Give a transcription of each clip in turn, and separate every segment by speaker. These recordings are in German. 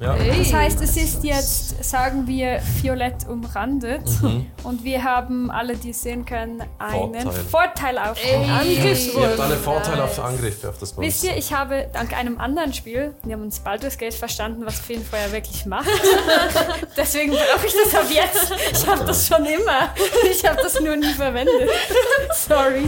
Speaker 1: Ja.
Speaker 2: Das heißt, es ist jetzt, sagen wir, violett umrandet und wir haben alle, die es sehen können, einen
Speaker 1: Vorteil.
Speaker 2: Vorteil, auf
Speaker 3: Ey.
Speaker 2: den
Speaker 1: Ihr habt alle
Speaker 2: Angriffswurf.
Speaker 1: Vorteile auf Angriffe auf das
Speaker 2: Wisst
Speaker 1: Monster.
Speaker 2: ihr, ich habe dank einem anderen Spiel, wir haben uns Baldur's Gate verstanden, was Feenfeuer wirklich macht. Deswegen brauche ich das ab jetzt. Ich habe das schon immer. Ich habe das nur nie verwendet. Sorry.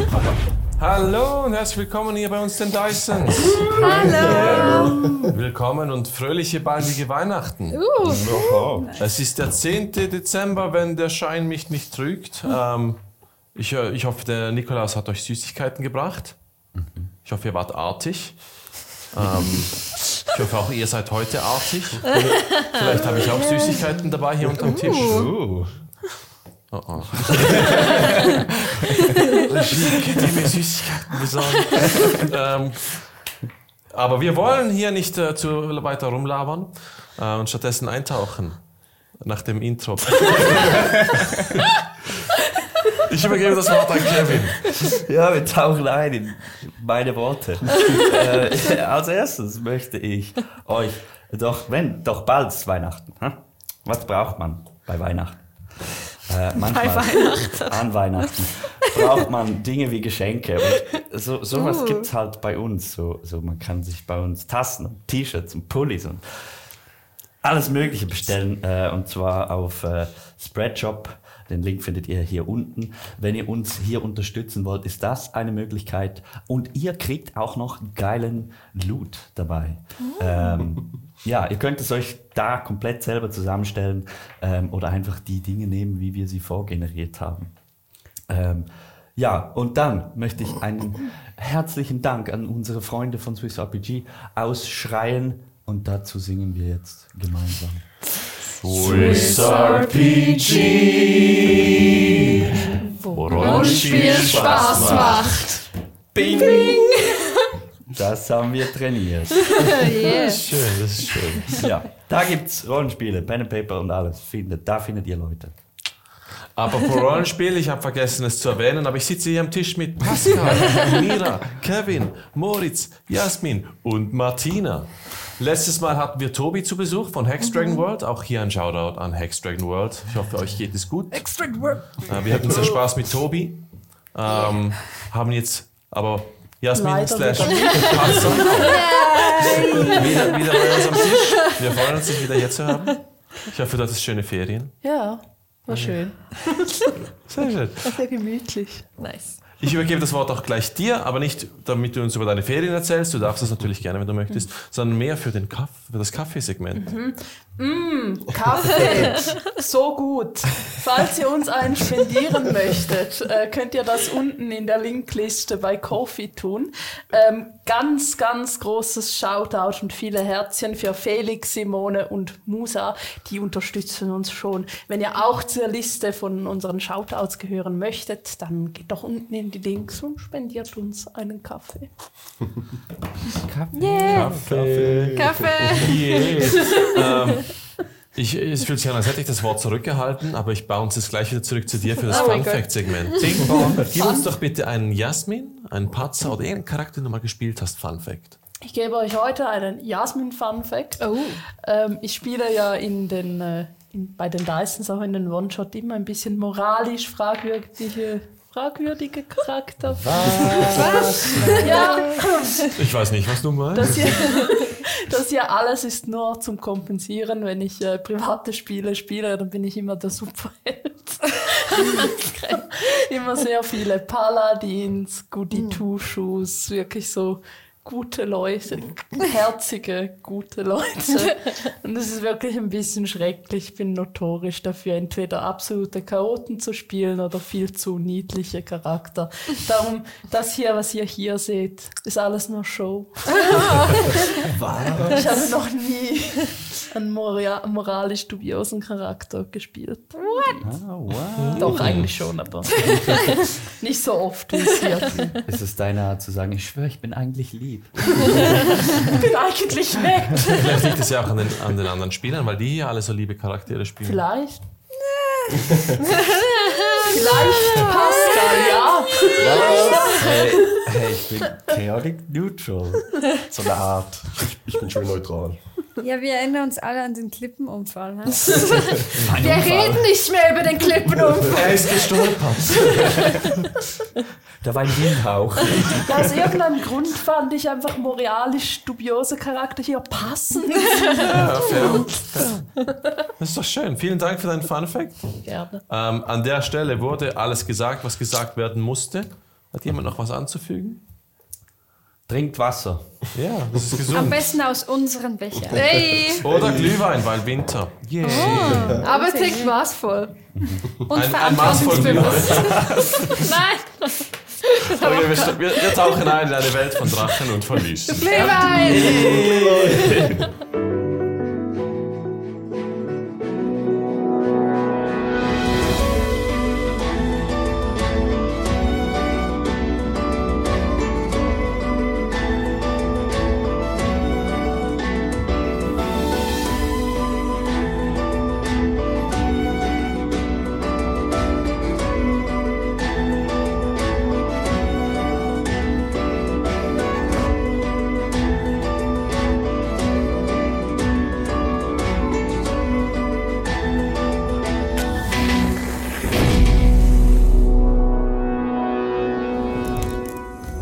Speaker 1: Hallo und herzlich willkommen hier bei uns den Dysons. Hallo. Willkommen und fröhliche baldige Weihnachten.
Speaker 2: Uh.
Speaker 4: Oho.
Speaker 1: Es ist der 10. Dezember, wenn der Schein mich nicht trügt. Ähm, ich, äh, ich hoffe, der Nikolaus hat euch Süßigkeiten gebracht. Ich hoffe, ihr wart artig. Ähm, ich hoffe, auch ihr seid heute artig. Vielleicht habe ich auch Süßigkeiten dabei hier unterm Tisch.
Speaker 4: Uh.
Speaker 1: Oh oh. Könnt ihr mir Süßigkeiten besorgen? ähm, aber wir wollen hier nicht äh, zu weiter rumlabern äh, und stattdessen eintauchen. Nach dem Intro. ich übergebe das Wort an Kevin.
Speaker 4: Ja, wir tauchen ein in meine Worte. äh, als erstes möchte ich euch, doch wenn, doch bald ist Weihnachten. Hm? Was braucht man bei Weihnachten? Äh, manchmal an Weihnachten braucht man Dinge wie Geschenke. Und so sowas gibt's halt bei uns. So, so man kann sich bei uns Tassen, und T-Shirts und Pullis und alles Mögliche bestellen. Äh, und zwar auf äh, Spreadshop. Den Link findet ihr hier unten. Wenn ihr uns hier unterstützen wollt, ist das eine Möglichkeit. Und ihr kriegt auch noch geilen Loot dabei. Ähm, ja, ihr könnt es euch da komplett selber zusammenstellen ähm, oder einfach die Dinge nehmen, wie wir sie vorgeneriert haben. Ähm, ja, und dann möchte ich einen herzlichen Dank an unsere Freunde von Swiss RPG ausschreien und dazu singen wir jetzt gemeinsam.
Speaker 3: Swiss
Speaker 4: RPG,
Speaker 3: Rollenspiel Spaß macht.
Speaker 4: Bing. Das haben wir trainiert.
Speaker 3: Yeah.
Speaker 1: Schön, das ist schön.
Speaker 4: Ja, da gibt's Rollenspiele, Pen and Paper und alles. Findet, da findet ihr Leute.
Speaker 1: Aber pro Rollenspiel, ich habe vergessen es zu erwähnen, aber ich sitze hier am Tisch mit Pascal, Mira, Kevin, Moritz, Jasmin und Martina. Letztes Mal hatten wir Tobi zu Besuch von Hex Dragon World. Auch hier ein Shoutout an Hex Dragon World. Ich hoffe, euch geht es gut. Hex Dragon World. Äh, wir hatten sehr Spaß mit Tobi. Ähm, haben jetzt aber Jasmin slash Pascal wieder, wieder bei uns am Tisch. Wir freuen uns, dich wieder hier zu haben. Ich hoffe, du hattest schöne Ferien.
Speaker 5: Ja, war schön.
Speaker 1: Sehr schön.
Speaker 5: War sehr gemütlich.
Speaker 3: Nice.
Speaker 1: Ich übergebe das Wort auch gleich dir, aber nicht, damit du uns über deine Ferien erzählst. Du darfst das natürlich gerne, wenn du möchtest, sondern mehr für, den Kaff, für das Kaffeesegment.
Speaker 5: Kaffee, so gut. Falls ihr uns einen spendieren möchtet, äh, könnt ihr das unten in der Linkliste bei Kofi tun. Ähm, ganz, ganz großes Shoutout und viele Herzchen für Felix, Simone und Musa. Die unterstützen uns schon. Wenn ihr auch zur Liste von unseren Shoutouts gehören möchtet, dann geht doch unten in die Links und spendiert uns einen Kaffee.
Speaker 1: Kaffee.
Speaker 3: Kaffee.
Speaker 1: Yeah. ähm, ich, es fühlt sich an, als hätte ich das Wort zurückgehalten, aber ich bounce es gleich wieder zurück zu dir für das
Speaker 5: Oh mein
Speaker 1: Fun Fact Segment. Ding Dong. Gib uns doch bitte einen Jasmin, einen Patzer oder irgendeinen Charakter, den du mal gespielt hast, Fun Fact.
Speaker 5: Ich gebe euch heute einen Jasmin-Fun-Fact.
Speaker 3: Oh.
Speaker 5: Ähm, ich spiele ja in den, äh, in, bei den Dysons auch in den One-Shot immer ein bisschen moralisch fragwürdige, fragwürdige Charakter. Was? ja,
Speaker 1: Ich weiß nicht, was du meinst.
Speaker 5: das hier, das hier alles ist nur zum Kompensieren. Wenn ich äh, private Spiele spiele, dann bin ich immer der Superheld. immer sehr viele Paladins, Goody Two-Shoes, wirklich so gute Leute, herzige, gute Leute. Und es ist wirklich ein bisschen schrecklich. Ich bin notorisch dafür, entweder absolute Chaoten zu spielen oder viel zu niedliche Charakter. Darum, das hier, was ihr hier seht, ist alles nur Show. Ich habe noch nie einen moria- moralisch dubiosen Charakter gespielt.
Speaker 4: Ah, wow.
Speaker 5: Doch,
Speaker 6: Mhm.
Speaker 5: eigentlich schon, aber nicht so oft wie es hier. Ich
Speaker 4: Ist es deine Art zu sagen, ich schwöre, ich bin eigentlich lieb?
Speaker 5: bin eigentlich nett.
Speaker 1: Vielleicht liegt es ja auch an den, an den anderen Spielern, weil die hier alle so liebe Charaktere spielen.
Speaker 5: Vielleicht. Vielleicht Pascal, ja.
Speaker 4: Was? Hey, hey, ich bin chaotic neutral. So eine Art.
Speaker 6: Ich bin schön neutral.
Speaker 2: Ja, wir erinnern uns alle an den Klippenunfall. Ne?
Speaker 3: Wir reden nicht mehr über den Klippenunfall.
Speaker 1: Er ist gestolpert.
Speaker 4: Da war ein Windhauch.
Speaker 5: Aus irgendeinem Grund fand ich einfach moralisch dubiose Charakter hier passend.
Speaker 1: Ja, fair. Das ist doch schön. Vielen Dank für deinen Fun Fact.
Speaker 5: Gerne.
Speaker 1: Ähm, an der Stelle wurde alles gesagt, was gesagt werden musste. Hat jemand noch was anzufügen?
Speaker 4: Trinkt Wasser.
Speaker 1: Ja, das ist
Speaker 2: Am
Speaker 1: gesund.
Speaker 2: besten aus unseren Bechern.
Speaker 3: Hey,
Speaker 1: Oder Glühwein, weil Winter.
Speaker 3: aber trinkt maßvoll.
Speaker 2: Und
Speaker 1: Ein, ein Maß voll Glühwein.
Speaker 2: verantwortungsbewusst.
Speaker 3: Nein,
Speaker 1: Okay, wir, wir, wir tauchen ein in eine Welt von Drachen und von Wüsten.
Speaker 3: Glühwein.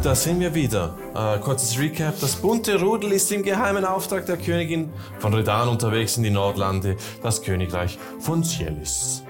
Speaker 1: Da sind wir wieder. Äh, kurzes Recap. Das bunte Rudel ist im geheimen Auftrag der Königin von Redan unterwegs in die Nordlande, das Königreich von Cielis.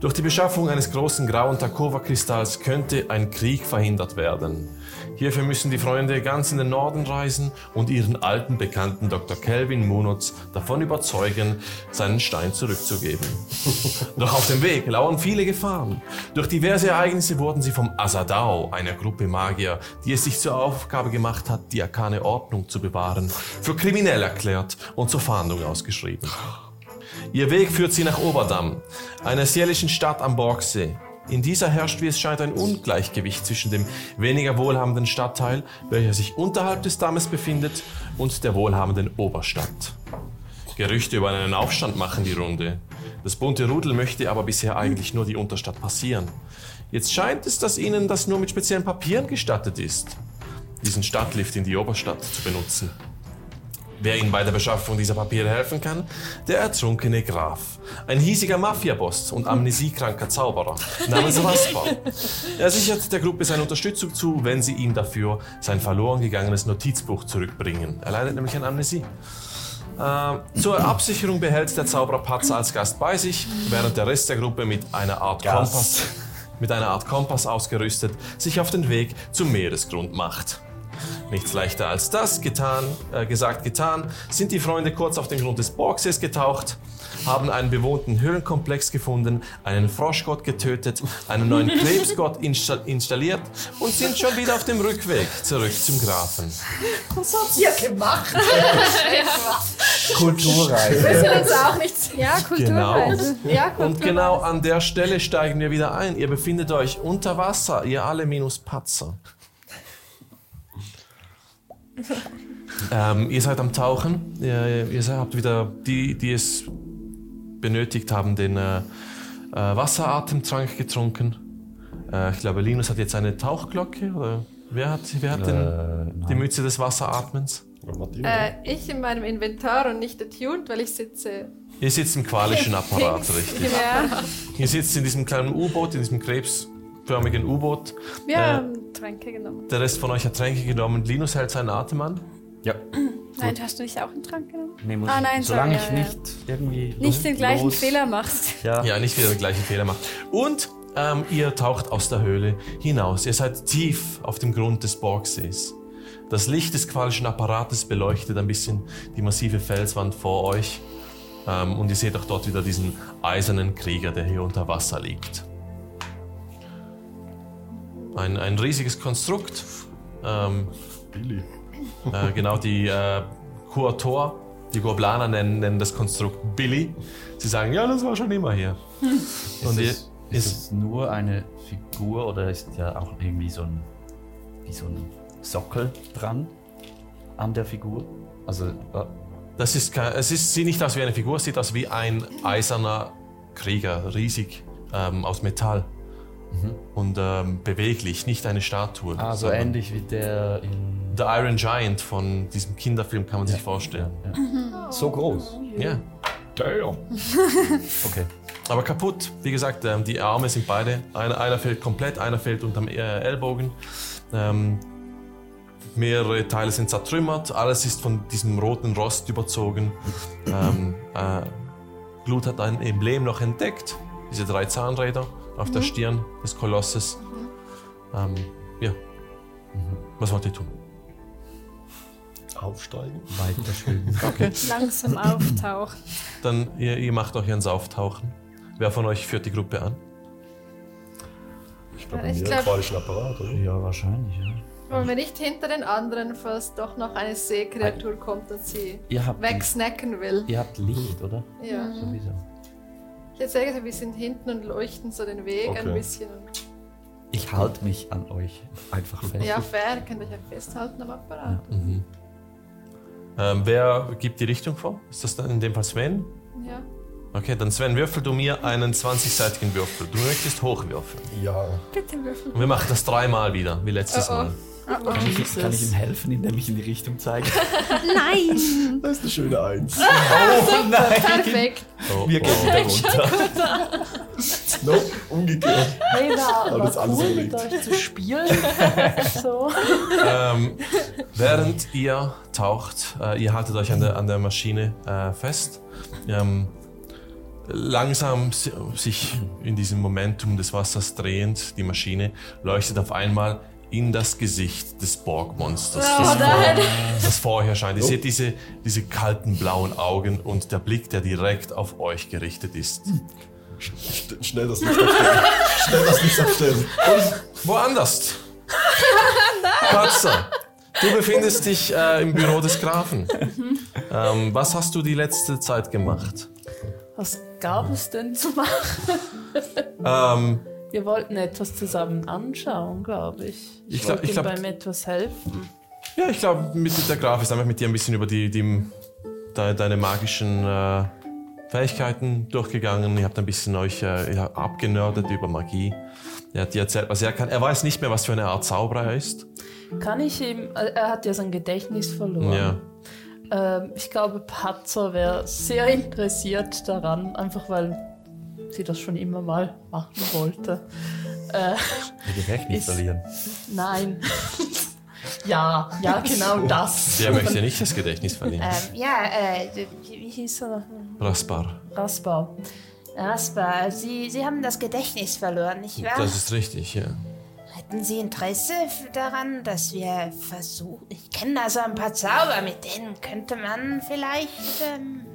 Speaker 1: Durch die Beschaffung eines großen grauen Takova-Kristalls könnte ein Krieg verhindert werden. Hierfür müssen die Freunde ganz in den Norden reisen und ihren alten Bekannten Dr. Kelvin Munutz davon überzeugen, seinen Stein zurückzugeben. Doch auf dem Weg lauern viele Gefahren. Durch diverse Ereignisse wurden sie vom Asadao, einer Gruppe Magier, die es sich zur Aufgabe gemacht hat, die arkane Ordnung zu bewahren, für kriminell erklärt und zur Fahndung ausgeschrieben. Ihr Weg führt sie nach Oberdamm, einer sielischen Stadt am Borgsee. In dieser herrscht, wie es scheint, ein Ungleichgewicht zwischen dem weniger wohlhabenden Stadtteil, welcher sich unterhalb des Dammes befindet, und der wohlhabenden Oberstadt. Gerüchte über einen Aufstand machen die Runde. Das bunte Rudel möchte aber bisher eigentlich nur die Unterstadt passieren. Jetzt scheint es, dass ihnen das nur mit speziellen Papieren gestattet ist, diesen Stadtlift in die Oberstadt zu benutzen. Wer ihnen bei der Beschaffung dieser Papiere helfen kann? Der ertrunkene Graf. Ein hiesiger Mafiaboss und amnesiekranker Zauberer namens Raspa. Er sichert der Gruppe seine Unterstützung zu, wenn sie ihm dafür sein verloren gegangenes Notizbuch zurückbringen. Er leidet nämlich an Amnesie. Ähm, zur Absicherung behält der Zauberer Patzer als Gast bei sich, während der Rest der Gruppe mit einer Art
Speaker 4: Gast.
Speaker 1: Kompass, mit einer Art Kompass ausgerüstet, sich auf den Weg zum Meeresgrund macht. Nichts leichter als das, getan, äh, gesagt, getan, sind die Freunde kurz auf den Grund des Borgsees getaucht, haben einen bewohnten Höhlenkomplex gefunden, einen Froschgott getötet, einen neuen Krebsgott insta installiert und sind schon wieder auf dem Rückweg zurück zum Grafen.
Speaker 5: Was habt ihr gemacht?
Speaker 4: Kulturreise.
Speaker 3: Wir sind uns auch nichts.
Speaker 2: Ja, Kulturreise.
Speaker 3: Ja, gut.
Speaker 1: Und genau an der Stelle steigen wir wieder ein. Ihr befindet euch unter Wasser, ihr alle minus Patzer. ähm, ihr seid am Tauchen. Ihr, ihr seid- habt wieder die, die es benötigt haben, den äh, äh, Wasseratemtrank getrunken. Äh, ich glaube, Linus hat jetzt eine Tauchglocke. Oder wer hat, wer hat denn die Mütze des Wasseratmens?
Speaker 3: Äh, ich in meinem Inventar und nicht attuned, weil ich sitze.
Speaker 1: Ihr sitzt im qualischen Apparat, richtig?
Speaker 2: Ja,
Speaker 1: Ihr sitzt in diesem kleinen U-Boot, in diesem krebsförmigen U-Boot.
Speaker 2: wir haben Tränke genommen.
Speaker 1: Der Rest von euch hat Tränke genommen. Linus hält seinen Atem an.
Speaker 4: ja.
Speaker 2: Nein, hast du nicht auch einen Trank genommen?
Speaker 4: Nee, muss
Speaker 2: Ah,
Speaker 4: ich-
Speaker 2: nein,
Speaker 4: solange
Speaker 2: sorry,
Speaker 4: ich
Speaker 2: ja, ja.
Speaker 4: nicht irgendwie.
Speaker 2: Nicht den gleichen
Speaker 4: los-
Speaker 2: Fehler machst.
Speaker 4: Ja.
Speaker 1: Ja, nicht wieder den gleichen Fehler macht. Und ähm, ihr taucht aus der Höhle hinaus. Ihr seid tief auf dem Grund des Borgsees. Das Licht des qualischen Apparates beleuchtet ein bisschen die massive Felswand vor euch. Ähm, und ihr seht auch dort wieder diesen eisernen Krieger, der hier unter Wasser liegt. Ein, ein riesiges Konstrukt. Ähm, Billy. Äh, genau, die äh, Kuator, die Goblaner nennen, nennen das Konstrukt Billy. Sie sagen, ja, das war schon immer hier. Und ihr,
Speaker 4: ist, es, ist, es nur eine Figur oder ist ja auch irgendwie so ein, wie so ein Sockel dran an der Figur? Also, äh,
Speaker 1: das ist, kein- es ist, sieht nicht aus wie eine Figur, es sieht aus wie ein eiserner Krieger, riesig, ähm, aus Metall. und ähm, beweglich, nicht eine Statue.
Speaker 6: Mhm. Ah, so
Speaker 1: sondern
Speaker 6: ähnlich wie der in.
Speaker 1: The Iron Giant von diesem Kinderfilm kann man sich vorstellen.
Speaker 2: Mhm.
Speaker 6: So groß.
Speaker 1: Ja.
Speaker 6: Damn. Okay.
Speaker 1: Aber kaputt. Wie gesagt, ähm, die Arme sind beide. Einer, einer fällt komplett, einer fällt unterm äh, Ellbogen. Ähm, mehrere Teile sind zertrümmert. Alles ist von diesem roten Rost überzogen. Ähm, äh, Glut hat ein Emblem noch entdeckt. Diese drei Zahnräder auf der Stirn des Kolosses. Ähm, ja. Mhm. Was wollt ihr tun?
Speaker 6: Aufsteigen. Weiter schwimmen.
Speaker 2: Langsam auftauchen.
Speaker 1: Dann ihr, ihr macht euch ans Auftauchen. Wer von euch führt die Gruppe an?
Speaker 6: Ich glaube,
Speaker 3: Ja, ich
Speaker 6: wir
Speaker 3: glaub-
Speaker 6: gerade schon Apparat, oder?
Speaker 4: Ja, wahrscheinlich, ja.
Speaker 3: Wollen wir nicht hinter den anderen, falls doch noch eine Seekreatur kommt und sie
Speaker 6: Ihr habt,
Speaker 3: wegsnacken will?
Speaker 6: ihr habt Licht, oder?
Speaker 2: Mhm.
Speaker 3: Ja.
Speaker 6: Sowieso.
Speaker 3: Ich hätte gesagt, wir sind hinten und leuchten so den Weg
Speaker 6: Okay.
Speaker 3: ein bisschen. Und,
Speaker 4: Ich halte mich an euch einfach fest.
Speaker 3: ja, fair, könnt euch ja festhalten am Apparat.
Speaker 1: Ähm, wer gibt die Richtung vor? Ist das dann in dem Fall Sven?
Speaker 3: Ja.
Speaker 1: Okay, dann Sven, würfel du mir einen 20-seitigen Würfel. Du möchtest hochwürfeln.
Speaker 6: Ja.
Speaker 2: Bitte würfel.
Speaker 1: Und wir machen das dreimal wieder, wie letztes
Speaker 3: Oh, oh.
Speaker 1: Mal.
Speaker 4: Kann ich,
Speaker 5: Jesus.
Speaker 4: kann ich ihm helfen, indem ich in die Richtung zeige?
Speaker 2: Nein!
Speaker 6: Das ist eine schöne Eins.
Speaker 4: oh
Speaker 3: Perfekt.
Speaker 1: Oh,
Speaker 4: Wir gehen
Speaker 1: oh.
Speaker 4: wieder runter.
Speaker 6: No, umgekehrt.
Speaker 5: Hey, war,
Speaker 6: Aber das
Speaker 5: war
Speaker 6: alles
Speaker 5: cool,
Speaker 6: erledigt.
Speaker 5: mit euch zu spielen. so.
Speaker 1: ähm, während ihr taucht, äh, ihr haltet euch an der, an der Maschine äh, fest. Ähm, langsam si- sich in diesem Momentum des Wassers drehend, die Maschine leuchtet auf einmal in das Gesicht des Borgmonsters, das, vorher, das vorher scheint. Ihr seht diese, diese kalten blauen Augen und der Blick, der direkt auf euch gerichtet ist.
Speaker 6: Sch- Schnell das Licht abstellen. Schnell das Licht abstellen.
Speaker 1: Woanders. Patzer, du befindest dich äh, im Büro des Grafen. Ähm, was hast du die letzte Zeit gemacht?
Speaker 5: Was gab es denn zu machen?
Speaker 1: Ähm,
Speaker 5: Wir wollten etwas zusammen anschauen, glaube ich.
Speaker 1: Ich glaub-
Speaker 5: wollte
Speaker 1: ich
Speaker 5: ihm
Speaker 1: glaub-
Speaker 5: beim etwas helfen.
Speaker 1: ja, ich glaube, der Graf ist einfach mit dir ein bisschen über die, die, de, deine magischen äh, Fähigkeiten durchgegangen. Ihr habt ein bisschen euch äh, ja, abgenördet über Magie. Er hat dir erzählt, was er kann. Er weiß nicht mehr, was für eine Art Zauberer er ist.
Speaker 5: Kann ich ihm, äh, er hat ja sein Gedächtnis
Speaker 1: Ja.
Speaker 5: verloren. Ähm, ich glaube, Patzer wäre sehr interessiert daran, einfach weil sie das schon immer mal machen wollte.
Speaker 4: Die Gedächtnis
Speaker 5: Ist-
Speaker 4: verlieren.
Speaker 5: Nein. ja, ja, genau das.
Speaker 1: Der möchte nicht das Gedächtnis verlieren.
Speaker 5: Ähm, ja, äh, wie wie hieß er noch?
Speaker 1: Raspar,
Speaker 5: Raspar.
Speaker 7: Jasper, Sie, Sie haben das Gedächtnis verloren, nicht wahr?
Speaker 1: das ist richtig, ja.
Speaker 7: Hätten Sie Interesse f- daran, dass wir versuchen... Ich kenne also ein paar Zauber, mit denen könnte man vielleicht ähm,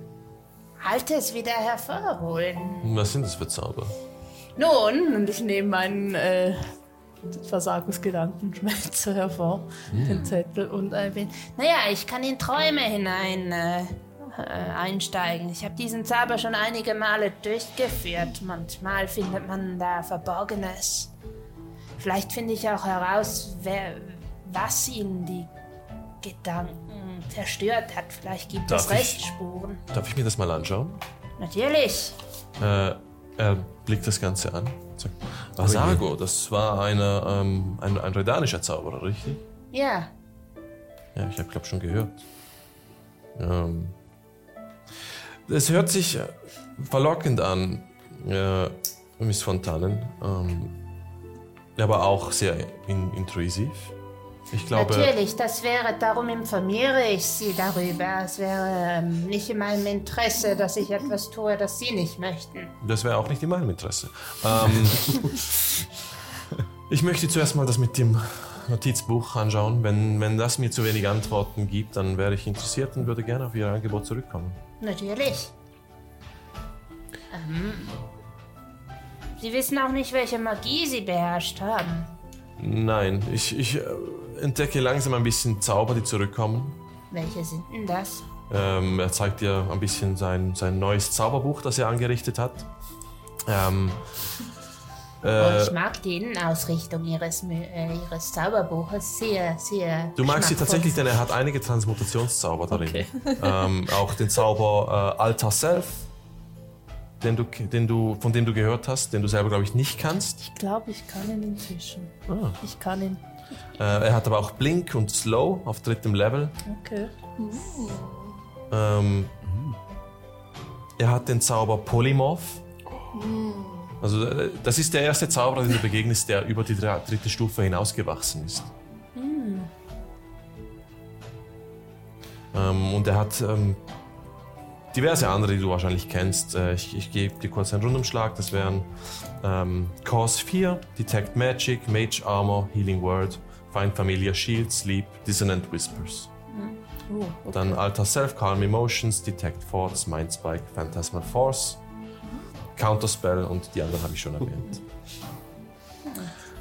Speaker 7: Altes wieder hervorholen.
Speaker 1: Was sind das für Zauber?
Speaker 5: Nun, und ich nehme meinen äh, Versagungsgedankenschmelzer hervor,
Speaker 1: Hm.
Speaker 5: den Zettel und ein wenig.
Speaker 7: Naja, ich kann in Träume hinein äh, äh, einsteigen. Ich habe diesen Zauber schon einige Male durchgeführt. Manchmal findet man da Verborgenes. Vielleicht finde ich auch heraus, wer, was ihnen die Gedanken zerstört hat. Vielleicht gibt
Speaker 1: Darf
Speaker 7: es
Speaker 1: ich?
Speaker 7: Restspuren.
Speaker 1: Darf ich mir das mal anschauen?
Speaker 7: Natürlich.
Speaker 1: Äh, er blickt das Ganze an. und sagt, Vasago, das war eine, ähm, ein, ein redanischer Zauberer, richtig?
Speaker 7: Ja.
Speaker 1: Ja, ich habe glaube schon gehört. Ähm, es hört sich äh, verlockend an, äh, Miss Fontanen, ähm, aber auch sehr in, intrusiv. Ich glaube,
Speaker 7: Natürlich, das wäre, darum informiere ich Sie darüber. Es wäre ähm, nicht in meinem Interesse, dass ich etwas tue, das Sie nicht möchten.
Speaker 1: Das wäre auch nicht in meinem Interesse. Ähm, ich möchte zuerst mal das mit dem Notizbuch anschauen. Wenn, wenn das mir zu wenig Antworten gibt, dann wäre ich interessiert und würde gerne auf Ihr Angebot zurückkommen.
Speaker 7: Natürlich. Ähm, sie wissen auch nicht, welche Magie sie beherrscht haben.
Speaker 1: Nein, ich, ich äh, entdecke langsam ein bisschen Zauber, die zurückkommen.
Speaker 7: Welche sind denn das?
Speaker 1: Ähm, er zeigt dir ein bisschen sein, sein neues Zauberbuch, das er angerichtet hat. Ähm,
Speaker 7: oh,
Speaker 1: äh,
Speaker 7: ich mag die Innenausrichtung ihres, Mü- äh, ihres Zauberbuches sehr, sehr.
Speaker 1: Du magst sie
Speaker 7: geschmackvoll.
Speaker 1: tatsächlich, denn er hat einige Transmutationszauber darin. Ähm, auch den Zauber äh, Alter Self, den du, den du, von dem du gehört hast, den du selber, glaube ich, nicht kannst.
Speaker 8: Ich glaube, ich kann ihn inzwischen.
Speaker 1: Ah.
Speaker 8: Ich kann ihn.
Speaker 1: Äh, er hat aber auch Blink und Slow auf drittem Level.
Speaker 8: Okay.
Speaker 1: Ähm, er hat den Zauber Polymorph. Also äh, das ist der erste Zauberer, den du begegnest, der über die dra- dritte Stufe hinausgewachsen ist. Ähm, und er hat ähm, diverse andere, die du wahrscheinlich kennst. Äh, ich ich gebe dir kurz einen Rundumschlag. Das wären ähm, Cause 4, Detect Magic, Mage Armor, Healing Word, Find Familiar Shield, Sleep, Dissonant Whispers. Dann Alter Self, Calm Emotions, Detect Thoughts, Mind Spike, Phantasmal Force, Counterspell und die anderen habe ich schon erwähnt.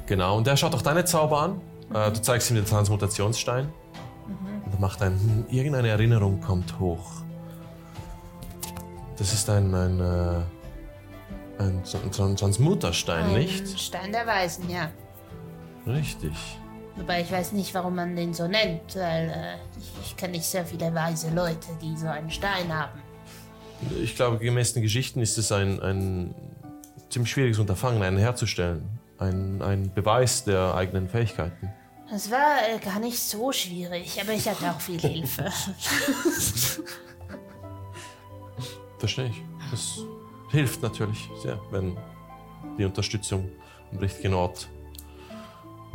Speaker 1: Genau, und der schaut auch deine Zauber an. Äh, du zeigst ihm den Transmutationsstein. Und er macht ein, hm, irgendeine Erinnerung kommt hoch. Das ist ein, ein, äh, ein, Tran- Tran- Transmuterstein,
Speaker 7: Ein
Speaker 1: nicht?
Speaker 7: Ähm, Stein der Weisen, ja.
Speaker 1: Richtig.
Speaker 7: Wobei ich weiß nicht, warum man den so nennt, weil äh, ich, ich kenne nicht sehr viele weise Leute, die so einen Stein haben.
Speaker 1: Ich glaube, gemäß den Geschichten ist es ein, ein ziemlich schwieriges Unterfangen, einen herzustellen. Ein, ein Beweis der eigenen Fähigkeiten.
Speaker 7: Es war äh, gar nicht so schwierig, aber ich hatte auch viel Hilfe.
Speaker 1: Verstehe ich. Das hilft natürlich sehr, wenn die Unterstützung am richtigen Ort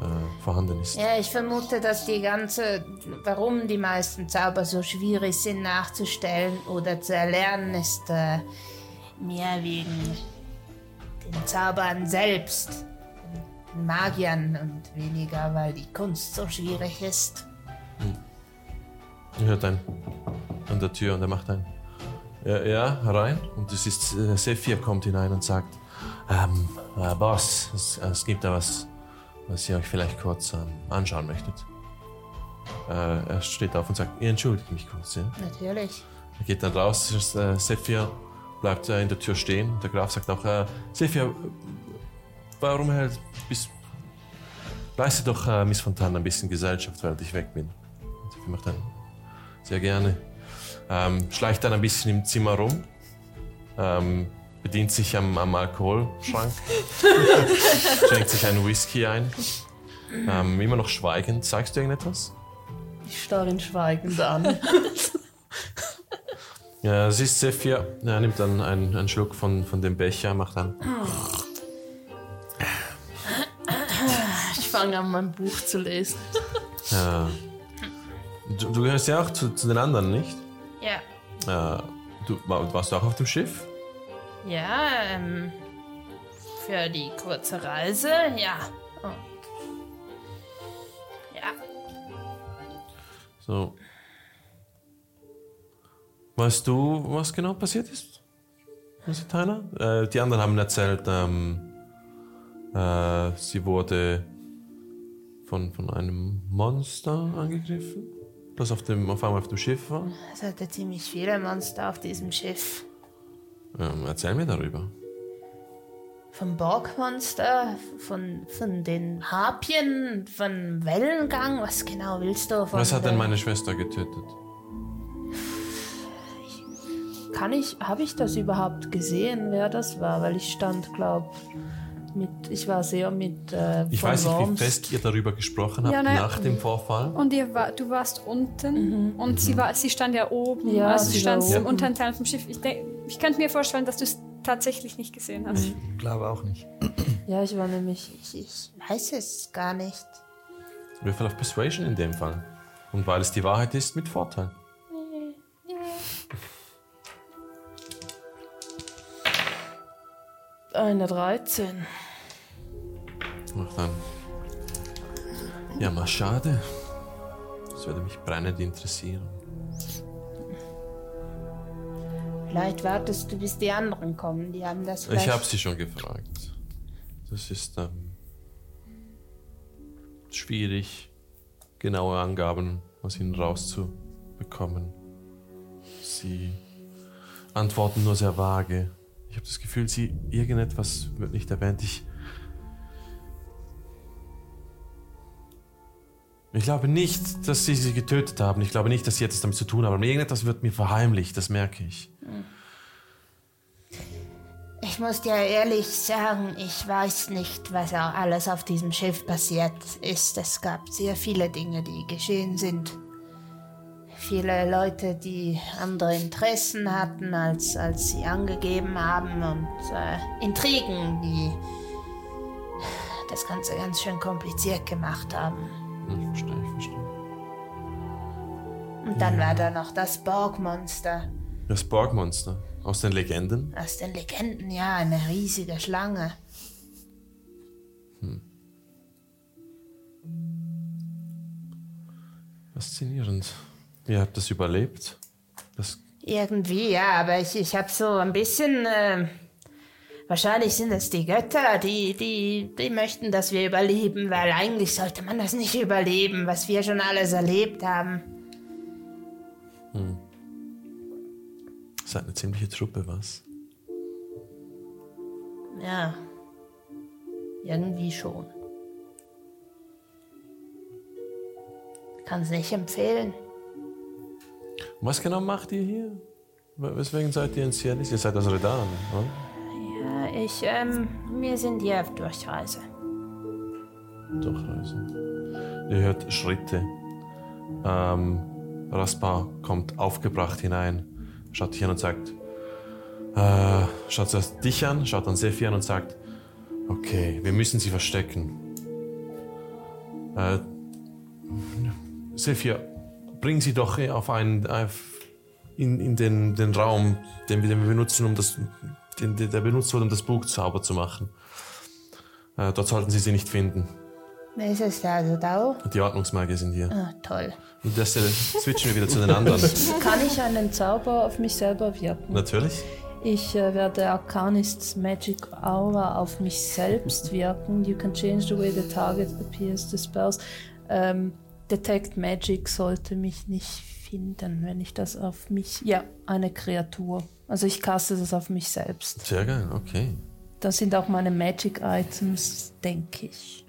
Speaker 1: äh, vorhanden ist.
Speaker 7: Ja, ich vermute, dass die ganze, warum die meisten Zauber so schwierig sind nachzustellen oder zu erlernen, ist äh, mehr wegen den Zaubern selbst, den Magiern und weniger, weil die Kunst so schwierig ist.
Speaker 1: Ihr hört ein an der Tür und er macht ein ja, ja herein und es ist äh, Sephir kommt hinein und sagt ähm, äh, Boss, es, es gibt da was, was ihr euch vielleicht kurz ähm, anschauen möchtet. Äh, er steht auf und sagt, ihr entschuldigt mich kurz, ja?
Speaker 7: Natürlich.
Speaker 1: Er geht dann raus, das, äh, Sephir bleibt äh, in der Tür stehen. Der Graf sagt auch, äh, Sephir, äh, warum hält bis... Leiste doch äh, Miss Fontana ein bisschen Gesellschaft, während ich weg bin. Und Sephir macht dann sehr gerne. Ähm, schleicht dann ein bisschen im Zimmer rum, ähm, bedient sich am, am Alkoholschrank, schenkt sich einen Whisky ein. Ähm, immer noch schweigend. Sagst du irgendetwas?
Speaker 5: Ich starre ihn schweigend an.
Speaker 1: Ja, siehst Sephir, er nimmt dann einen, einen Schluck von, von dem Becher, macht dann.
Speaker 5: Ich fange an, mein Buch zu lesen.
Speaker 1: Ja. Du, du gehörst ja auch zu, zu den anderen, nicht?
Speaker 7: Ja.
Speaker 1: Äh, du wa- warst du auch auf dem Schiff?
Speaker 7: Ja, ähm, für die kurze Reise, ja. Und, ja.
Speaker 1: So. Weißt du, was genau passiert ist? Was ist Tyler? Äh, die anderen haben erzählt, ähm, äh, sie wurde von, von einem Monster angegriffen, das auf, dem, auf einmal auf dem Schiff war.
Speaker 7: Es hatte ziemlich viele Monster auf diesem Schiff.
Speaker 1: Ähm, erzähl mir darüber.
Speaker 7: Vom Borgmonster, von, von den Harpien, von Wellengang, was genau willst du? Von
Speaker 1: Was hat denn
Speaker 7: der-
Speaker 1: meine Schwester getötet?
Speaker 8: Kann ich, habe ich das überhaupt gesehen, wer das war? Weil ich stand, glaube mit, ich war sehr mit äh,
Speaker 1: Ich
Speaker 8: von
Speaker 1: weiß nicht, wie
Speaker 8: Worms.
Speaker 1: fest ihr darüber gesprochen habt
Speaker 2: Ja, na ja.
Speaker 1: nach dem Vorfall.
Speaker 2: Und ihr war, du warst unten und sie, war, sie stand ja oben.
Speaker 8: Ja,
Speaker 2: also sie
Speaker 8: sie war
Speaker 2: stand im
Speaker 8: oben.
Speaker 2: unteren Teil vom Schiff. Ich, denk- ich könnte mir vorstellen, dass du es tatsächlich nicht gesehen hast.
Speaker 4: Mhm.
Speaker 9: Glaube auch nicht.
Speaker 8: Ja, ich war nämlich.
Speaker 7: Ich, ich weiß es gar nicht.
Speaker 1: Würfel auf Persuasion in dem Fall. Und weil es die Wahrheit ist, mit Vorteil.
Speaker 5: Eine 13.
Speaker 1: Mach dann. Ja, mal schade. Das würde mich brennend interessieren.
Speaker 7: Vielleicht wartest du, bis die anderen kommen. Die haben das vielleicht.
Speaker 1: Ich habe sie schon gefragt. Das ist ähm, schwierig, genaue Angaben aus ihnen rauszubekommen. Sie antworten nur sehr vage. Ich habe das Gefühl, sie irgendetwas wird nicht erwähnt. Ich Ich glaube nicht, dass sie sie getötet haben. Ich glaube nicht, dass sie etwas damit zu tun haben. Irgendetwas wird mir verheimlicht, das merke ich.
Speaker 7: ich muss dir ehrlich sagen, ich weiß nicht, was auch alles auf diesem Schiff passiert ist. Es gab sehr viele Dinge, die geschehen sind. Viele Leute, die andere Interessen hatten, als, als sie angegeben haben. Und äh, Intrigen, die das Ganze ganz schön kompliziert gemacht haben.
Speaker 1: Ich Hm, verstehe, ich verstehe.
Speaker 7: Und dann war da noch das Borgmonster.
Speaker 1: Das Borgmonster aus den Legenden.
Speaker 7: Aus den Legenden, ja, eine riesige Schlange.
Speaker 1: Faszinierend. Ihr habt das überlebt. Das
Speaker 7: Irgendwie, ja, aber ich, ich habe so ein bisschen. Äh, wahrscheinlich sind es die Götter, die, die, die möchten, dass wir überleben, weil eigentlich sollte man das nicht überleben, was wir schon alles erlebt haben.
Speaker 1: seid eine ziemliche Truppe, was?
Speaker 7: Ja. Irgendwie schon. Kann es nicht empfehlen.
Speaker 1: Und Was genau macht ihr hier? W- Weswegen seid ihr in Sierlis? Ihr seid aus Redan, oder?
Speaker 7: Ja, ich, ähm, wir sind hier auf Durchreise.
Speaker 1: Doch, also. Ihr hört Schritte. Ähm, Raspa kommt aufgebracht hinein, schaut dich an und sagt, äh, schaut zuerst dich an, schaut dann Sefi an und sagt, okay, wir müssen sie verstecken. Äh, Sefi, bring sie doch auf einen, auf, in, in den, den Raum, den wir, den wir benutzen, um das, den, den- der benutzt wurde, um das Buch sauber zu machen. Äh, dort sollten sie sie nicht finden.
Speaker 7: Wer ist es da? Also da?
Speaker 1: Und die Ordnungsmagier sind hier.
Speaker 7: Ah, toll.
Speaker 1: Und das äh, switchen wir wieder zu den anderen.
Speaker 8: Kann ich einen Zauber auf mich selber wirken?
Speaker 1: Natürlich.
Speaker 8: Ich äh, werde Arcanists Magic Aura auf mich selbst wirken. You can change the way the target appears to spells. Ähm, Detect Magic sollte mich nicht finden, wenn ich das auf mich. Ja, eine Kreatur. Also ich caste das auf mich selbst.
Speaker 1: Sehr geil, okay.
Speaker 8: Das sind auch meine Magic Items, denke ich.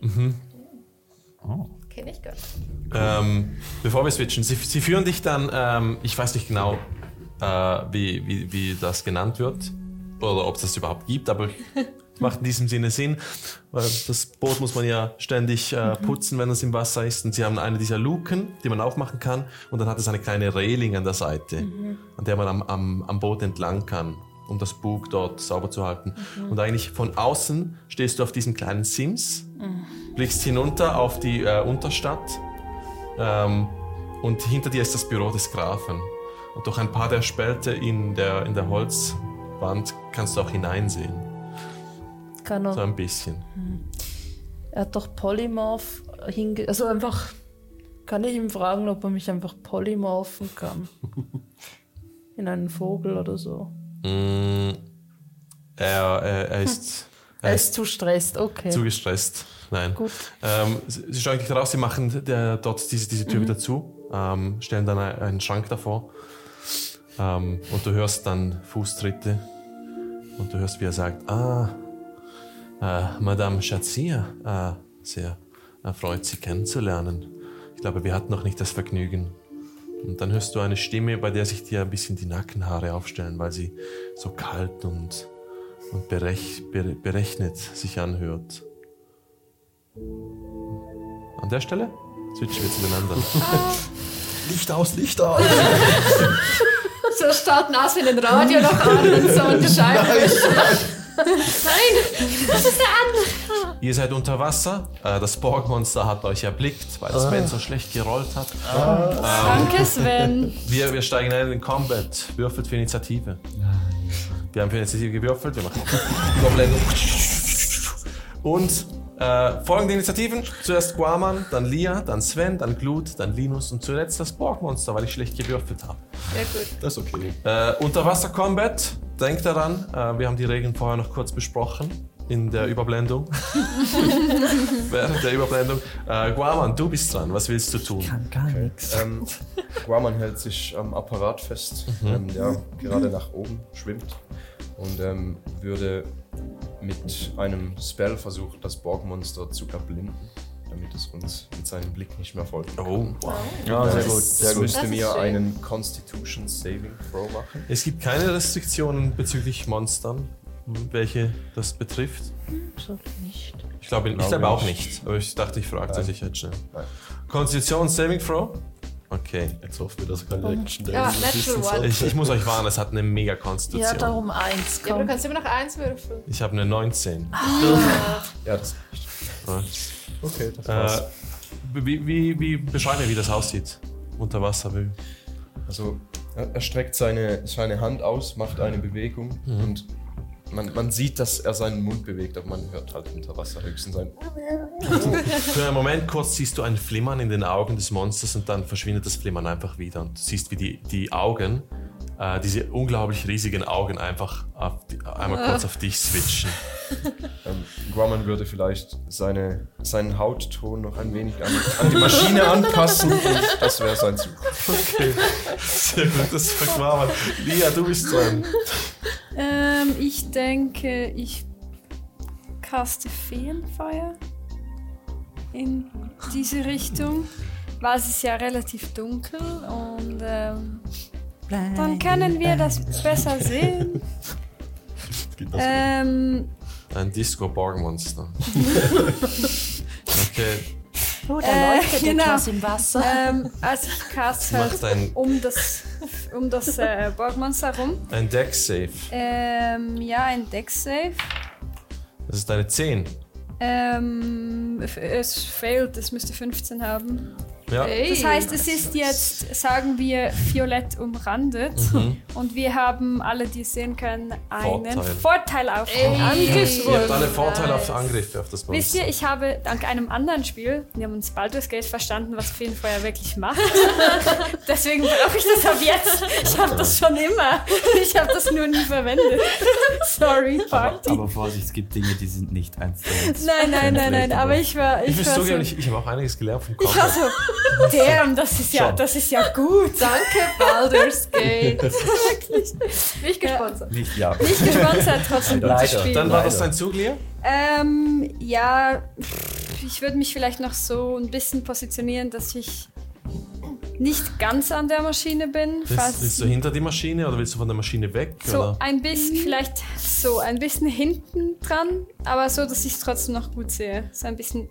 Speaker 3: Kenne ich gar nicht.
Speaker 1: Ähm, bevor wir switchen, sie, sie führen dich dann, ähm, ich weiß nicht genau, äh, wie, wie, wie das genannt wird oder ob es das überhaupt gibt, aber macht in diesem Sinne Sinn, weil das Boot muss man ja ständig äh, putzen, wenn es im Wasser ist. Und sie haben eine dieser Luken, die man aufmachen kann und dann hat es eine kleine Reling an der Seite, an der man am, am, am Boot entlang kann, um das Bug dort sauber zu halten. Und eigentlich von außen stehst du auf diesem kleinen Sims, blickst hinunter auf die äh, Unterstadt ähm, und hinter dir ist das Büro des Grafen. Und durch ein paar der Spälte in der, in der Holzwand kannst du auch hineinsehen.
Speaker 8: Kann
Speaker 1: So
Speaker 8: er,
Speaker 1: ein bisschen.
Speaker 8: er hat doch Polymorph hinge. Also einfach. Kann ich ihn fragen, ob er mich einfach polymorphen kann? In einen Vogel oder so.
Speaker 1: Mm, er, er, er ist,
Speaker 8: Er
Speaker 4: Äh,
Speaker 1: er
Speaker 8: ist
Speaker 1: ist
Speaker 8: zu stresst, okay.
Speaker 1: zu gestresst. Nein.
Speaker 8: Gut.
Speaker 1: Ähm, sie sie schauen dich raus, sie machen der, dort diese, diese Tür
Speaker 8: Mhm.
Speaker 1: wieder zu, ähm, stellen dann ein- einen Schrank davor. Ähm, und du hörst dann Fußtritte. Und du hörst, wie er sagt: Ah, äh, Madame Schazia, äh, sehr erfreut, Sie kennenzulernen. Ich glaube, wir hatten noch nicht das Vergnügen. Und dann hörst du eine Stimme, bei der sich dir ein bisschen die Nackenhaare aufstellen, weil sie so kalt und, und berech, bere- berechnet sich anhört. An der Stelle switchen wir zu den anderen.
Speaker 6: Licht aus, Licht aus.
Speaker 3: So starten aus wie ein Radio noch an und so unterscheiden.
Speaker 1: Ihr seid unter Wasser. Äh, Das Borgmonster hat euch erblickt, weil Sven so schlecht gerollt hat.
Speaker 2: Danke, Sven.
Speaker 1: Wir, wir steigen ein in den Combat. Würfelt für Initiative. Wir haben für Initiative gewürfelt. Wir machen Goblin. Und äh, folgende Initiativen. Zuerst Guaman, dann Lia, dann Sven, dann Glut, dann Linus und zuletzt das Borgmonster, weil ich schlecht gewürfelt habe.
Speaker 6: Das ist okay.
Speaker 1: Äh, Unterwasser-Combat, denkt daran, äh, wir haben die Regeln vorher noch kurz besprochen in der Überblendung. Während der Überblendung. Äh, Guaman, du bist dran, was willst du tun?
Speaker 6: Ähm, Guaman hält sich am Apparat fest,
Speaker 9: Mhm.
Speaker 6: ähm, der gerade nach oben schwimmt und ähm, würde mit einem Spell versuchen, das Borgmonster zu verblinden, damit es uns mit seinem Blick nicht mehr folgen kann.
Speaker 1: Oh, wow.
Speaker 6: Ja, sehr gut. Der
Speaker 3: Das
Speaker 6: müsste
Speaker 3: ist
Speaker 6: mir
Speaker 3: schön.
Speaker 6: einen Constitution Saving Throw machen.
Speaker 1: Es gibt keine Restriktionen bezüglich Monstern. welche das betrifft?
Speaker 8: Sollte nicht.
Speaker 1: Ich glaube ich
Speaker 6: Glaube
Speaker 1: glaube auch
Speaker 6: nicht.
Speaker 1: nicht. Aber ich dachte, ich frage zur
Speaker 6: Nein.
Speaker 1: Sicherheit schnell.
Speaker 6: Nein.
Speaker 1: Konstitution Saving Throw? Okay.
Speaker 9: Jetzt hoffen wir, dass keine Action
Speaker 3: Ja, Natural One.
Speaker 1: Ich, ich muss euch warnen, es hat eine mega
Speaker 8: Ja,
Speaker 1: Konstitution.
Speaker 8: darum eins.
Speaker 3: Ja, aber du
Speaker 8: Komm.
Speaker 3: kannst immer noch eins würfeln.
Speaker 1: ich habe eine 19.
Speaker 6: Ja, das, okay, das war's.
Speaker 1: Äh, wie, wie, wie beschreiben wir, wie das aussieht? Unter Wasser. wie-
Speaker 6: Also er er streckt seine, seine Hand aus, macht eine Bewegung und man, man sieht, dass er seinen Mund bewegt, aber man hört halt unter Wasser höchstens ein.
Speaker 1: Für einen Moment kurz siehst du ein Flimmern in den Augen des Monsters und dann verschwindet das Flimmern einfach wieder. Und du siehst, wie die, die Augen, äh, diese unglaublich riesigen Augen, einfach auf die, einmal kurz auf dich switchen.
Speaker 6: Ähm, Grumman würde vielleicht seine, seinen Hautton noch ein wenig an, an die Maschine anpassen und das wäre sein Zug.
Speaker 1: Okay. Sehr gut, das verquamert. Lia, du bist dran.
Speaker 2: Ähm, ich denke, ich caste Feenfeuer in diese Richtung, weil es ist ja relativ dunkel und ähm, dann können wir das besser sehen. Ähm,
Speaker 1: Ein Disco-Borg-Monster. okay,
Speaker 8: Oh,
Speaker 2: Äh,
Speaker 8: da leuchtet
Speaker 2: genau.
Speaker 8: etwas im Wasser.
Speaker 2: ähm, also ich caste
Speaker 1: macht
Speaker 2: halt
Speaker 1: ein,
Speaker 2: um das, um das äh, Borgmonster rum.
Speaker 1: ein Deck-Save.
Speaker 2: Ähm, ja, ein Deck-Save.
Speaker 1: Das ist eine 10.
Speaker 2: Ähm, f- es fehlt, es müsste 15 haben.
Speaker 1: Ja.
Speaker 2: Das heißt, es ist jetzt, sagen wir, violett umrandet. Und wir haben alle, die es sehen können, einen
Speaker 1: Vorteil.
Speaker 2: Vorteil, auf
Speaker 3: Ey.
Speaker 2: den Angriff.
Speaker 1: Ihr habt alle Vorteile auf Angriffe auf das
Speaker 2: Wisst
Speaker 1: Monster.
Speaker 2: ihr, ich habe dank einem anderen Spiel, wir haben uns Baldur's Gate verstanden, was Feenfeuer wirklich macht. Deswegen brauche ich das ab jetzt. Ich habe das schon immer. Ich habe das nur nie verwendet. Sorry, Party.
Speaker 4: Aber Vorsicht, es gibt Dinge, die sind nicht eins zu eins.
Speaker 2: Nein, nein, nein, nein, aber ich war.
Speaker 1: Ich
Speaker 2: Ich,
Speaker 1: muss
Speaker 2: war
Speaker 1: zugeben,
Speaker 2: so,
Speaker 1: ich, ich habe auch einiges gelernt von
Speaker 2: ich war
Speaker 1: Combat.
Speaker 2: so, damn, das ist ja,
Speaker 4: Schon.
Speaker 2: das ist ja gut.
Speaker 3: Danke, Baldur's Gate. Nicht
Speaker 2: Ja.
Speaker 3: gesponsert.
Speaker 4: Nicht ja.
Speaker 2: Nicht gesponsert, trotzdem gutes
Speaker 4: Leider.
Speaker 2: Spiel.
Speaker 1: Dann war das
Speaker 4: Leider.
Speaker 1: dein Zug, Lia?
Speaker 2: Ähm, ja, pff, ich würde mich vielleicht noch so ein bisschen positionieren, dass ich nicht ganz an der Maschine bin.
Speaker 1: Willst,
Speaker 2: Falls
Speaker 1: willst du hinter die Maschine oder willst du von der Maschine weg?
Speaker 2: so
Speaker 1: oder?
Speaker 2: ein bisschen, vielleicht so ein bisschen hinten dran, aber so, dass ich es trotzdem noch gut sehe. So ein bisschen.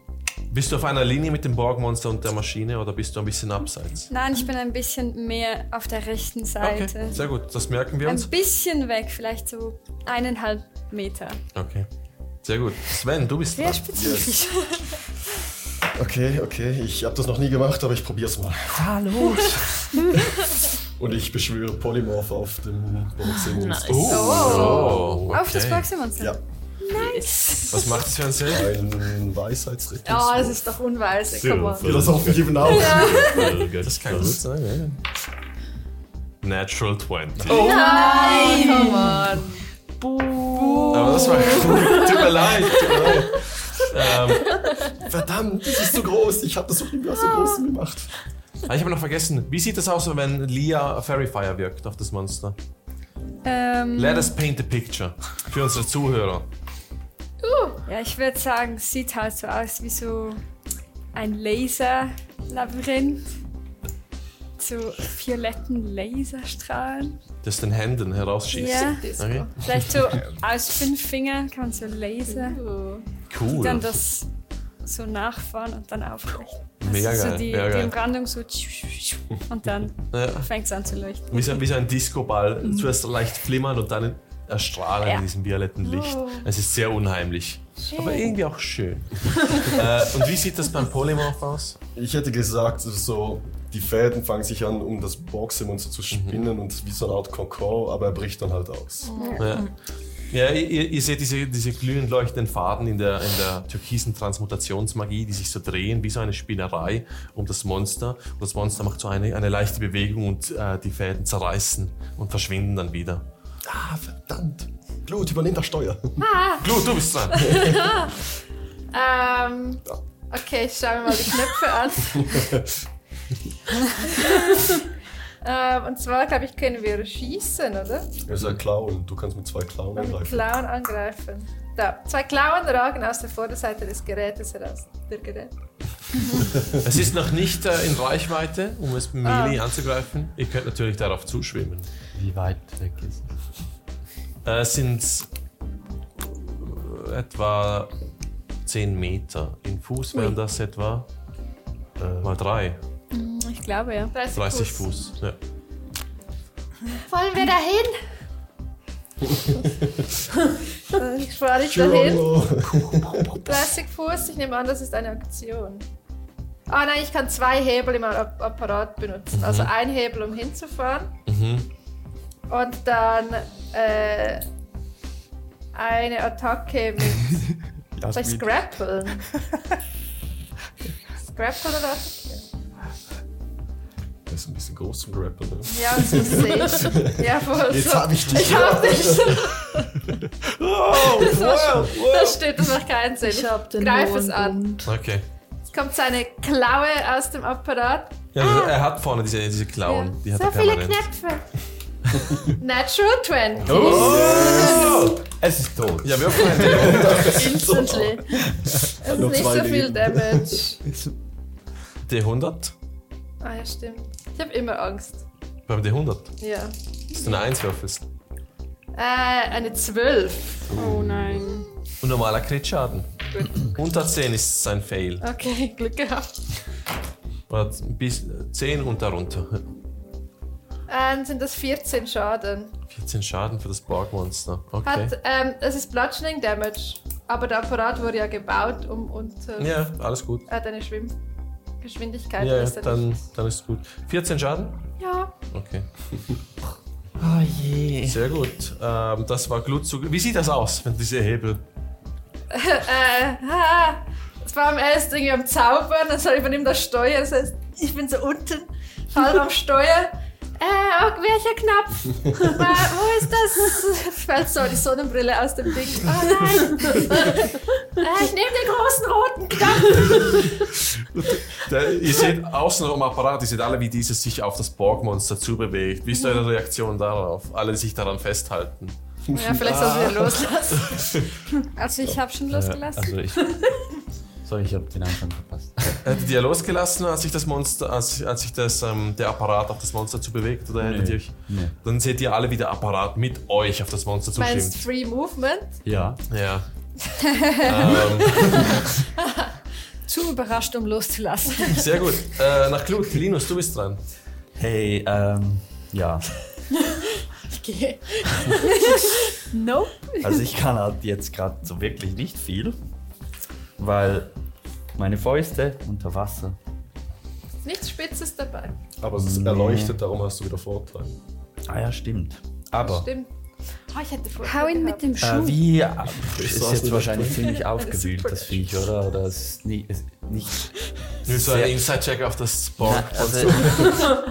Speaker 1: Bist du auf einer Linie mit dem Borgmonster und der Maschine oder bist du ein bisschen abseits?
Speaker 2: Nein, ich bin ein bisschen mehr auf der rechten Seite. Ähm,
Speaker 1: Okay, sehr gut, das merken wir uns.
Speaker 2: Ein bisschen weg, vielleicht so eineinhalb Meter.
Speaker 1: Okay, sehr gut. Sven, du bist
Speaker 2: Sehr
Speaker 1: dran.
Speaker 2: spezifisch.
Speaker 9: Okay, okay. Ich habe das noch nie gemacht, aber ich probiere es mal. Hallo. Und ich beschwöre Polymorph auf dem Boxing.
Speaker 1: Oh,
Speaker 2: Oh.
Speaker 1: okay.
Speaker 2: Auf das Boxemonster.
Speaker 9: Ja,
Speaker 1: Was macht es für einen Sinn?
Speaker 9: ein Weisheitsrettungswurf.
Speaker 3: Oh, das ist doch unweise. Komm mal.
Speaker 9: Ja, das hoffe ich eben auch.
Speaker 1: Das kann gut sein, ja. Natural 20.
Speaker 2: Oh.
Speaker 3: Komm mal.
Speaker 1: Aber das war. tut mir leid. Tut mir leid. Ähm,
Speaker 9: Verdammt, das ist so groß. Ich habe das noch nie mehr so groß gemacht.
Speaker 1: Ah, Ich habe noch vergessen, wie sieht das aus, wenn Lia Fairy Fire wirkt auf das Monster?
Speaker 2: Mhm. Ähm,
Speaker 1: Let us paint the picture für unsere Zuhörer.
Speaker 2: Ja, ich würde sagen, es sieht halt so aus wie so ein Laserlabyrinth. So violetten Laserstrahlen.
Speaker 1: Das den Händen herausschießt.
Speaker 2: Ja,
Speaker 1: Okay.
Speaker 2: vielleicht so aus fünf Fingern kann man so Laser, die
Speaker 1: Cool.
Speaker 2: dann das so nachfahren und dann aufrichten.
Speaker 1: Mega
Speaker 2: also so
Speaker 1: geil,
Speaker 2: die,
Speaker 1: mega
Speaker 2: die
Speaker 1: geil.
Speaker 2: Umrandung so tschu, tschu, tschu und dann
Speaker 1: Ja.
Speaker 2: fängt es an zu leuchten.
Speaker 1: Wie so, wie so ein Disco-Ball.
Speaker 2: Mhm.
Speaker 1: Zuerst leicht flimmern und dann erstrahlen in diesem violetten Licht.
Speaker 2: Oh.
Speaker 1: Es ist sehr unheimlich. Aber irgendwie auch schön. äh, und wie sieht das beim Polymorph aus?
Speaker 9: Ich hätte gesagt, es ist so, die Fäden fangen sich an, um das Boxmonster zu spinnen und wie so eine Art Kokon, aber er bricht dann halt aus.
Speaker 1: Ja, ja ihr, ihr seht diese, diese glühend leuchtenden Faden in der, in der türkisen Transmutationsmagie, die sich so drehen wie so eine Spinnerei um das Monster. Und das Monster macht so eine, eine leichte Bewegung und äh, die Fäden zerreißen und verschwinden dann wieder.
Speaker 9: Ah, verdammt. Blut, übernimm das Steuer.
Speaker 1: Glut, du bist dran.
Speaker 3: Ähm, okay, ich schaue mir mal die Knöpfe an. ähm, und zwar, glaube ich, können wir schießen, oder?
Speaker 9: Er ist ein Clown. Du kannst mit zwei Clown
Speaker 3: Mit
Speaker 9: angreifen.
Speaker 3: Klauen angreifen. Da, zwei Klauen ragen aus der Vorderseite des Gerätes heraus. Der Gerät.
Speaker 1: Es ist noch nicht äh, in Reichweite, um es mit Melee anzugreifen. Ihr könnt natürlich darauf zuschwimmen.
Speaker 4: Wie weit weg ist
Speaker 1: Äh, sind äh, etwa 10 Meter. In Fuß wären das etwa Äh, mal 3,
Speaker 2: Ich glaube, ja.
Speaker 3: 30,
Speaker 1: 30 Fuß. Ja.
Speaker 3: Wollen wir dahin? ich fahre ich dahin.
Speaker 9: Jolo.
Speaker 3: 30 Fuß, ich nehme an, das ist eine Aktion. Ah nein, ich kann zwei Hebel im App- Apparat benutzen. Also ein Hebel, um hinzufahren. Und dann äh, eine Attacke mit. Soll ich scrappeln? scrappeln oder Attacke?
Speaker 9: Das ist ein bisschen groß zum Rapper. Ne?
Speaker 3: Ja, das muss ich. ja, voll.
Speaker 9: Jetzt
Speaker 3: so.
Speaker 9: hab ich dich. Oh,
Speaker 3: Ich hab dich. das, war, das stimmt, das macht keinen Sinn.
Speaker 8: Ich hab den
Speaker 3: Greif
Speaker 8: hohen
Speaker 3: es an.
Speaker 8: Bund.
Speaker 1: Okay.
Speaker 3: Es kommt seine Klaue aus dem Apparat.
Speaker 1: Ja, also er hat vorne diese, diese Klauen. Die hat
Speaker 3: Ah. so
Speaker 1: er
Speaker 3: viele
Speaker 1: permanent.
Speaker 3: Knöpfe. Natural 20.
Speaker 4: Es ist tot.
Speaker 1: Ja, wir haben
Speaker 8: Instantly.
Speaker 3: Das ist
Speaker 9: Noch
Speaker 3: nicht
Speaker 9: zwei
Speaker 3: so viel
Speaker 9: Leben.
Speaker 3: Damage.
Speaker 1: D100.
Speaker 3: Ah ja, stimmt. Ich habe immer Angst.
Speaker 1: Beim D100.
Speaker 3: Ja.
Speaker 1: Das ist ein Einswürfel.
Speaker 3: Äh, eine 12.
Speaker 2: Oh nein.
Speaker 1: Und normaler Kritschaden. Unter 10 ist sein Fail.
Speaker 3: Okay, Glück gehabt.
Speaker 1: Oder bis 10 und darunter.
Speaker 3: Dann sind das 14 Schaden.
Speaker 1: 14 Schaden für das Borgmonster. Okay.
Speaker 3: Hat, ähm, es ist Bludgeoning Damage. Aber der Apparat wurde ja gebaut, um äh, unter.
Speaker 1: ja, alles gut.
Speaker 3: Er hat eine Schwimmgeschwindigkeit.
Speaker 1: Ja, ja,
Speaker 3: ist er
Speaker 1: dann,
Speaker 3: nicht.
Speaker 1: dann ist gut. 14 Schaden?
Speaker 3: ja.
Speaker 1: Okay.
Speaker 4: Oh je.
Speaker 1: Sehr gut. Ähm, das war Glutzug. Wie sieht das aus, wenn diese Hebel.
Speaker 3: Äh, ah, es war am ersten irgendwie am Zaubern, dann soll ich von ihm das Steuer, das heißt, ich bin so unten, halb am Steuer. Äh, oh, welcher Knopf? Wa- wo ist das? Fällt so die Sonnenbrille aus dem Ding. Oh nein! äh, ich nehme den großen roten Knopf.
Speaker 1: Da, ihr seht außen am Apparat, ihr seht alle, wie dieses sich auf das Borgmonster zubewegt. Wie ist eure
Speaker 2: Mhm.
Speaker 1: Reaktion darauf? Alle sich daran festhalten.
Speaker 3: Ja, vielleicht soll
Speaker 1: Ah.
Speaker 3: ich ihn loslassen.
Speaker 2: Also ich habe schon losgelassen.
Speaker 4: Also ich. Sorry, ich hab den Anfang verpasst.
Speaker 1: Hättet ihr losgelassen, als sich das Monster, als, als sich das, ähm, der Apparat auf das Monster zubewegt? Oder hättet ihr euch,
Speaker 4: Nee.
Speaker 1: Dann seht ihr alle, wie der Apparat mit euch auf das Monster
Speaker 3: Meinst
Speaker 1: zuschwimmt.
Speaker 3: Free Movement?
Speaker 4: Ja.
Speaker 1: Ja. Ähm.
Speaker 2: Zu überrascht, um loszulassen.
Speaker 1: Sehr gut. Äh, nach Glut, Linus, du bist dran.
Speaker 4: Hey, ähm, ja.
Speaker 2: Okay. nope.
Speaker 4: Also ich kann halt jetzt gerade so wirklich nicht viel, weil meine Fäuste unter Wasser.
Speaker 3: Ist Nichts Spitzes dabei.
Speaker 9: Aber es ist erleuchtet, darum hast du wieder Vorteil.
Speaker 4: Ah ja, stimmt. Aber
Speaker 3: Stimmt.
Speaker 2: Ah,
Speaker 3: Oh, ich hätte vorher
Speaker 2: Hau ihn mit
Speaker 3: gehabt.
Speaker 2: dem Schuh.
Speaker 4: äh, wie äh,
Speaker 9: saß
Speaker 4: ist
Speaker 9: nicht
Speaker 4: jetzt wahrscheinlich ziemlich
Speaker 3: Das
Speaker 4: aufgewühlt
Speaker 3: ist
Speaker 4: das Viech, oder? Oder ist nicht, ist nicht
Speaker 1: Willst du einen
Speaker 4: Sehr-
Speaker 1: Inside-Check auf das Borg?
Speaker 4: also,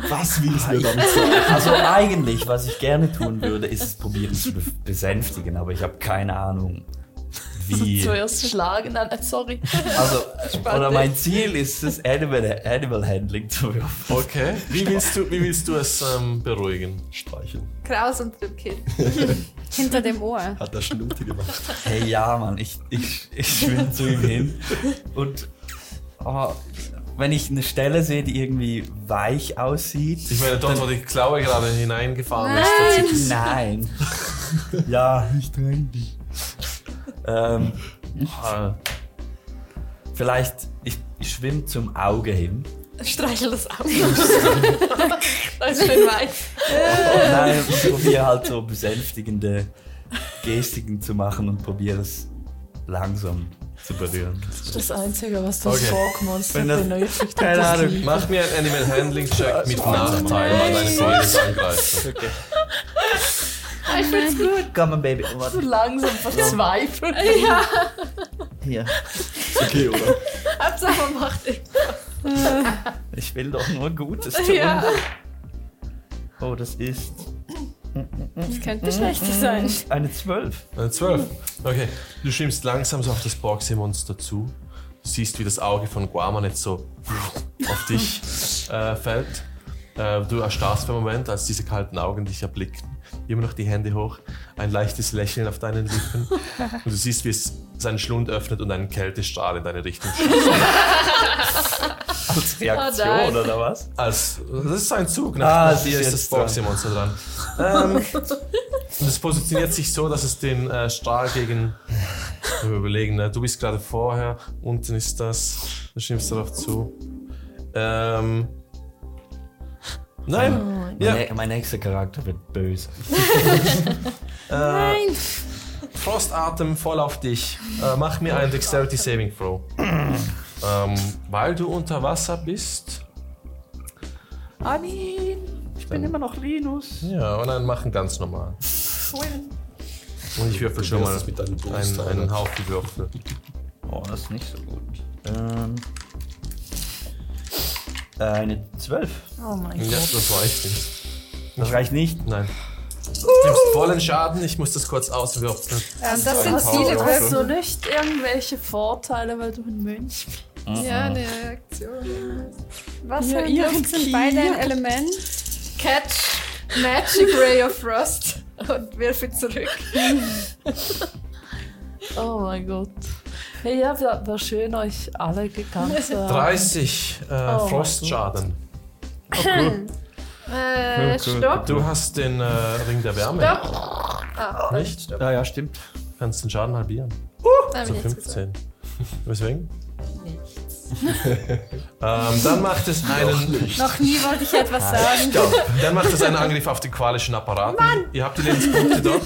Speaker 9: Was willst du damit?
Speaker 4: also eigentlich, was ich gerne tun würde, ist es probieren zu be- besänftigen, aber ich habe keine Ahnung, wie.
Speaker 5: Zuerst schlagen, dann, äh, sorry.
Speaker 4: Also, oder mein Ziel ist es, Animal, Animal Handling zu würfeln.
Speaker 1: Okay. Wie willst du, wie willst du es ähm, beruhigen?
Speaker 9: Streicheln.
Speaker 3: Kraus unter dem Kinn.
Speaker 2: Ähm, Hinter dem Ohr.
Speaker 9: Hat der Schnutti gemacht.
Speaker 4: Hey, ja, Mann, ich, ich, ich schwimme zu ihm hin. Und oh, wenn ich eine Stelle sehe, die irgendwie weich aussieht.
Speaker 1: Ich meine, dort, wo die Klaue gerade hineingefahren ist.
Speaker 4: Nein. ja, ich dränge dich. Ähm, oh, vielleicht, ich, ich schwimme zum Auge hin.
Speaker 2: Streichel das ab.
Speaker 5: Das ist schön weich.
Speaker 4: Und Oh nein, ich probiere halt so besänftigende Gestiken zu machen und probiere es langsam zu berühren.
Speaker 5: Das ist das Einzige, was das
Speaker 1: Okay.
Speaker 5: okay. Borgmonster
Speaker 4: Wenn das-
Speaker 5: benötigt. und
Speaker 4: Keine
Speaker 5: das
Speaker 4: Ahnung.
Speaker 5: Lied.
Speaker 1: Mach mir einen Animal Handling Check mit Nachteil, weil deine Freunde angreifen.
Speaker 3: Ich find's gut.
Speaker 4: Komm, mein Baby. Oh,
Speaker 5: So
Speaker 4: warte.
Speaker 5: langsam verzweifelt.
Speaker 4: Hier.
Speaker 9: Ist okay, oder?
Speaker 3: Hauptsache man macht ihn.
Speaker 4: Ich will doch nur Gutes tun.
Speaker 3: Ja.
Speaker 4: Oh, das ist
Speaker 2: Das könnte schlecht sein.
Speaker 4: eine 12.
Speaker 1: Äh, 12. Okay. Du schwimmst langsam so auf das Borgseemonster zu. Du siehst, wie das Auge von Guaman jetzt so auf dich äh, fällt. Äh, du erstarrst für einen Moment, als diese kalten Augen dich erblicken. Immer noch die Hände hoch, ein leichtes Lächeln auf deinen Lippen. Und du siehst, wie es seinen Schlund öffnet und einen Kältestrahl in deine Richtung schießt.
Speaker 4: Als Reaktion
Speaker 3: nein.
Speaker 4: oder was?
Speaker 1: Als, das ist sein Zug. Nach,
Speaker 4: Ah,
Speaker 1: nach
Speaker 4: sie
Speaker 1: dir
Speaker 4: ist
Speaker 1: ist das
Speaker 4: jetzt dran.
Speaker 1: Borgseemonster dran. Ähm, und es positioniert sich so, dass es den äh, Strahl gegen Ich überlegen, ne? du bist gerade vorher, unten ist das, du schimpfst darauf zu. Ähm. Nein! ja.
Speaker 4: Ne- Mein nächster Charakter wird böse.
Speaker 1: Nein! Frostatem voll auf dich. Äh, mach mir einen Dexterity Saving Throw. ähm, weil du unter Wasser bist.
Speaker 5: Ah, nein, ich bin immer noch Linus.
Speaker 1: Ja, und dann machen ganz normal. Und ich würfel schon
Speaker 9: wirst
Speaker 1: mal
Speaker 9: es mit deinem
Speaker 1: einen,
Speaker 9: Booster,
Speaker 1: einen
Speaker 9: oder?
Speaker 1: Haufen Würfel.
Speaker 4: Oh, das ist nicht so gut. Ähm, eine 12.
Speaker 8: Oh mein
Speaker 1: Ja, das reicht nicht.
Speaker 4: Das reicht nicht.
Speaker 1: Nein. Du nimmst vollen Schaden, ich muss das kurz auswürfeln.
Speaker 3: Ähm, das sind
Speaker 1: Power
Speaker 3: viele
Speaker 1: Würfel.
Speaker 5: Hast du nicht irgendwelche Vorteile, weil du ein Mönch bist?
Speaker 3: Ja, eine Reaktion.
Speaker 2: Wasser
Speaker 5: Ja,
Speaker 2: und
Speaker 5: ihr
Speaker 2: Luft sind
Speaker 5: Kiel.
Speaker 2: beide ein Element.
Speaker 3: Catch Magic Ray of Frost und wirf ihn zurück.
Speaker 5: Oh mein Gott. Hey, ja, wäre wär schön, euch alle gekannt zu haben.
Speaker 1: 30 äh,
Speaker 5: mein
Speaker 1: Frostschaden.
Speaker 3: Äh, stopp.
Speaker 1: Du hast den äh, Ring der Wärme.
Speaker 3: Stopp.
Speaker 1: Nicht?
Speaker 4: Ja, ja, stimmt.
Speaker 1: Kannst den Schaden halbieren.
Speaker 3: Hab
Speaker 1: So
Speaker 2: Uh,
Speaker 3: ich jetzt gesagt.
Speaker 1: 15. Weswegen? ähm, dann macht es einen.
Speaker 2: Noch nie wollte ich etwas sagen.
Speaker 1: Dann macht es einen Angriff auf den qualischen Apparat. Ihr habt die Lebenspunkte dort.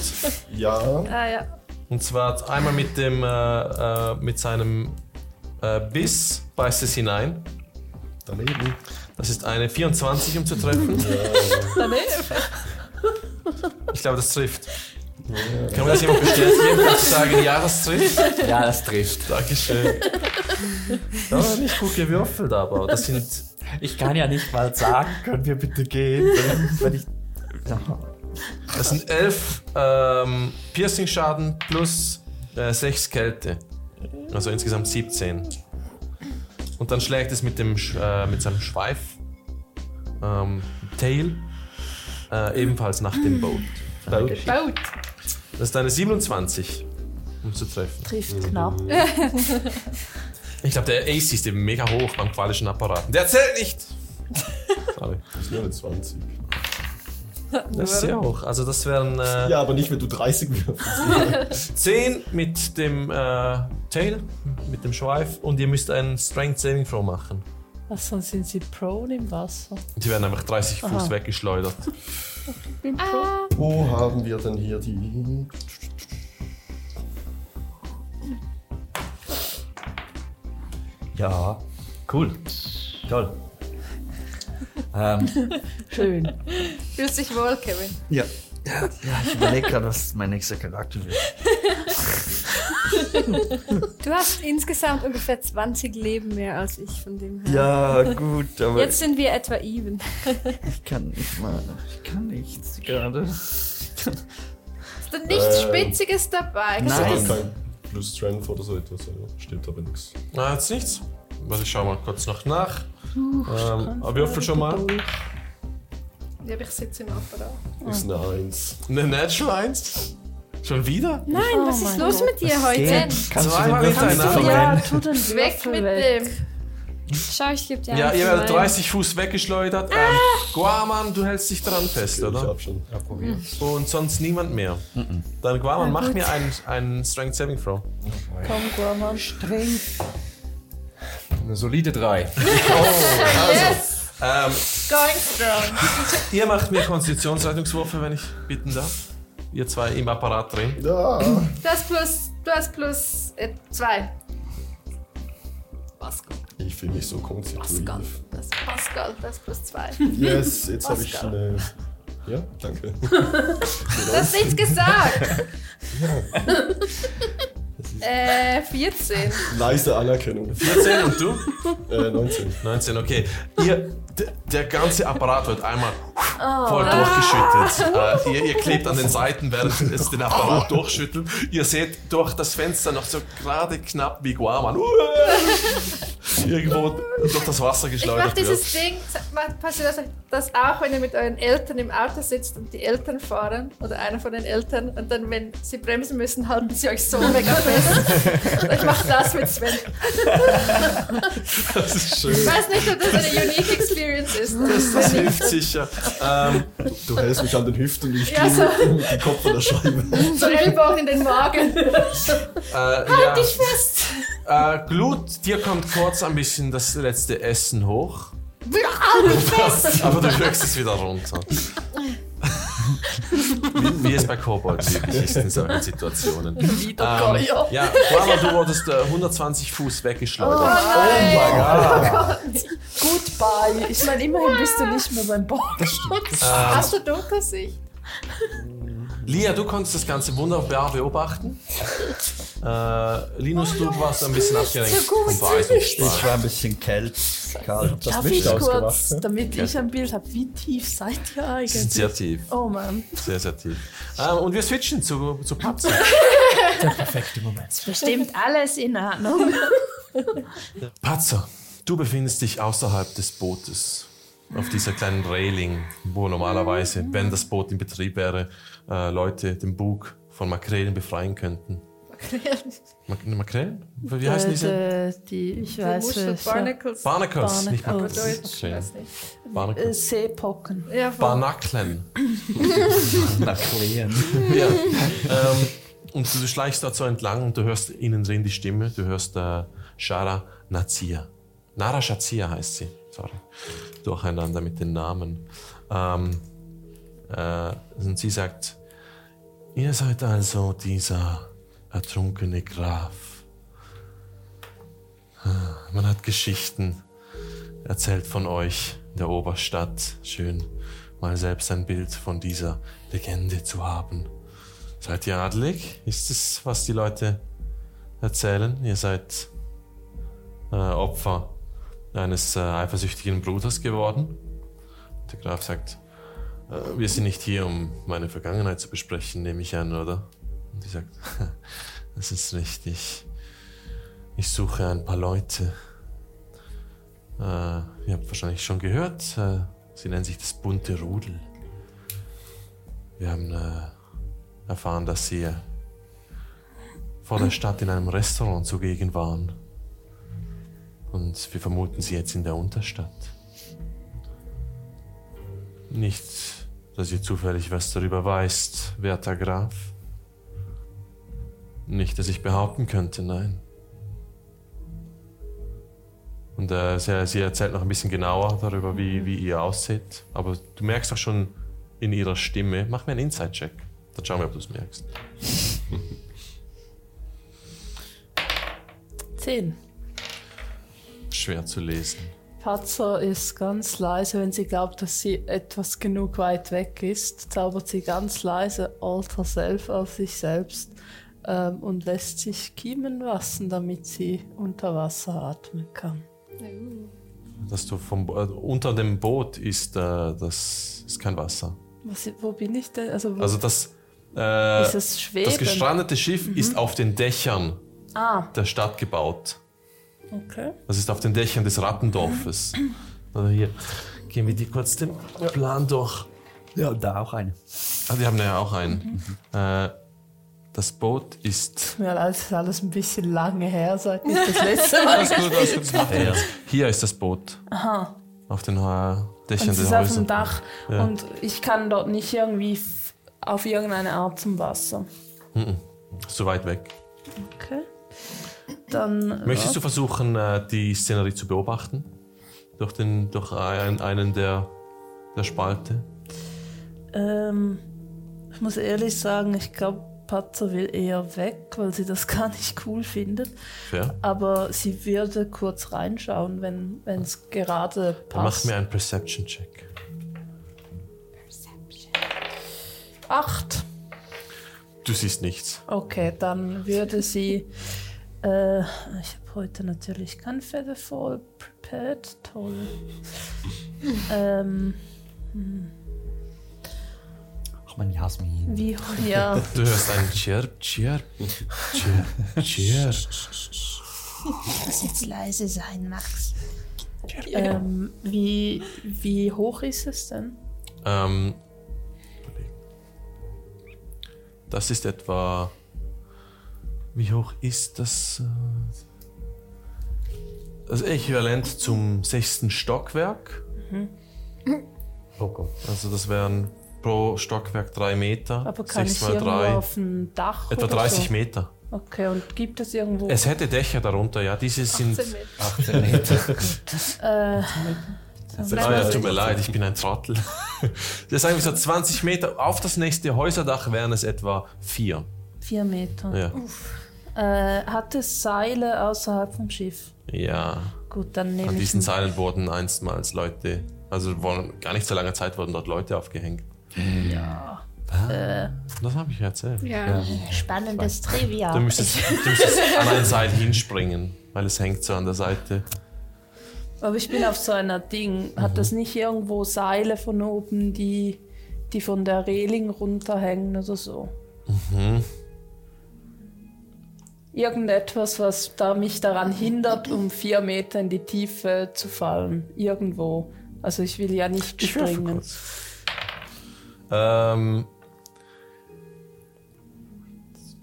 Speaker 9: Ja.
Speaker 3: Ah, ja.
Speaker 1: Und zwar einmal mit dem äh, äh, mit seinem äh, Biss beißt es hinein.
Speaker 9: Daneben.
Speaker 1: Das ist eine 24, um zu treffen. Ich glaube, das trifft. Kann mir das jemand bestätigen? Kannst du sagen, ja, das trifft?
Speaker 4: Ja, das trifft.
Speaker 1: Dankeschön. Das war nicht gut gewürfelt, aber das sind.
Speaker 4: Ich kann ja nicht mal sagen, können wir bitte gehen, wenn, wenn ich.
Speaker 1: Das sind elf ähm, Piercing-Schaden plus äh, sechs Kälte. Also insgesamt 17. Und dann schlägt es mit, dem, Sch- äh, mit seinem Schweif. Ähm, Tail. Äh, ebenfalls nach dem Boat. Boat.
Speaker 3: Baut.
Speaker 1: Das ist eine 27, um zu treffen.
Speaker 5: Trifft knapp.
Speaker 1: Ich glaube, der AC ist eben mega hoch beim qualischen Apparat. Der zählt nicht! Sorry.
Speaker 9: Das ist nur eine 20.
Speaker 1: Das ist sehr hoch. Also das wären äh,
Speaker 9: Ja, aber nicht, wenn du 30 wirfst.
Speaker 1: 10 mit dem äh, Tail, mit dem Schweif und ihr müsst einen Strength Saving Throw machen.
Speaker 5: Was, sonst sind sie prone im Wasser.
Speaker 1: Die werden einfach 30 Fuß
Speaker 5: Aha.
Speaker 1: weggeschleudert.
Speaker 9: Wo haben wir denn hier die.
Speaker 4: Ja, cool. Toll. Ähm,
Speaker 5: Schön.
Speaker 3: Fühlst dich wohl, Kevin.
Speaker 4: ja. ja. ich überlege gerade, was mein nächster Charakter wird.
Speaker 2: Du hast insgesamt ungefähr 20 Leben mehr als ich von dem her.
Speaker 4: Ja, gut, aber
Speaker 2: Jetzt sind wir etwa even.
Speaker 4: ich kann nicht mal. Ich kann nichts gerade.
Speaker 3: Ist da nichts
Speaker 9: Ähm,
Speaker 3: Spitziges dabei? Kannst du
Speaker 9: Du hast
Speaker 4: Nein.
Speaker 9: kein Plus Strength oder so etwas, oder? Stimmt aber nichts.
Speaker 1: Na, jetzt nichts. Warte, ich schau mal kurz noch nach. Ähm, aber würfel schon mal.
Speaker 3: das- Ja, aber ich sitze im Apparat.
Speaker 9: Ist eine 1.
Speaker 1: Eine Natural 1. Schon wieder?
Speaker 2: Nein,
Speaker 3: Oh
Speaker 2: was ist los mit dir heute?
Speaker 4: Kannst du den
Speaker 1: Zweimal
Speaker 4: Würfel nicht
Speaker 1: hintereinander.
Speaker 5: Ja,
Speaker 4: verwenden?
Speaker 5: tu den
Speaker 3: Weg
Speaker 5: Würfel
Speaker 3: mit
Speaker 5: weg.
Speaker 3: dem.
Speaker 2: Schau, ich gebe dir
Speaker 1: Ja,
Speaker 2: einen
Speaker 1: ihr
Speaker 2: von
Speaker 1: werdet
Speaker 2: meinen.
Speaker 1: 30 Fuß weggeschleudert. Ähm, Guaman, du hältst dich dran fest,
Speaker 9: Ich
Speaker 1: oder?
Speaker 9: hab schon.
Speaker 1: Und sonst niemand mehr. Dann Guaman, mach mir einen, einen Strength Saving Throw.
Speaker 5: Komm, Gorman.
Speaker 6: Eine solide 3.
Speaker 3: Yes,
Speaker 1: Ähm,
Speaker 3: going strong.
Speaker 1: Ihr macht mir Konstitutionsrettungswürfe, wenn ich bitten darf. Ihr zwei im Apparat drin.
Speaker 9: Ja.
Speaker 3: Du hast plus, du hast plus äh, zwei.
Speaker 5: Pascal.
Speaker 9: Ich fühle mich so konstitutiv.
Speaker 3: Das ist Pascal, das ist plus zwei.
Speaker 9: Yes, jetzt habe ich
Speaker 3: Oscar.
Speaker 9: eine. Ja, danke.
Speaker 3: Du hast nichts gesagt. äh, 14.
Speaker 9: Leise Anerkennung.
Speaker 1: 14 und du?
Speaker 9: Äh, 19.
Speaker 1: 19, okay. Ihr, d- der ganze Apparat wird einmal
Speaker 3: Oh,
Speaker 1: voll durchgeschüttelt. Äh, ihr, ihr klebt an den Seiten, während es den Apparat durchschüttelt. Ihr seht durch das Fenster noch so gerade knapp wie Guaman uah, irgendwo durch das Wasser
Speaker 3: Ich mach
Speaker 1: geschleudert wird.
Speaker 3: dieses Ding, mach- passiert das, das auch, wenn ihr mit euren Eltern im Auto sitzt und die Eltern fahren oder einer von den Eltern und dann, wenn sie bremsen müssen, halten sie euch so mega fest. ich mach das mit Sven.
Speaker 1: Das ist
Speaker 3: Ich
Speaker 1: schön.
Speaker 3: weiß nicht, ob das eine unique experience ist.
Speaker 1: Das, das hilft sicher. Ähm,
Speaker 9: Du hältst mich an den Hüften und ich
Speaker 3: Ja,
Speaker 9: ja,
Speaker 3: so.
Speaker 9: mit dem Kopf an der Scheibe.
Speaker 3: So Ellbogen in den Magen.
Speaker 1: Äh, ja. dich fest! Äh, Glut, dir kommt kurz ein bisschen das letzte Essen hoch. Aber du kriegst es wieder runter. wie, wie es bei Kobolds üblich ist in solchen Situationen.
Speaker 5: Wieder
Speaker 1: Ähm,
Speaker 5: Goya.
Speaker 1: ja, Oh, Brahma, du wurdest äh, 120 Fuß weggeschleudert.
Speaker 5: Goodbye. Ich meine, immerhin bist du nicht mehr beim Bock.
Speaker 3: Hast du Dunkelsicht?
Speaker 1: Lia, du konntest das Ganze wunderbar beobachten. Äh, Oh, Linus, du warst ein bisschen abgelenkt. vom Vereisungsstrahl.
Speaker 4: Ich war ein bisschen kält, kalt.
Speaker 9: Das
Speaker 5: Darf
Speaker 9: Licht
Speaker 5: ich kurz,
Speaker 9: ausgemacht, ne?
Speaker 5: damit ich ein Bild habe, wie tief seid ihr
Speaker 1: Die sind
Speaker 5: eigentlich?
Speaker 1: sehr tief,
Speaker 5: Oh Mann.
Speaker 1: sehr, sehr tief. Ähm, und wir switchen zu, zu Patze.
Speaker 10: Perfekte Moment.
Speaker 7: Bestimmt alles in Ordnung.
Speaker 1: Patzer, du befindest dich außerhalb des Bootes. Auf dieser kleinen Railing, wo normalerweise, wenn das Boot in Betrieb wäre, äh, Leute den Bug von Makrelen befreien könnten. Mak- Makrelen? Wie heißen diese?
Speaker 8: Äh, die, ich weiß es. Ja.
Speaker 3: Barnacles.
Speaker 1: Barnacles, nicht
Speaker 8: Barnacle. Oh,
Speaker 1: Makrelen.
Speaker 3: Deutsch,
Speaker 1: Okay.
Speaker 3: weiß nicht.
Speaker 8: Äh,
Speaker 1: Barnacles.
Speaker 8: Seepocken.
Speaker 3: Ja, voll.
Speaker 1: Barnaclen. Ja. ähm, und du schleichst dort so entlang und du hörst innen drin die Stimme. Du hörst äh, Shara Nazia. Nara Shazia heißt sie. Sorry. Durcheinander mit den Namen. Ähm, äh, und sie sagt, ihr seid also dieser ertrunkene Graf. Ah, Man hat Geschichten erzählt von euch in der Oberstadt. Schön, mal selbst ein Bild von dieser Legende zu haben. Seid ihr adelig? Ist es, was die Leute erzählen? Ihr seid äh, Opfer eines äh, eifersüchtigen Bruders geworden? Der Graf sagt, äh, wir sind nicht hier, um meine Vergangenheit zu besprechen, nehme ich an, oder? Und die sagt, das ist richtig. Ich suche ein paar Leute. Äh, ihr habt wahrscheinlich schon gehört, äh, sie nennen sich das bunte Rudel. Wir haben äh, erfahren, dass sie äh, vor der Stadt in einem Restaurant zugegen waren. Und wir vermuten sie jetzt in der Unterstadt. Nicht, dass ihr zufällig was darüber weißt, werter Graf. Nicht, dass ich behaupten könnte, nein. Und äh, sie, sie erzählt noch ein bisschen genauer darüber, wie, wie ihr aussieht. Aber du merkst auch schon in ihrer Stimme. Mach mir einen Inside-Check. Dann schauen wir, ob du es merkst.
Speaker 5: Zehn.
Speaker 1: Schwer zu lesen.
Speaker 5: Patzer ist ganz leise, wenn sie glaubt, dass sie etwas genug weit weg ist, zaubert sie ganz leise Alter Self auf sich selbst ähm, und lässt sich Kiemen lassen, damit sie unter Wasser atmen kann.
Speaker 1: Dass du vom, Bo- äh, unter dem Boot ist, äh, das ist kein Wasser.
Speaker 5: Was, wo bin ich denn? Also, wo
Speaker 1: Also das, äh,
Speaker 5: ist es schweben?
Speaker 1: das gestrandete Schiff ist auf den Dächern
Speaker 5: Ah.
Speaker 1: der Stadt gebaut.
Speaker 5: okay.
Speaker 1: Das ist auf den Dächern des Rattendorfes. Also hier gehen wir die kurz den Plan durch.
Speaker 4: Ja, da auch eine.
Speaker 1: Ah, die haben da ja auch einen.
Speaker 5: Mhm.
Speaker 1: Äh, das Boot ist.
Speaker 5: Mir leid, es ist alles ein bisschen lange her, seit ich das letzte Mal
Speaker 1: Alles gut, alles gut. das macht nichts. Hier ist das Boot. Aha. Auf den äh,
Speaker 5: Und
Speaker 1: Dächern
Speaker 5: es
Speaker 1: der
Speaker 5: ist auf
Speaker 1: Häuser.
Speaker 5: dem Dach
Speaker 1: Ja.
Speaker 5: und ich kann dort nicht irgendwie f- auf irgendeine Art zum Wasser.
Speaker 1: So weit weg.
Speaker 5: Okay. Dann
Speaker 1: Möchtest du versuchen, äh, die Szenerie zu beobachten? Durch, den, durch ein, einen der, der Spalte?
Speaker 5: Ähm, ich muss ehrlich sagen, ich glaube, Patzer will eher weg, weil sie das gar nicht cool findet.
Speaker 1: Fair.
Speaker 5: Aber sie würde kurz reinschauen, wenn es gerade
Speaker 1: Dann mach
Speaker 5: passt.
Speaker 1: mir einen Perception-Check.
Speaker 5: Acht.
Speaker 1: Du siehst nichts.
Speaker 5: Okay, dann würde sie. Äh, ich habe heute natürlich kein Featherfall prepared. Toll. ähm,
Speaker 4: Ach man, Jasmin.
Speaker 5: wie. Ja.
Speaker 1: Du hörst einen Chirp, Chirp, Chirp, Chirp.
Speaker 7: Lass jetzt leise sein, Max.
Speaker 5: Ähm, wie, wie hoch ist es denn?
Speaker 1: Ähm, das ist etwa. Wie hoch ist das? äh, Das Äquivalent zum sechsten Stockwerk.
Speaker 4: Mhm. Oh Gott.
Speaker 1: Also, das wären pro Stockwerk drei Meter.
Speaker 5: Aber kann
Speaker 1: Sechs
Speaker 5: ich
Speaker 1: mal
Speaker 5: irgendwo
Speaker 1: drei.
Speaker 5: auf dem Dach?
Speaker 1: Etwa
Speaker 5: oder
Speaker 1: 30
Speaker 5: so?
Speaker 1: Meter.
Speaker 5: Okay, und gibt es irgendwo.
Speaker 1: Es hätte Dächer darunter, ja. Diese sind.
Speaker 2: 18 Meter.
Speaker 11: 18 Meter.
Speaker 5: äh,
Speaker 1: Ah ja, tut mir leid, ich bin ein Trottel. Das ist eigentlich so 20 Meter. Auf das nächste Häuserdach wären es etwa vier.
Speaker 5: vier Meter.
Speaker 1: Ja.
Speaker 5: Äh, hat es Seile außerhalb vom Schiff?
Speaker 1: ja.
Speaker 5: Gut, dann nehme
Speaker 1: An
Speaker 5: ich.
Speaker 1: diesen Seilen wurden einstmals Leute, also vor gar nicht so langer Zeit wurden dort Leute aufgehängt. Ja. Das habe ich erzählt.
Speaker 2: Ja.
Speaker 7: Spannendes Trivia.
Speaker 1: Du müsstest, du müsstest an ein Seil hinspringen, weil es hängt so an der Seite.
Speaker 5: Aber ich bin auf so einer Ding.
Speaker 1: Mhm.
Speaker 5: Hat das nicht irgendwo Seile von oben, die, die von der Reling runterhängen oder so?
Speaker 1: Mhm.
Speaker 5: Irgendetwas, was da mich daran hindert, um vier Meter in die Tiefe zu fallen. Irgendwo. Also ich will ja nicht springen.
Speaker 1: Ähm,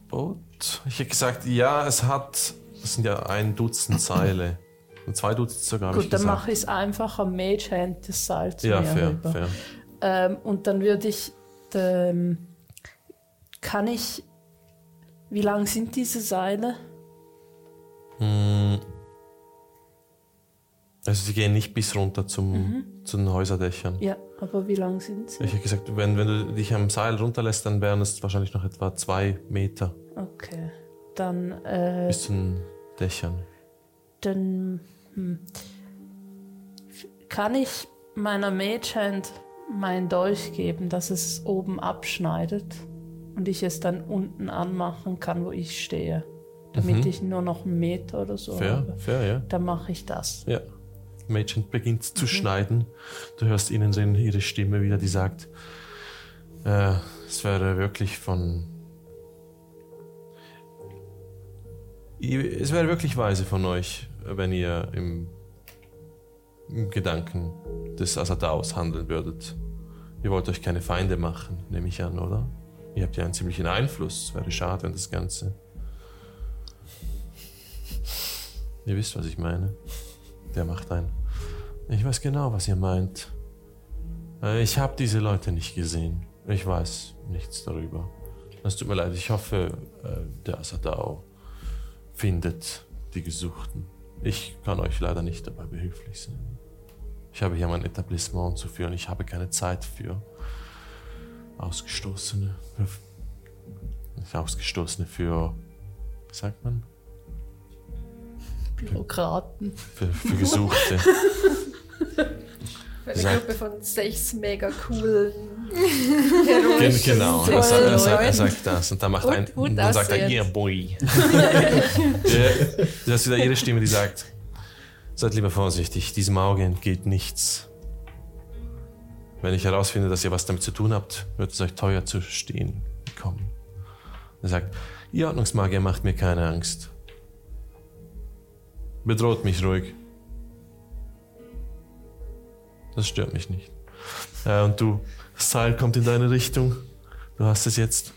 Speaker 1: Boot. Ich hätte gesagt, ja, es hat, es sind ja ein Dutzend Seile. Und zwei Dutzend sogar, habe ich
Speaker 5: Gut, dann
Speaker 1: gesagt.
Speaker 5: mache ich es einfach am Mage-Hand des Seil zu
Speaker 1: ja,
Speaker 5: mir
Speaker 1: fair,
Speaker 5: rüber.
Speaker 1: fair.
Speaker 5: Ähm, und dann würde ich, ähm, kann ich, wie lang sind diese Seile?
Speaker 1: Also sie gehen nicht bis runter zum, zu den Häuserdächern.
Speaker 5: Mhm. Ja, aber wie lang sind sie?
Speaker 1: Ich hätte gesagt, wenn, wenn du dich am Seil runterlässt, dann wären es wahrscheinlich noch etwa zwei Meter
Speaker 5: Okay, dann, äh,
Speaker 1: bis zu den Dächern.
Speaker 5: dann hm. kann ich meiner Magehand mein Dolch geben, dass es oben abschneidet und ich es dann unten anmachen kann, wo ich stehe, damit ich nur noch einen Meter oder so
Speaker 1: Mhm. Fair,
Speaker 5: habe.
Speaker 1: fair, ja.
Speaker 5: Dann mache ich das.
Speaker 1: Ja. Mädchen beginnt zu schneiden. Du hörst ihnen so in ihre Stimme wieder, die sagt, äh, es wäre wirklich von... I- Es wäre wirklich weise von euch, wenn ihr im, im Gedanken des Asadaos handeln würdet. Ihr wollt euch keine Feinde machen, nehme ich an, oder? Ihr habt ja einen ziemlichen Einfluss. Es wäre schade, wenn das Ganze... Ihr wisst, was ich meine. Der macht ein. Ich weiß genau, was ihr meint. Äh, Ich habe diese Leute nicht gesehen. Ich weiß nichts darüber. Es tut mir leid. Ich hoffe, äh, der Asadao findet die Gesuchten. Ich kann euch leider nicht dabei behilflich sein. Ich habe hier mein Etablissement zu führen. Ich habe keine Zeit für Ausgestoßene. Nicht Ausgestoßene für. Wie sagt man?
Speaker 12: Bürokraten.
Speaker 1: Für, für Gesuchte.
Speaker 3: Eine
Speaker 1: Sag-
Speaker 3: Gruppe von sechs mega coolen
Speaker 1: Gen genau,
Speaker 3: Voll
Speaker 1: er sagt, er, sagt, er
Speaker 3: Leuten.
Speaker 1: sagt das und dann macht
Speaker 3: Und
Speaker 1: ein,
Speaker 3: gut
Speaker 1: und dann sagt er,
Speaker 3: aussehend.
Speaker 1: yeah boy. ja, das ist wieder ihre Stimme, die sagt, seid lieber vorsichtig, diesem Auge entgeht nichts. Wenn ich herausfinde, dass ihr was damit zu tun habt, wird es euch teuer zu stehen kommen. Er sagt, ihr Ordnungsmagier macht mir keine Angst. Bedroht mich ruhig. Das stört mich nicht. Ja, und du, das Seil kommt in deine Richtung. Du hast es jetzt.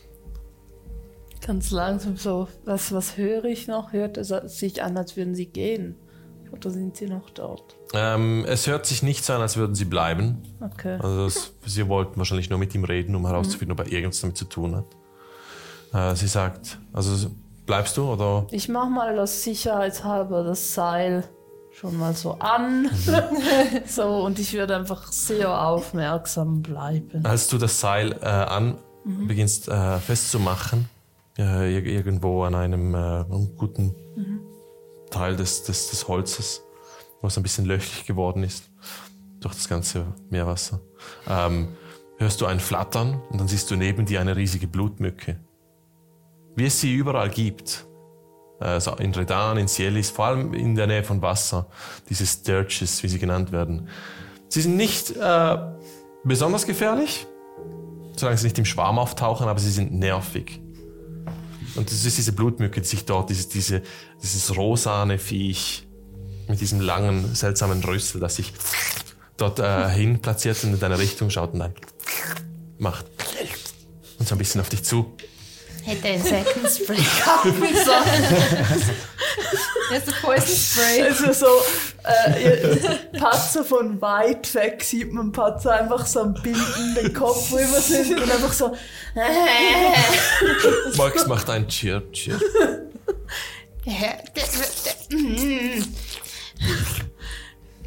Speaker 5: Ganz langsam so, was, was höre ich noch? Hört es sich an, als würden sie gehen? Oder sind sie noch dort?
Speaker 1: Ähm, es hört sich nicht so an, als würden sie bleiben.
Speaker 5: Okay.
Speaker 1: Also es, sie wollten wahrscheinlich nur mit ihm reden, um herauszufinden, ob er irgendwas damit zu tun hat. Äh, sie sagt, also bleibst du oder?
Speaker 5: Ich mach mal aus sicherheitshalber das Seil schon mal so an. so, und ich würde einfach sehr aufmerksam bleiben.
Speaker 1: Als du das Seil äh, an beginnst äh, festzumachen, äh, ir- irgendwo an einem äh, guten Teil des, des, des Holzes, wo es ein bisschen löchlich geworden ist, durch das ganze Meerwasser, ähm, hörst du ein Flattern und dann siehst du neben dir eine riesige Blutmücke. Wie es sie überall gibt. Äh, so in Redan, in Sielis, vor allem in der Nähe von Wasser. Diese Sturges, wie sie genannt werden. Sie sind nicht äh, besonders gefährlich, solange sie nicht im Schwarm auftauchen, aber sie sind nervig. Und das ist diese Blutmücke, die sich dort, dieses, diese, dieses rosane Viech mit diesem langen, seltsamen Rüssel, das sich dort äh, hin platziert und in deine Richtung schaut und dann macht. Und so ein bisschen auf dich zu.
Speaker 7: Hätte Insektenspray.
Speaker 3: Jetzt Poison Spray.
Speaker 12: Also so
Speaker 5: Äh, ihr passt so von weit weg, sieht man Patzer einfach so am Binden den Kopf rüber sind und einfach so.
Speaker 1: Max macht ein Chirp, Chirp.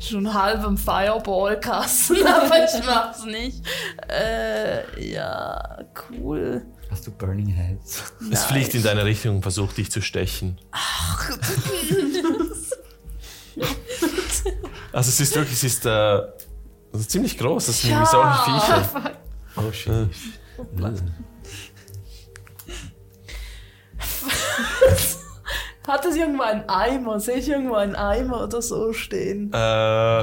Speaker 5: schon halb am Fireball-Kasten, aber ich mach's nicht. Äh, ja, cool.
Speaker 4: Hast du Burning Hands?
Speaker 1: Es fliegt in deine Richtung und versucht dich zu stechen. Also es ist wirklich, es ist äh, also ziemlich groß, das sind ja. so Viecher.
Speaker 4: Oh shit.
Speaker 5: Hat es irgendwo einen Eimer? Sehe ich irgendwo einen Eimer oder so stehen?
Speaker 1: Äh,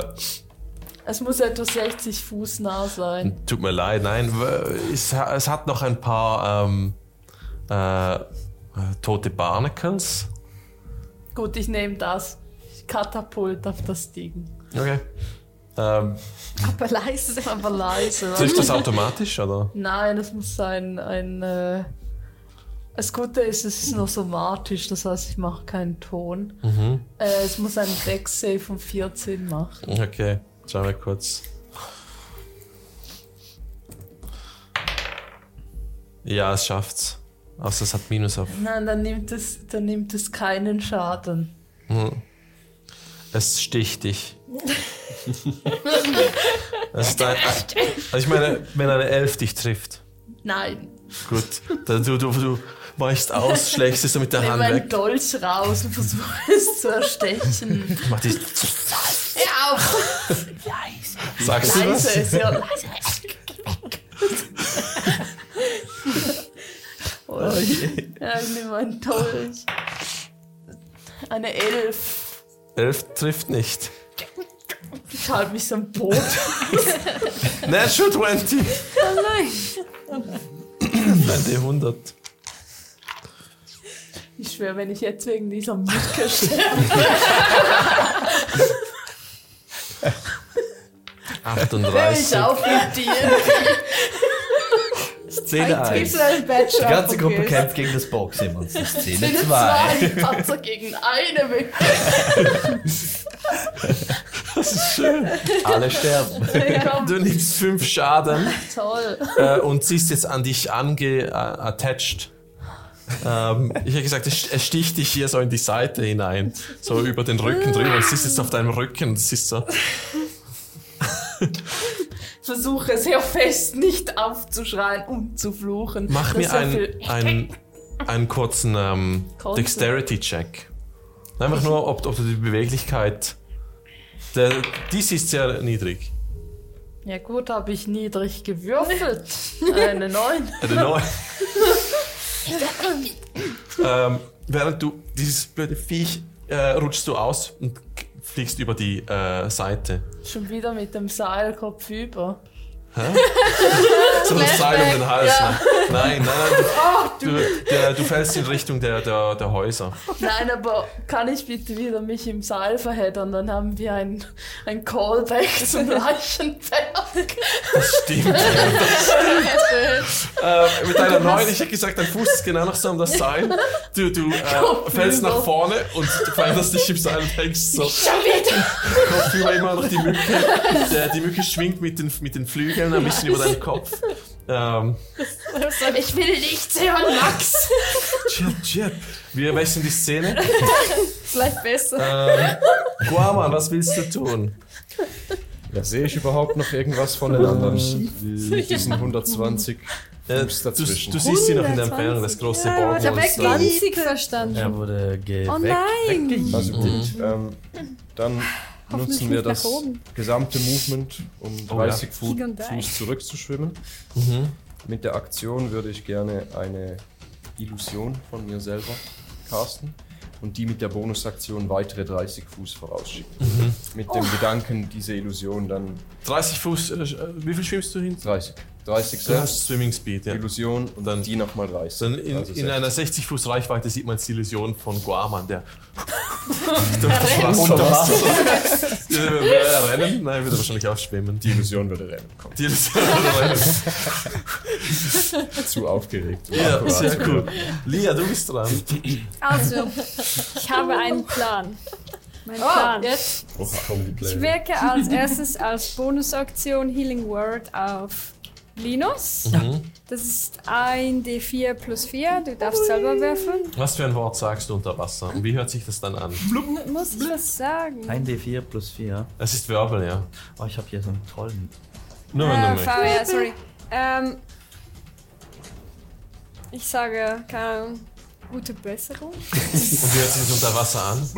Speaker 5: Es muss etwa 60 Fuß nah sein.
Speaker 1: tut mir leid, nein, w- es, ha- es hat noch ein paar ähm, äh, äh, tote Barnacles.
Speaker 5: Gut, ich nehme das. Ich katapult auf das Ding.
Speaker 1: Okay. Ähm,
Speaker 3: Aber leise.
Speaker 5: Aber leise.
Speaker 1: trifft das automatisch, oder?
Speaker 5: Nein, das muss sein ein. Äh, das Gute ist, es ist noch somatisch, das heißt, ich mache keinen Ton. Äh, es muss einen Deck-Save von 14 machen.
Speaker 1: Okay, schauen wir kurz. Ja, es schafft's. Außer es hat Minus auf.
Speaker 5: Nein, dann nimmt es, dann nimmt es keinen Schaden.
Speaker 1: Es sticht dich. es ist ein, also ich meine, wenn eine Elf dich trifft,
Speaker 5: Nein.
Speaker 1: gut, dann du, du, du weichst aus, schlägst es so mit der
Speaker 5: Ich nehme
Speaker 1: Hand
Speaker 5: einen
Speaker 1: weg.
Speaker 5: Dolch raus und versuche es zu erstechen.
Speaker 1: Mach dich,
Speaker 5: Ja, auf!
Speaker 1: sagst du
Speaker 5: Leise
Speaker 1: was?
Speaker 5: ist ja leise. Oder, ja, ich nehme einen Dolch. Eine Elf.
Speaker 1: Elf trifft nicht.
Speaker 5: Ich halte mich so am Boden.
Speaker 1: Natural 20! Oh nein! Nein, die 100.
Speaker 5: Ich schwöre, wenn ich jetzt wegen dieser Mücke sterbe.
Speaker 1: 38.
Speaker 5: auf mit dir.
Speaker 4: Szene 1. Die
Speaker 5: einen Badge Die
Speaker 4: ganze Gruppe kämpft gegen das Boxen und Szene 2.
Speaker 5: zwei Panzer gegen eine Mücke.
Speaker 1: Das ist schön.
Speaker 4: Alle sterben.
Speaker 1: Du nimmst 5 Schaden.
Speaker 5: Toll.
Speaker 1: äh, und sie ist jetzt an dich ange äh, attached. Ähm, ich hätte gesagt, es st- es sticht dich hier so in die Seite hinein, so über den Rücken drüber. Es ist jetzt auf deinem Rücken, es ist so.
Speaker 5: Versuche sehr fest nicht aufzuschreien und zu fluchen.
Speaker 1: Mach
Speaker 5: Das
Speaker 1: mir
Speaker 5: ist ja
Speaker 1: einen,
Speaker 5: viel-
Speaker 1: einen, einen kurzen ähm,
Speaker 5: Kurzen.
Speaker 1: Dexterity-Check. Einfach nur, ob, ob du die Beweglichkeit. Der, dies ist sehr niedrig.
Speaker 5: Ja gut, habe ich niedrig gewürfelt. Eine Neun.
Speaker 1: Äh, der neue. ähm, während du dieses blöde Viech äh, rutschst du aus und k- fliegst über die äh, Seite.
Speaker 5: Schon wieder mit dem Seilkopf über.
Speaker 1: So das Seil um den Hals. Ne? Nein, nein,
Speaker 5: Ah,
Speaker 1: nein. Du, du, der, du fällst in Richtung der, der, der Häuser.
Speaker 5: Nein, aber kann ich bitte wieder mich im Seil verheddern? Dann haben wir ein, ein Callback zum Leichenberg.
Speaker 1: Das stimmt. äh, mit deiner neuen, ich hätte gesagt, dein Fuß ist genau noch so um das Seil. Du, du äh, fällst nach vorne und du veränderst dich im Seil und hängst so. Kopf über immer noch die Mücke. Der, die Mücke schwingt mit den, mit den Flügeln ein bisschen über deinen Kopf. Ähm,
Speaker 3: Ich will nichts hören, Max.
Speaker 1: chirp, chirp. Wir wechseln die Szene.
Speaker 3: Vielleicht besser.
Speaker 1: Ähm, Guaman, was willst du tun?
Speaker 6: Ja, sehe ich überhaupt noch irgendwas von
Speaker 4: Äh,
Speaker 6: den anderen? Die- Diesen 120
Speaker 1: Äh,
Speaker 6: Fuß
Speaker 1: Du, du
Speaker 6: dazwischen.
Speaker 1: siehst sie noch in der Entfernung, das große ja,
Speaker 2: Ich habe echt
Speaker 1: Borgmonster.
Speaker 2: 20 verstanden.
Speaker 10: Er wurde ge
Speaker 2: Oh
Speaker 10: weg,
Speaker 2: nein.
Speaker 6: Also
Speaker 1: Mhm.
Speaker 10: weggejagt.
Speaker 6: gut, ähm, dann nutzen wir
Speaker 2: nicht nach
Speaker 6: das
Speaker 2: oben.
Speaker 6: gesamte Movement, um
Speaker 1: Oh, Mhm.
Speaker 6: 30
Speaker 2: Flieg und
Speaker 6: Fuß,
Speaker 2: Deich.
Speaker 6: Fuß zurückzuschwimmen. Mit der Aktion würde ich gerne eine Illusion von mir selber casten und die mit der Bonusaktion weitere 30 Fuß vorausschicken.
Speaker 1: Mhm.
Speaker 6: Mit
Speaker 2: Oh.
Speaker 6: dem Gedanken, diese Illusion dann
Speaker 1: 30 Fuß, äh, wie viel schwimmst du hin?
Speaker 6: 30. 30
Speaker 1: Du
Speaker 6: selbst,
Speaker 1: hast Swimming Speed, ja.
Speaker 6: Illusion und
Speaker 1: Dann-
Speaker 6: dann die nochmal 30.
Speaker 1: Dann in,
Speaker 6: Also
Speaker 1: in
Speaker 6: 60.
Speaker 1: einer 60 Fuß Reichweite sieht man jetzt die Illusion von Guaman, der durch das
Speaker 4: Unter
Speaker 1: Wasser
Speaker 4: Wasser.
Speaker 1: Äh, will er rennen. Nein, wird er wahrscheinlich auch schwimmen.
Speaker 6: die Illusion würde rennen. Komm,
Speaker 1: Die Illusion will rennen.
Speaker 6: zu aufgeregt.
Speaker 1: Ja, sehr cool. Lia, du bist dran.
Speaker 2: Also, ich habe einen Plan. Mein
Speaker 3: Oh,
Speaker 2: Plan.
Speaker 3: jetzt.
Speaker 9: Oh, kommen die
Speaker 2: Ich
Speaker 9: Pläne.
Speaker 2: wirke als erstes als Bonusaktion Healing Word auf
Speaker 1: Mhm.
Speaker 2: Linus. Das ist ein D4 plus 4. Du darfst selber werfen.
Speaker 1: Was für ein Wort sagst du unter Wasser? Und wie hört sich das dann an?
Speaker 2: M- Muss ich was sagen?
Speaker 4: Ein D4 plus 4.
Speaker 1: Es ist Verbal, ja.
Speaker 4: Oh, ich habe hier so einen tollen.
Speaker 1: Nur
Speaker 4: Äh,
Speaker 1: wenn
Speaker 2: Ah,
Speaker 1: du möchtest.
Speaker 2: Fabio, ja, sorry. Ähm, ich sage, keine Ahnung, gute Besserung.
Speaker 1: Und wie hört sich das unter Wasser an?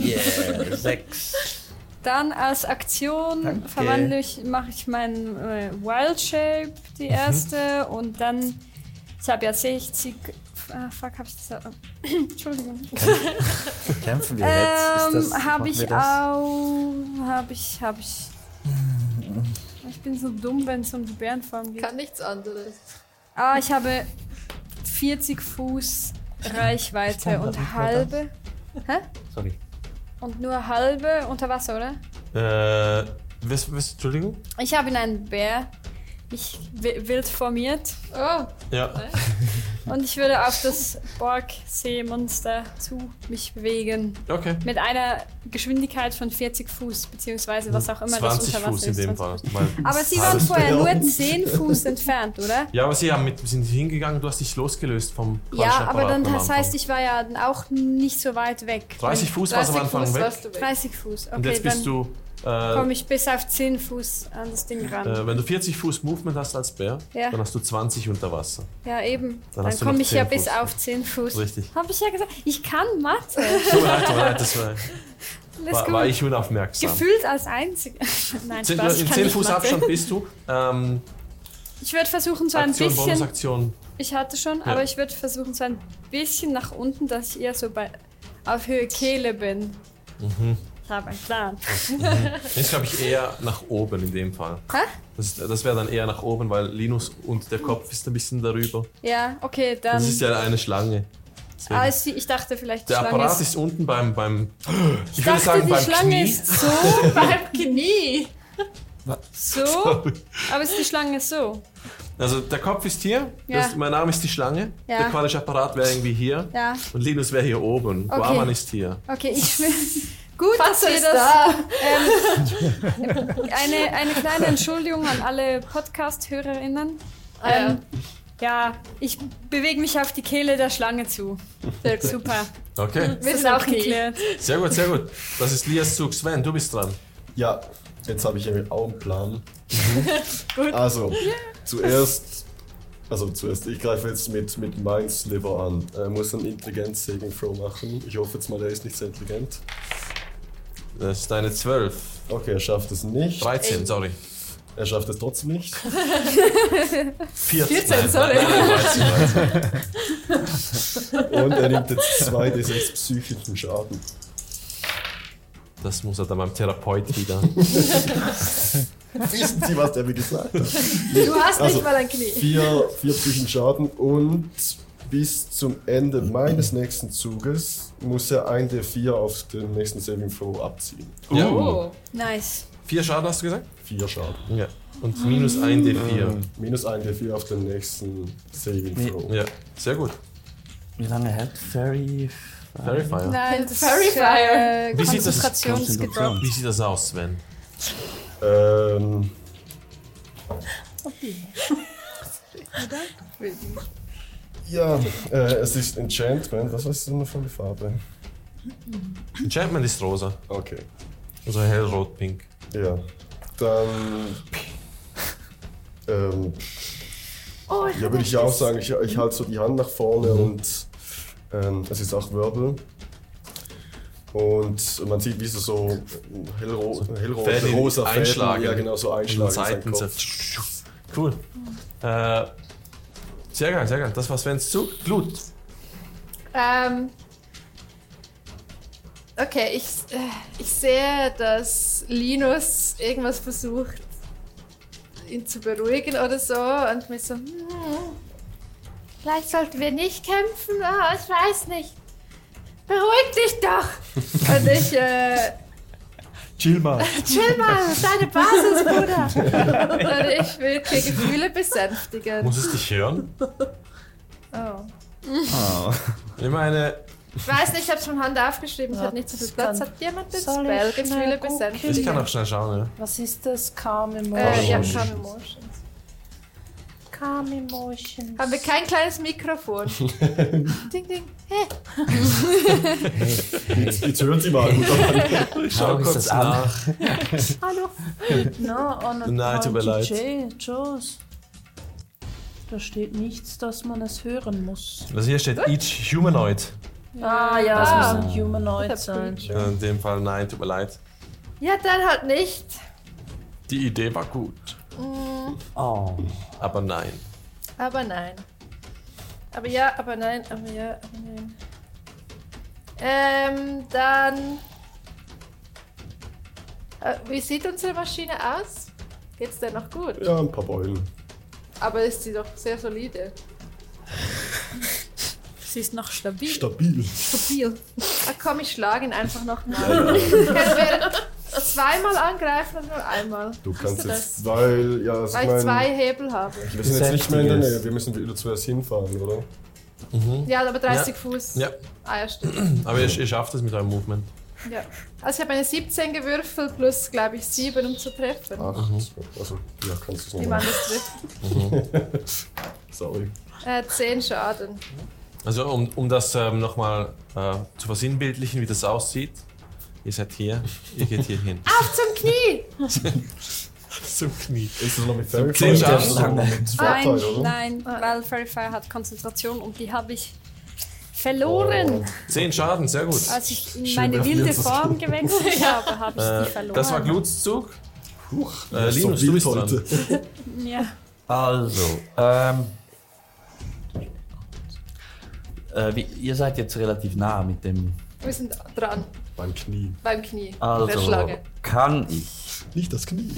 Speaker 4: Yeah, 6.
Speaker 2: Dann als Aktion
Speaker 4: Danke.
Speaker 2: verwandle ich, mache ich meinen äh, Wild Shape, die
Speaker 4: Mhm.
Speaker 2: erste, und dann, ich habe ja 60, ah, fuck, habe ich das, Entschuldigung.
Speaker 4: Kämpfen wir jetzt?
Speaker 2: Ähm,
Speaker 4: Ist das- machen
Speaker 2: habe
Speaker 4: wir
Speaker 2: ich auch,
Speaker 4: das?
Speaker 2: habe ich, habe ich, ich bin so dumm, wenn es um die Bärenform geht.
Speaker 3: Kann nichts anderes.
Speaker 2: Ah, ich habe 40 Fuß Reichweite
Speaker 4: kann grad
Speaker 2: und
Speaker 4: nicht mehr
Speaker 2: halbe.
Speaker 4: Sorry.
Speaker 2: Und nur halbe unter Wasser, oder?
Speaker 1: Äh, was, was, Entschuldigung?
Speaker 2: Ich habe ihn einen Bär. Ich wi- wild formiert.
Speaker 3: Oh,
Speaker 1: Ja.
Speaker 2: Und ich würde auf das Borg-Seemonster zu mich bewegen.
Speaker 4: Äh?
Speaker 1: Okay.
Speaker 2: Mit einer Geschwindigkeit von 40 Fuß, beziehungsweise was auch immer das
Speaker 1: 20
Speaker 2: unter Wasser
Speaker 1: Fuß in
Speaker 2: ist.
Speaker 1: dem
Speaker 2: 20
Speaker 1: Fall.
Speaker 2: Fuß.
Speaker 1: Weil-
Speaker 2: Aber sie waren
Speaker 1: Halbes-
Speaker 2: vorher nur 10 Fuß entfernt, oder?
Speaker 1: Ja, aber sie haben mit, sind hingegangen, du hast dich losgelöst vom
Speaker 2: Ja, aber dann
Speaker 1: Quatschapparat am
Speaker 2: das heißt,
Speaker 1: Anfang.
Speaker 2: ich war ja auch nicht so weit weg.
Speaker 1: 30 Fuß war es am
Speaker 3: 30
Speaker 1: Anfang
Speaker 3: Fuß
Speaker 1: weg.
Speaker 3: warst du weg.
Speaker 2: 30 Fuß, okay.
Speaker 1: Und jetzt
Speaker 2: dann
Speaker 1: bist du, äh,
Speaker 2: komme ich bis auf 10 Fuß an das Ding ran.
Speaker 1: äh, wenn du 40 Fuß Movement hast als Bär,
Speaker 2: Ja.
Speaker 1: dann hast du 20 unter Wasser.
Speaker 2: ja, eben.
Speaker 1: dann
Speaker 2: Dann,
Speaker 1: hast du noch
Speaker 2: komme ich ja
Speaker 1: 10
Speaker 2: bis
Speaker 1: Fuß.
Speaker 2: auf 10 Fuß.
Speaker 1: Richtig.
Speaker 2: Habe ich ja gesagt. Ich kann Mathe.
Speaker 1: Tut mir leid, tut mir leid, das war,
Speaker 2: Alles
Speaker 1: war,
Speaker 2: gut.
Speaker 1: war ich unaufmerksam.
Speaker 2: Gefühlt als Einziger. Nein,
Speaker 1: Zehn-
Speaker 2: Spaß, ich
Speaker 1: in
Speaker 2: kann
Speaker 1: 10
Speaker 2: nicht
Speaker 1: Fuß
Speaker 2: Mathe.
Speaker 1: Abstand bist du. Ähm,
Speaker 2: Ich würde versuchen, so ein
Speaker 1: Aktion,
Speaker 2: bisschen.
Speaker 1: Bonusaktion.
Speaker 2: Ich hatte schon, aber ich würde versuchen, so ein bisschen nach unten, dass ich eher so bei, auf Höhe Kehle bin.
Speaker 1: Mhm.
Speaker 2: Ich habe einen Plan.
Speaker 1: Ist, glaube ich, eher nach oben in dem Fall.
Speaker 2: Hä?
Speaker 1: Das, ist- das wäre dann eher nach oben, weil Linus und der Kopf ist ein bisschen darüber.
Speaker 2: Ja, okay, dann.
Speaker 1: Das ist ja eine Schlange. Deswegen.
Speaker 2: Ah, ich, ich dachte vielleicht, die
Speaker 1: Der
Speaker 2: Schlange
Speaker 1: Apparat
Speaker 2: ist.
Speaker 1: ist unten beim, beim ich,
Speaker 2: Ich
Speaker 1: würde
Speaker 2: dachte,
Speaker 1: sagen,
Speaker 2: die
Speaker 1: beim
Speaker 2: Schlange
Speaker 1: Knie.
Speaker 2: ist so beim Knie.
Speaker 4: Was?
Speaker 2: So? Aber ist die Schlange so?
Speaker 1: Also der Kopf ist hier,
Speaker 2: Ja.
Speaker 1: das, mein Name ist die Schlange,
Speaker 2: Ja.
Speaker 1: der quadrische Apparat wäre irgendwie hier
Speaker 2: Ja.
Speaker 1: und Linus wäre hier oben,
Speaker 2: Okay.
Speaker 1: Guaman ist hier.
Speaker 2: Okay, ich will. Gut, dass wir
Speaker 3: ist
Speaker 2: das. ähm,
Speaker 3: da.
Speaker 2: Eine, eine kleine Entschuldigung an alle Podcast-HörerInnen.
Speaker 3: Ah,
Speaker 2: Ähm, ja, ich bewege mich auf die Kehle der Schlange zu. Super.
Speaker 1: Okay,
Speaker 2: Das ist
Speaker 3: sind
Speaker 2: auch
Speaker 3: okay.
Speaker 2: geklärt.
Speaker 1: sehr gut, sehr gut. Das ist Lias Zug. Sven, du bist dran.
Speaker 9: Ja, jetzt habe ich irgendwie auch einen Plan. Also, zuerst, also zuerst, ich greife jetzt mit, mit Mind Sliver an. Er muss einen Intelligenz-Saving Throw machen. Ich hoffe jetzt mal, der ist nicht sehr intelligent.
Speaker 1: Das ist deine 12,
Speaker 9: Okay, er schafft es nicht.
Speaker 1: 13, sorry.
Speaker 9: Er schafft es trotzdem nicht.
Speaker 1: 14,
Speaker 3: 14,
Speaker 1: nein,
Speaker 3: sorry.
Speaker 1: Nein, nein, 13, 13.
Speaker 9: Und er nimmt jetzt 2d6 psychischen Schaden.
Speaker 1: Das muss er dann beim Therapeut wieder.
Speaker 9: Wissen Sie, was der mir gesagt hat?
Speaker 3: du hast
Speaker 9: Also-
Speaker 3: nicht mal ein Knie.
Speaker 9: Vier, vier psychischen Schaden und bis zum Ende meines nächsten Zuges muss er 1d4 auf den nächsten Saving Throw abziehen.
Speaker 1: ja.
Speaker 3: Oh.
Speaker 2: Nice.
Speaker 1: 4 Schaden hast du gesagt?
Speaker 9: Vier Schaden.
Speaker 1: Ja. Und minus 1 D4.
Speaker 9: Ähm, Minus 1d4 auf den nächsten Saving
Speaker 4: Nee.
Speaker 9: Throw.
Speaker 1: Ja, sehr gut.
Speaker 4: Wie lange hält Fairy?
Speaker 1: Verifier.
Speaker 2: Nein, das
Speaker 3: Fairy
Speaker 2: ist
Speaker 3: Fire.
Speaker 2: äh,
Speaker 1: Wie sieht das-
Speaker 2: Konzentrationsgedroppt.
Speaker 1: Wie sieht das aus, Sven?
Speaker 9: Ähm, ja, äh, es ist Enchantment. Was ist denn noch von der Farbe?
Speaker 1: Enchantment ist rosa.
Speaker 9: Okay,
Speaker 1: Also hellrot-pink.
Speaker 9: ja. Dann. Ähm,
Speaker 3: Oh, ich
Speaker 9: ja, würde ich ja auch sagen, ich, ich halte so die Hand nach vorne
Speaker 1: Mhm.
Speaker 9: und ähm, es ist auch Wirbel. Und man sieht, wie so so ein hellro hellrote,
Speaker 1: Fäden
Speaker 9: rosa
Speaker 1: einschlagen.
Speaker 9: Fäden, ja genau, so
Speaker 1: In den
Speaker 9: einschlagen.
Speaker 1: Seiten.
Speaker 9: seinen
Speaker 1: So.
Speaker 9: Kopf.
Speaker 1: Cool. Äh, sehr geil, sehr geil. Das war Svens Zug. Glut.
Speaker 3: Ähm, okay, ich, äh, ich sehe, dass Linus irgendwas versucht, ihn zu beruhigen oder so. Und mir so, hm, vielleicht sollten wir nicht kämpfen. Ah, ich weiß nicht. Beruhig dich doch! Und ich, äh,
Speaker 4: Chill mal.
Speaker 3: chill mal, das ist deine Basis, Bruder! Und ich will die Gefühle besänftigen.
Speaker 1: Muss es dich hören?
Speaker 3: Oh.
Speaker 4: Oh.
Speaker 1: Ich meine,
Speaker 3: Ich weiß nicht, ich hab's von Hand aufgeschrieben. Es hat nicht so viel
Speaker 8: Das
Speaker 3: Platz.
Speaker 8: kann-
Speaker 3: Hat jemand den
Speaker 8: Soll
Speaker 3: Spell?
Speaker 8: ich
Speaker 3: Gibt's
Speaker 8: schnell
Speaker 3: viele
Speaker 8: gucken?
Speaker 3: Besänftigung?
Speaker 1: Ich kann auch schnell schauen, ja.
Speaker 8: Was ist das? Calm
Speaker 3: Äh, ja,
Speaker 8: Emotions.
Speaker 3: Calm Emotions.
Speaker 8: Calm Emotions.
Speaker 3: Haben wir kein kleines Mikrofon? ding, ding. Hey,
Speaker 9: Jetzt, jetzt hören Sie mal. gut an.
Speaker 1: Ich schau
Speaker 10: Warum ist
Speaker 1: kurz
Speaker 10: das an?
Speaker 1: nach.
Speaker 3: hallo.
Speaker 8: No, on a
Speaker 1: Nein, tut mir leid.
Speaker 8: Jos. Da steht nichts, dass man es hören muss.
Speaker 1: Also hier steht each humanoid.
Speaker 8: Ah ja, das
Speaker 3: Ah.
Speaker 8: muss ein Humanoid
Speaker 3: Das hab
Speaker 8: sein.
Speaker 1: Ja, in dem Fall nein, tut mir leid.
Speaker 3: Ja, dann halt nicht.
Speaker 1: Die Idee war gut,
Speaker 10: Oh.
Speaker 1: aber nein.
Speaker 3: Aber nein. Aber ja, aber nein, aber ja, aber nein. Ähm, dann. Äh, wie sieht unsere Maschine aus? Geht's denn noch gut?
Speaker 9: Ja, ein paar Beulen.
Speaker 3: Aber ist sie doch sehr solide.
Speaker 2: Sie ist noch stabil.
Speaker 9: Stabil.
Speaker 3: Stabil. Ach Ah, komm, ich schlage ihn einfach noch nach.
Speaker 9: Ja, ja.
Speaker 3: Können wir zweimal angreifen und nur einmal?
Speaker 9: Du kannst
Speaker 3: du
Speaker 9: jetzt, weil, ja, also ich
Speaker 3: Weil ich zwei
Speaker 9: meine,
Speaker 3: Hebel habe.
Speaker 9: wir sind jetzt nicht mehr in der
Speaker 10: Sechziges.
Speaker 9: Nähe. Wir müssen wieder zuerst hinfahren, oder?
Speaker 3: Ja, aber 30 Fuß.
Speaker 1: Ja,
Speaker 3: Ah, ja, stimmt.
Speaker 1: aber ihr, ihr schafft es mit eurem Movement.
Speaker 3: Ja. Also ich habe eine 17 gewürfelt plus, glaube ich, 7, um zu treffen.
Speaker 9: Acht.
Speaker 1: mhm.
Speaker 9: Also, ja, kannst du es
Speaker 3: Wie
Speaker 9: nochmal.
Speaker 3: man das trifft.
Speaker 9: Sorry.
Speaker 3: Äh, 10 Schaden.
Speaker 1: Also um, um das ähm, nochmal äh, zu versinnbildlichen, wie das aussieht. Ihr seid hier, ihr geht hier hin.
Speaker 3: Auf zum Knie!
Speaker 1: Zum Knie.
Speaker 9: Ist das noch mit Fairy
Speaker 1: zehn
Speaker 9: Fire? Das
Speaker 1: Schaden.
Speaker 9: ist noch mit Vorteil,
Speaker 2: Nein,
Speaker 9: oder?
Speaker 2: nein,
Speaker 3: Ah.
Speaker 2: weil Fairy Fire hat Konzentration und die habe ich verloren.
Speaker 1: Zehn Schaden, sehr gut.
Speaker 2: Als ich in
Speaker 9: Schön,
Speaker 2: meine
Speaker 9: dass wir
Speaker 2: wilde
Speaker 9: uns das
Speaker 2: Form gewechselt habe, habe ich die
Speaker 1: Äh,
Speaker 2: verloren.
Speaker 1: das war Gluts Zug.
Speaker 9: Huch,
Speaker 1: Äh,
Speaker 9: das ist
Speaker 1: Linus,
Speaker 9: so
Speaker 1: du
Speaker 9: wild
Speaker 1: bist dran.
Speaker 9: heute.
Speaker 2: Ja.
Speaker 4: Also, ähm. Äh, wie, ihr seid jetzt relativ nah mit dem.
Speaker 3: Wir sind dran,
Speaker 9: Beim Knie.
Speaker 3: beim Knie. Der
Speaker 4: Also,
Speaker 3: Schlange.
Speaker 4: kann ich
Speaker 9: Nicht das Knie.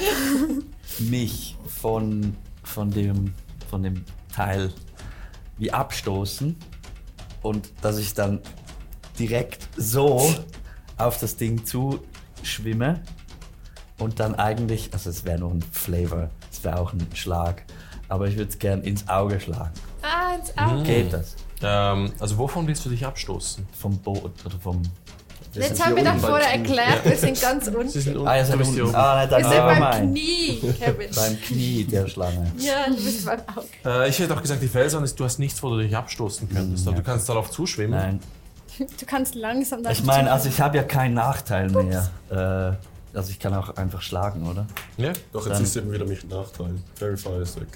Speaker 4: mich von, von, dem, von dem Teil wie abstoßen und dass ich dann direkt so auf das Ding zuschwimme und dann eigentlich, also es wäre nur ein Flavor, es wäre auch ein Schlag, aber ich würde es gern ins Auge schlagen.
Speaker 3: Ah,
Speaker 4: Mhm.
Speaker 3: ins Auge.
Speaker 4: Geht das?
Speaker 1: Ähm, also wovon willst du dich abstoßen?
Speaker 4: Vom Boot oder vom.
Speaker 3: Jetzt haben wir doch vorher erklärt, wir sind ganz unten.
Speaker 1: Sie sind unten,
Speaker 4: Ah, ihr
Speaker 1: du
Speaker 4: seid
Speaker 1: bist hier
Speaker 4: unten.
Speaker 1: oben.
Speaker 4: Ah, nein, dann
Speaker 3: Wir sind
Speaker 4: ah,
Speaker 3: beim
Speaker 4: mein.
Speaker 3: Knie, Kevin.
Speaker 4: Beim Knie der Schlange.
Speaker 3: ja, du bist beim Auge.
Speaker 1: Äh, ich hätte auch gesagt, die Felsen ist, du hast nichts, wo du dich abstoßen könntest. Aber
Speaker 4: ja.
Speaker 1: du kannst darauf zuschwimmen.
Speaker 4: Nein.
Speaker 2: Du kannst langsam
Speaker 4: Ich meine, also ich habe ja keinen Nachteil mehr. Äh, also ich kann auch einfach schlagen, oder?
Speaker 1: Ja?
Speaker 9: Doch, jetzt
Speaker 4: Dann-
Speaker 9: ist eben wieder mit Nachteil. Fairy Fire ist weg.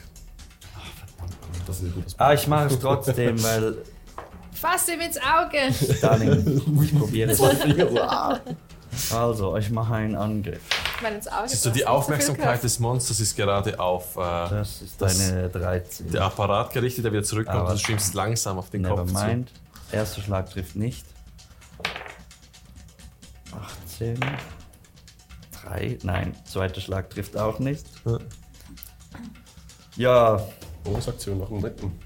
Speaker 9: Ah, Das ist ein gutes
Speaker 4: Ah, ich mache es trotzdem, weil
Speaker 3: Fass ihm ins Auge.
Speaker 4: Darling, ich probiere es.
Speaker 9: Finger so, ah.
Speaker 4: Also, ich mache einen Angriff.
Speaker 3: Ich meine, ins Auge.
Speaker 1: Siehst du, die
Speaker 3: fassen, so viel
Speaker 1: Aufmerksamkeit
Speaker 3: Kraft.
Speaker 1: des Monsters ist gerade auf äh,
Speaker 4: Das ist
Speaker 1: Das-
Speaker 4: eine 13.
Speaker 1: den Apparat gerichtet, der wieder zurückkommt
Speaker 4: Aber-
Speaker 1: und du schwimmst langsam auf den
Speaker 4: Never
Speaker 1: Kopf
Speaker 4: mind. Erster Schlag trifft nicht. 18. 3. Nein, zweiter Schlag trifft auch nicht.
Speaker 1: zu.
Speaker 4: Ja,
Speaker 9: Bonusaktion nach dem Retten.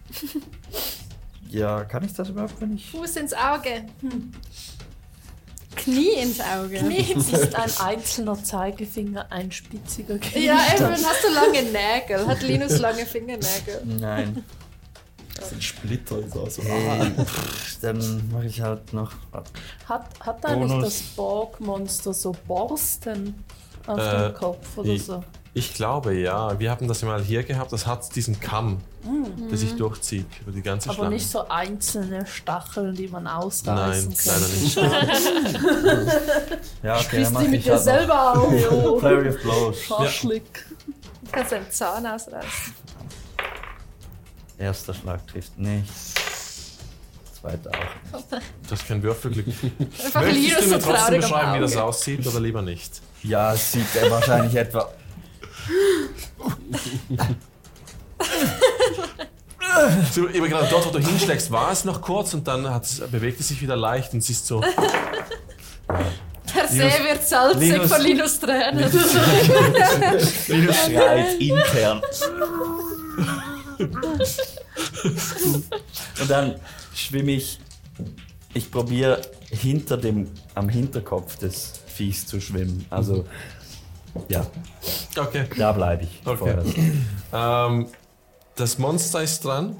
Speaker 4: ja, kann ich das überhaupt, wenn ich.
Speaker 3: Fuß ins Auge.
Speaker 2: Knie ins Auge.
Speaker 8: Es ist ein einzelner Zeigefinger, ein spitziger Knie.
Speaker 3: Ja, Evan, hast du lange Nägel? Hat Linus lange Fingernägel?
Speaker 4: Nein.
Speaker 9: Das sind Splitter, ist also- auch so.
Speaker 4: Ey, pff, Dann mache ich halt noch.
Speaker 8: Hat, hat eigentlich
Speaker 4: Bonus.
Speaker 8: das Borgmonster so Borsten auf
Speaker 1: Äh,
Speaker 8: dem Kopf oder
Speaker 1: ich-
Speaker 8: so?
Speaker 1: Ich glaube ja. Wir haben das ja mal hier gehabt. Das hat diesen Kamm, der sich durchzieht über die ganze
Speaker 8: Aber
Speaker 1: Schlange.
Speaker 8: nicht so einzelne Stacheln, die man ausreißen
Speaker 1: Nein,
Speaker 8: kann.
Speaker 1: leider nicht.
Speaker 4: Ja,
Speaker 8: Bist
Speaker 4: okay, dann
Speaker 8: du
Speaker 4: mache
Speaker 8: mit
Speaker 4: ich
Speaker 8: dir
Speaker 4: halt noch.
Speaker 8: selber auf?
Speaker 4: Flurry of Blows.
Speaker 8: Schaschlik.
Speaker 3: Du kannst deinen Zahn ausreißen.
Speaker 4: Erster Schlag trifft nicht. Zweiter auch.
Speaker 1: Das ist kein Würfelglück.
Speaker 3: Einfach
Speaker 1: Möchtest
Speaker 3: Linus
Speaker 1: du
Speaker 3: so
Speaker 1: mir trotzdem
Speaker 3: traurig am
Speaker 1: beschreiben, wie das
Speaker 3: Auge.
Speaker 1: aussieht oder lieber nicht?
Speaker 4: Ja, es sieht er wahrscheinlich etwa.
Speaker 1: So, eben gerade dort, wo du hinschlägst, war es noch kurz und dann hat's, bewegt es sich wieder leicht und siehst so.
Speaker 3: Der See wird salzig
Speaker 4: Linus-
Speaker 3: von Linus Tränen.
Speaker 4: Linus schreit halt intern. Und dann schwimme ich. Ich probiere hinter dem, am Hinterkopf des Viehs zu schwimmen. Also, ja,
Speaker 1: Okay.
Speaker 4: da bleibe ich.
Speaker 1: Okay.
Speaker 4: vorerst.
Speaker 1: Ähm, das Monster ist dran.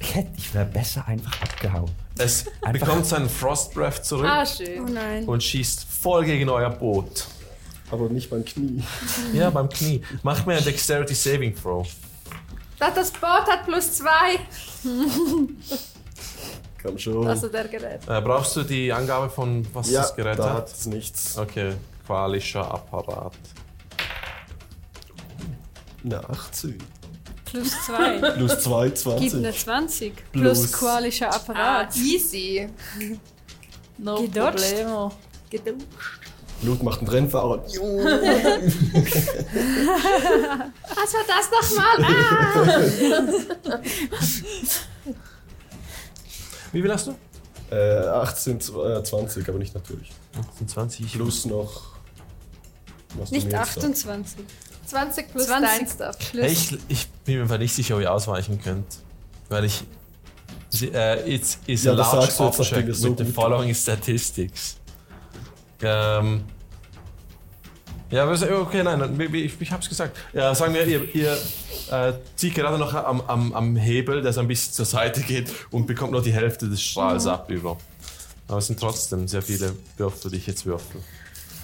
Speaker 4: Ich hätte, ich wäre besser einfach abgehauen.
Speaker 1: Es bekommt seinen Frost Breath zurück
Speaker 3: Ah, schön.
Speaker 2: Oh nein.
Speaker 1: und schießt voll gegen euer Boot.
Speaker 9: Aber nicht mein Knie.
Speaker 1: Ja, beim Knie. Mach mir einen Dexterity Saving Throw.
Speaker 3: Das, das Boot hat plus zwei.
Speaker 9: Komm schon.
Speaker 3: Also der Gerät.
Speaker 1: Äh, brauchst du die Angabe von was
Speaker 9: ja,
Speaker 1: das Gerät
Speaker 9: da
Speaker 1: hat?
Speaker 9: hat es nichts
Speaker 1: Okay, qualischer Apparat.
Speaker 9: eine 18.
Speaker 2: Plus zwei.
Speaker 9: Plus 2,
Speaker 2: Gib eine
Speaker 9: 20.
Speaker 2: 20.
Speaker 9: Plus.
Speaker 2: Plus qualischer
Speaker 3: Ah,
Speaker 2: Apparat.
Speaker 3: easy.
Speaker 5: No
Speaker 2: Gedodged.
Speaker 5: problemo.
Speaker 9: Blut macht einen Rennfahrer.
Speaker 3: Was war das nochmal? Ah,
Speaker 1: Wie viel hast du?
Speaker 9: Äh, 18, zw- äh, 20, aber nicht natürlich.
Speaker 1: 20.
Speaker 9: Plus noch. Was du
Speaker 2: Nicht
Speaker 9: mir jetzt sagst.
Speaker 2: 28.
Speaker 3: 20 plus
Speaker 2: 20.
Speaker 3: dein Stuff.
Speaker 1: Hey, ich, ich bin mir einfach nicht sicher, ob ihr ausweichen könnt. Weil ich. Sie, äh, it is
Speaker 9: Ja,
Speaker 1: a
Speaker 9: das
Speaker 1: large
Speaker 9: sagst du jetzt,
Speaker 1: object
Speaker 9: nachdem wir
Speaker 1: with
Speaker 9: so
Speaker 1: the
Speaker 9: gut-
Speaker 1: following statistics. Ähm. Ja, aber ist- okay, nein, wie- wie- ich, ich hab's gesagt. Ja, sagen wir, ihr, ihr äh, zieht gerade noch am, am, am Hebel, der so ein bisschen zur Seite geht und bekommt nur die Hälfte des Strahls
Speaker 9: Mhm.
Speaker 1: ab über. Aber es sind trotzdem sehr viele Würfel, die ich jetzt würfel.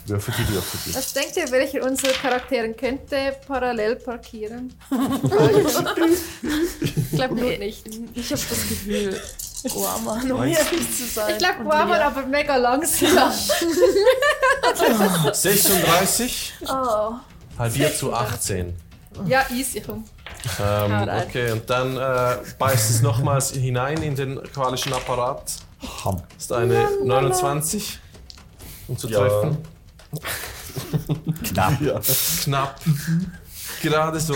Speaker 1: Würfel, die Würfel. Die.
Speaker 3: Was denkt ihr, welcher unserer Charakteren könnte parallel parkieren? ich glaube nur nicht.
Speaker 5: Ich habe das Gefühl,
Speaker 8: Oh,
Speaker 5: Guaman, um
Speaker 9: Meinst
Speaker 5: ehrlich zu sein.
Speaker 3: Ich glaube,
Speaker 5: Und
Speaker 3: Guaman,
Speaker 5: Lea.
Speaker 3: aber mega langsam.
Speaker 1: 36
Speaker 5: Oh.
Speaker 1: halbiert zu 18.
Speaker 3: Ja, easy. Komm.
Speaker 1: Ähm,
Speaker 3: Haut rein.
Speaker 1: okay, und dann äh, beißt es nochmals hinein in den qualischen Apparat. Ist eine 29, um zu
Speaker 9: Ja.
Speaker 1: treffen.
Speaker 4: Knapp.
Speaker 9: Ja.
Speaker 1: Knapp. Gerade so.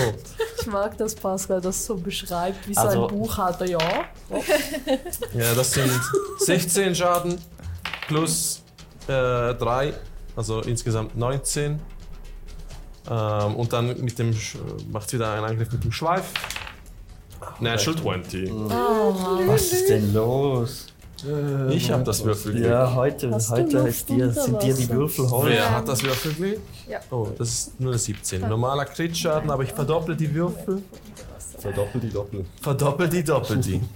Speaker 5: Ich mag, dass Pascal das so beschreibt, wie
Speaker 4: Also-
Speaker 5: sein Buch hat. Ja,
Speaker 1: Ja, das sind 16 Schaden plus äh, 3, also insgesamt 19. Ähm, und dann mit dem Sch- macht wieder einen Angriff mit dem Schweif. Natural 20.
Speaker 4: Was ist denn los?
Speaker 9: Äh,
Speaker 1: Ich hab das Würfelglück.
Speaker 4: Ja, heute,
Speaker 5: Hast du
Speaker 4: heute
Speaker 5: noch
Speaker 4: ist dir, sind dir die
Speaker 5: Unterwasser?
Speaker 4: Würfel heute.
Speaker 1: Wer hat das Würfelglück?
Speaker 3: Ja.
Speaker 1: Oh, das ist nur eine 17. Normaler Crit-Schaden, aber ich verdoppel die Würfel.
Speaker 9: Verdoppel die Doppel.
Speaker 1: Verdoppel die, doppel die.
Speaker 9: Und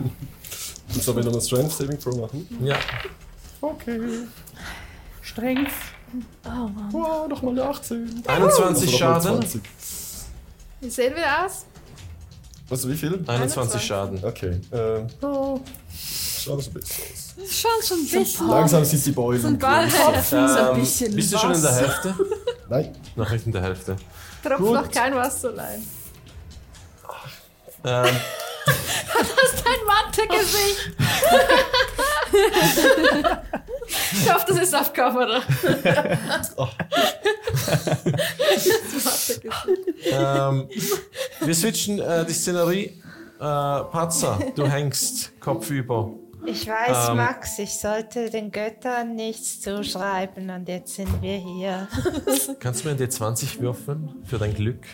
Speaker 9: so, wenn wir einen Strength Saving Throw machen.
Speaker 1: Ja.
Speaker 9: Wow, nochmal eine 18.
Speaker 1: 21
Speaker 9: Also nochmal
Speaker 1: Schaden.
Speaker 9: 20.
Speaker 3: Wie sehen wir aus?
Speaker 9: Weißt du, wie viel?
Speaker 1: 21 Schaden.
Speaker 9: Okay. Äh, oh. Schaut so ein bisschen aus.
Speaker 2: Schon schon ein bisschen.
Speaker 9: Langsam sind die Beulen.
Speaker 2: Ball.
Speaker 5: ein
Speaker 1: Ähm,
Speaker 5: bisschen
Speaker 1: bist du schon in der
Speaker 5: was.
Speaker 1: Hälfte?
Speaker 9: Nein.
Speaker 1: Noch nicht in der Hälfte.
Speaker 3: Tropft
Speaker 1: Gut.
Speaker 3: noch kein Wasser rein.
Speaker 1: Ähm,
Speaker 3: Dein Mantelgesicht! ich hoffe, das ist auf Kamera.
Speaker 1: ähm, wir switchen äh, die Szenerie. Äh, Patzer, du hängst kopfüber.
Speaker 7: Ich weiß,
Speaker 1: Ähm.
Speaker 7: Max, ich sollte den Göttern nichts zuschreiben und jetzt sind wir hier.
Speaker 1: Kannst du mir ein D20 würfeln für dein Glück?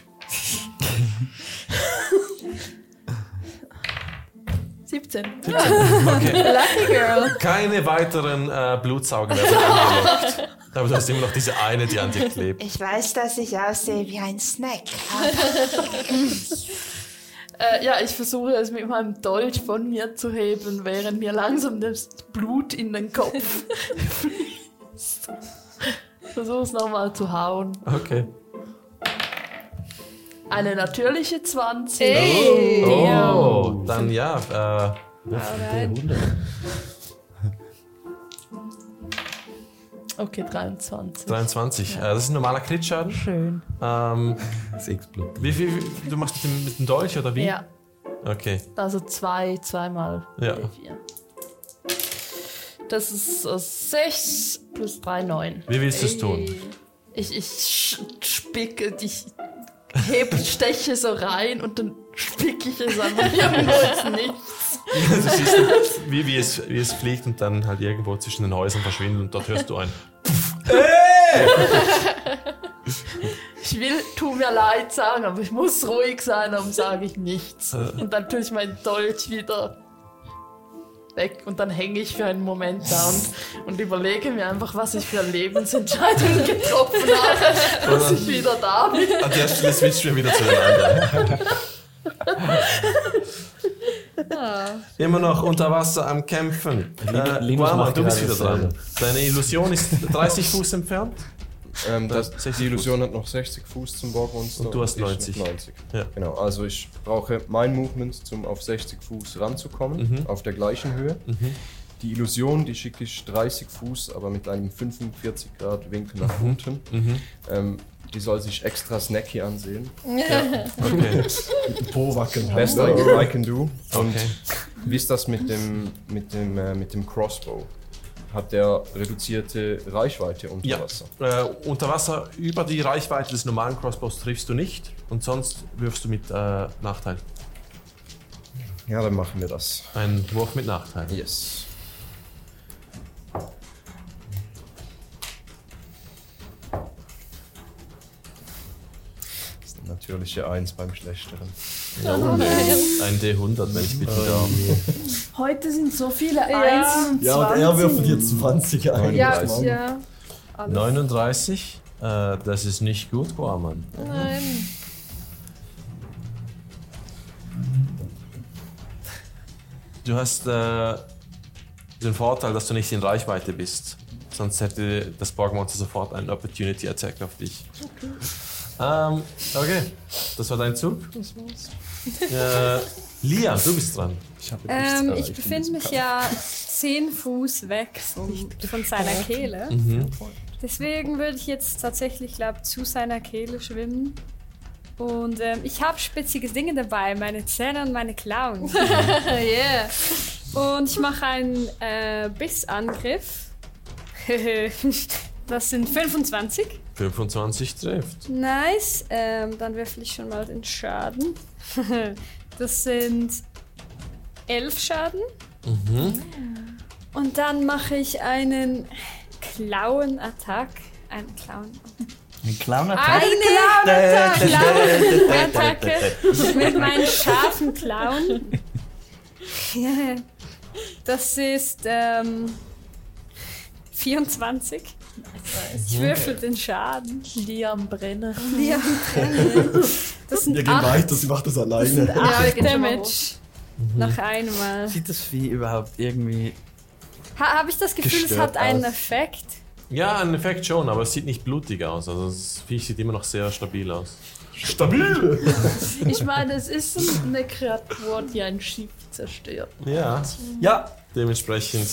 Speaker 5: 17.
Speaker 1: Okay.
Speaker 3: Lucky Girl.
Speaker 1: Keine weiteren äh, Blutsaugen werden angelockt. Aber du hast immer noch diese eine, die an dir klebt.
Speaker 7: Ich weiß, dass ich aussehe wie ein Snack.
Speaker 5: Äh, ja, ich versuche es mit meinem Dolch von mir zu heben, während mir langsam das Blut in den Kopf fließt. Versuche es nochmal zu hauen.
Speaker 1: Okay.
Speaker 5: Eine natürliche 20.
Speaker 3: Hey!
Speaker 1: Oh, dann ja. Äh,
Speaker 5: Okay, 23.
Speaker 1: 23. Äh, das ist ein normaler Kritschaden.
Speaker 5: Schön.
Speaker 1: Ähm,
Speaker 4: Sechs Blut.
Speaker 1: wie viel, wie- du machst mit dem, mit dem Dolch oder wie?
Speaker 5: Ja,
Speaker 1: Okay.
Speaker 5: also zwei, zweimal.
Speaker 1: Ja.
Speaker 5: Vier. Das ist 6 plus 3, 9.
Speaker 1: Wie willst du es tun?
Speaker 5: Ich, ich sch- spicke, ich heb, steche so rein und dann spicke ich es einfach irgendwo ins Nichts.
Speaker 1: du Also siehst, wie, wie, es, wie es fliegt und dann halt irgendwo zwischen den Häusern verschwindet und dort hörst du ein.
Speaker 5: Ich will, tu mir leid sagen, aber ich muss ruhig sein, darum sage ich nichts.
Speaker 1: Äh.
Speaker 5: Und dann tue ich meinen Dolch wieder weg und dann hänge ich für einen Moment da und, und überlege mir einfach, was ich für Lebensentscheidungen getroffen habe, dass ich wieder da bin.
Speaker 1: An der Stelle switchen wir wieder zueinander. Immer noch unter Wasser am Kämpfen. Äh,
Speaker 13: Linus
Speaker 1: Guama,
Speaker 13: macht
Speaker 1: du bist wieder
Speaker 13: gerade
Speaker 1: dran.
Speaker 13: dasselbe.
Speaker 1: Deine Illusion ist 30 Fuß entfernt.
Speaker 6: Ähm, das,
Speaker 1: 60
Speaker 6: die Illusion hat noch 60 Fuß zum Borgmonster.
Speaker 1: Und du hast
Speaker 6: ich noch
Speaker 1: 90.
Speaker 6: 90.
Speaker 1: Ja.
Speaker 6: Genau, also ich brauche mein Movement, um auf 60 Fuß
Speaker 1: Mhm.
Speaker 6: ranzukommen, auf der gleichen Höhe.
Speaker 13: Mhm.
Speaker 6: Die Illusion, die schicke ich 30 Fuß, aber mit einem 45 Grad Winkel
Speaker 1: Mhm.
Speaker 6: nach unten. Ähm, die soll sich extra snacky ansehen.
Speaker 1: Okay.
Speaker 9: Po wackeln.
Speaker 6: Best I, I can do. Und
Speaker 1: Okay.
Speaker 6: wie ist das mit dem, mit dem, äh, mit dem Crossbow? Hat der reduzierte Reichweite unter
Speaker 1: Ja.
Speaker 6: Wasser?
Speaker 1: Äh, unter Wasser über die Reichweite des normalen Crossbows triffst du nicht und sonst wirfst du mit äh, Nachteil.
Speaker 6: Ja, dann machen wir das.
Speaker 1: Ein Wurf mit Nachteil.
Speaker 6: Yes. Das ist eine natürliche 1 beim Schlechteren.
Speaker 1: Ein D100, wenn ich bitten
Speaker 13: Oh
Speaker 1: darf.
Speaker 5: Heute sind so viele
Speaker 3: Ja.
Speaker 5: Einsen und
Speaker 9: Ja, und
Speaker 5: Zwanzig.
Speaker 9: er wirft dir 20 ein.
Speaker 3: Ja,
Speaker 9: Mann.
Speaker 3: ja.
Speaker 1: 39, äh, das ist nicht gut, Guaman.
Speaker 3: Nein.
Speaker 1: Du hast äh, den Vorteil, dass du nicht in Reichweite bist. Sonst hätte das Borgmonster sofort einen Opportunity Attack auf dich. Ähm, okay, das war dein Zug. Äh, Lia, du bist dran.
Speaker 2: Ähm, ich befinde mich ja 10 Fuß weg vom, von seiner Kehle. Deswegen würde ich jetzt tatsächlich, glaube zu seiner Kehle schwimmen. Und ähm, ich habe spitziges Dinge dabei, meine Zähne und meine Klauen.
Speaker 3: Yeah.
Speaker 2: Und ich mache einen äh, Bissangriff. das sind 25.
Speaker 1: 25 trifft.
Speaker 2: Nice. Ähm, dann würfel ich schon mal den Schaden. das sind elf Schaden. Und dann mache ich einen Klauenattack. Einen Klauen.
Speaker 4: Ein Clown
Speaker 2: Eine Klauenattacke mit meinen scharfen Klauen. Ja. Das ist ähm, 24. Ich würfel den Schaden.
Speaker 5: Liam Brenner.
Speaker 2: Ja. Das
Speaker 9: Wir
Speaker 2: sind
Speaker 9: gehen
Speaker 2: acht
Speaker 9: weiter, sie macht das alleine.
Speaker 3: Ja, wir gehen schon mal hoch.
Speaker 2: Damage. Noch einmal.
Speaker 13: Sieht das Vieh überhaupt irgendwie.
Speaker 2: Ha, Habe ich das Gefühl, es
Speaker 9: Gestört
Speaker 2: hat einen
Speaker 9: aus.
Speaker 2: Effekt?
Speaker 1: Ja, ein Effekt schon, aber es sieht nicht blutig aus. Also das Viech sieht immer noch sehr stabil aus.
Speaker 9: Stabil!
Speaker 5: Ich meine, es ist eine Kreatur, die ein Schiff zerstört.
Speaker 1: Ja,
Speaker 4: Ja,
Speaker 1: dementsprechend.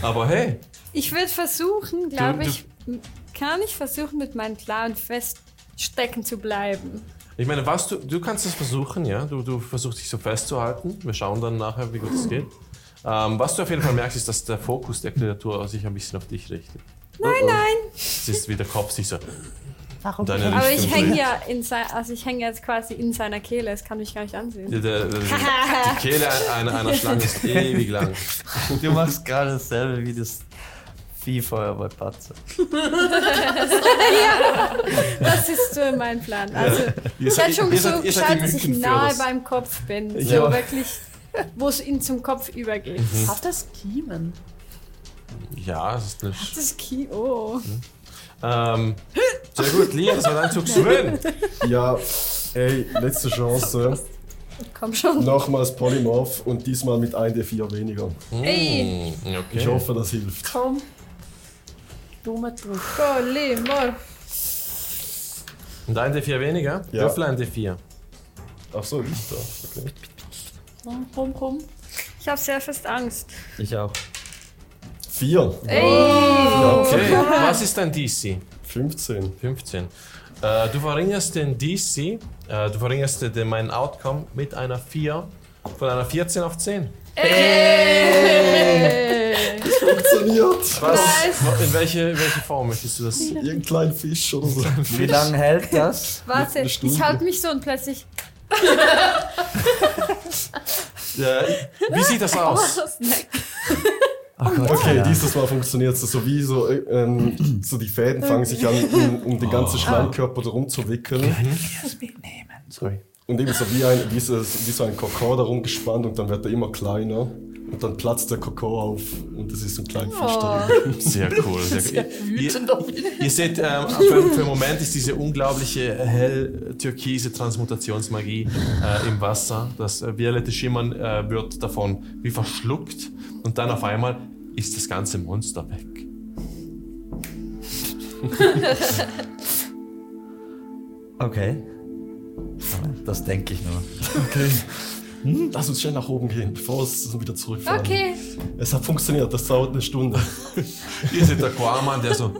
Speaker 1: Aber hey,
Speaker 2: Ich würde versuchen, glaube
Speaker 1: du-
Speaker 2: ich, m- kann ich versuchen, mit meinen Klauen feststecken zu bleiben.
Speaker 1: ich meine, was du, du kannst es versuchen, ja. Du, du versuchst dich so festzuhalten. Wir schauen dann nachher, wie gut es geht. Ähm, was du auf jeden Fall merkst, ist, dass der Fokus der Kreatur sich ein bisschen auf dich richtet. Oh,
Speaker 2: Nein, nein.
Speaker 1: Es ist wie der Kopf sich so. Warum?
Speaker 2: Aber ich hänge ja in sein, also ich hänge jetzt quasi in seiner Kehle. Es kann mich gar nicht ansehen.
Speaker 1: Die, die, die Kehle einer, einer Schlange ist ewig lang.
Speaker 4: du machst gerade dasselbe wie das Viehfeuer bei Patze.
Speaker 2: Das ist äh, mein Plan. Also
Speaker 1: Ihr
Speaker 2: ich hätte schon
Speaker 1: ihr seid-
Speaker 2: so
Speaker 1: ihr seid
Speaker 2: geschaut,
Speaker 1: die
Speaker 2: dass ich
Speaker 1: Mückenführer.
Speaker 2: nahe beim Kopf bin, so
Speaker 1: Ja.
Speaker 2: wirklich, wo es ihm zum Kopf übergeht.
Speaker 5: Hat das Kiemen?
Speaker 1: Ja, es ist eine. Sch
Speaker 2: Das ist Ki oh.
Speaker 1: ähm, sehr gut, Lia, das war dein Zug. Schön.
Speaker 9: Ja, ey, letzte Chance.
Speaker 2: Komm schon.
Speaker 9: Nochmals Polymorph und diesmal mit 1d4 weniger.
Speaker 2: Ey.
Speaker 1: Hm, Okay.
Speaker 9: Ich hoffe, das hilft.
Speaker 5: Komm. Dumme Druck.
Speaker 3: Polymorph.
Speaker 1: Und ein D4 weniger?
Speaker 9: Ja.
Speaker 1: Würfel ein D4.
Speaker 9: Ach so, ich darf. Okay.
Speaker 5: Rum, rum, rum.
Speaker 2: Ich habe sehr fest Angst.
Speaker 13: Ich auch.
Speaker 9: 4,
Speaker 1: Okay. Was ist dein DC?
Speaker 9: 15.
Speaker 1: 15. Äh, du verringerst den DC, äh, du verringerst den, mein Outcome mit einer 4, von einer 14 auf 10.
Speaker 9: Funktioniert!
Speaker 1: Was? wo- In welche, welche Form möchtest du das?
Speaker 9: Irgendein kleiner Fisch oder so.
Speaker 4: Wie lange hält das?
Speaker 2: Warte,
Speaker 9: Eine Stunde.
Speaker 2: ich halte mich so und plötzlich.
Speaker 1: Äh, wie sieht das aus?
Speaker 9: Okay, dieses Mal funktioniert es so wie so, äh, ähm, so die Fäden fangen sich an, um, um den ganzen Schleimkörper drum zu wickeln.
Speaker 13: Sorry.
Speaker 9: Und eben so wie, ein, wie, so, wie so ein Kokon darum gespannt und dann wird er immer kleiner. Und dann platzt der Kokon auf und es ist ein kleiner Fisch
Speaker 1: Oh.
Speaker 9: drin.
Speaker 1: Sehr cool, sehr Sehr cool. wütend Ihr seht, ähm, für, für
Speaker 9: ähm,
Speaker 1: einen Moment ist diese unglaubliche hell-türkise Transmutationsmagie äh, im Wasser. Das äh, violette Schimmern äh, wird davon wie verschluckt und dann auf einmal ist das ganze Monster weg.
Speaker 4: Okay. Das denke ich nur.
Speaker 9: Okay. Hm, Lass uns schnell nach oben gehen, bevor es wieder zurückfahren.
Speaker 3: Okay.
Speaker 9: Es hat funktioniert, das dauert eine Stunde.
Speaker 1: Ihr seht der Aquaman, der so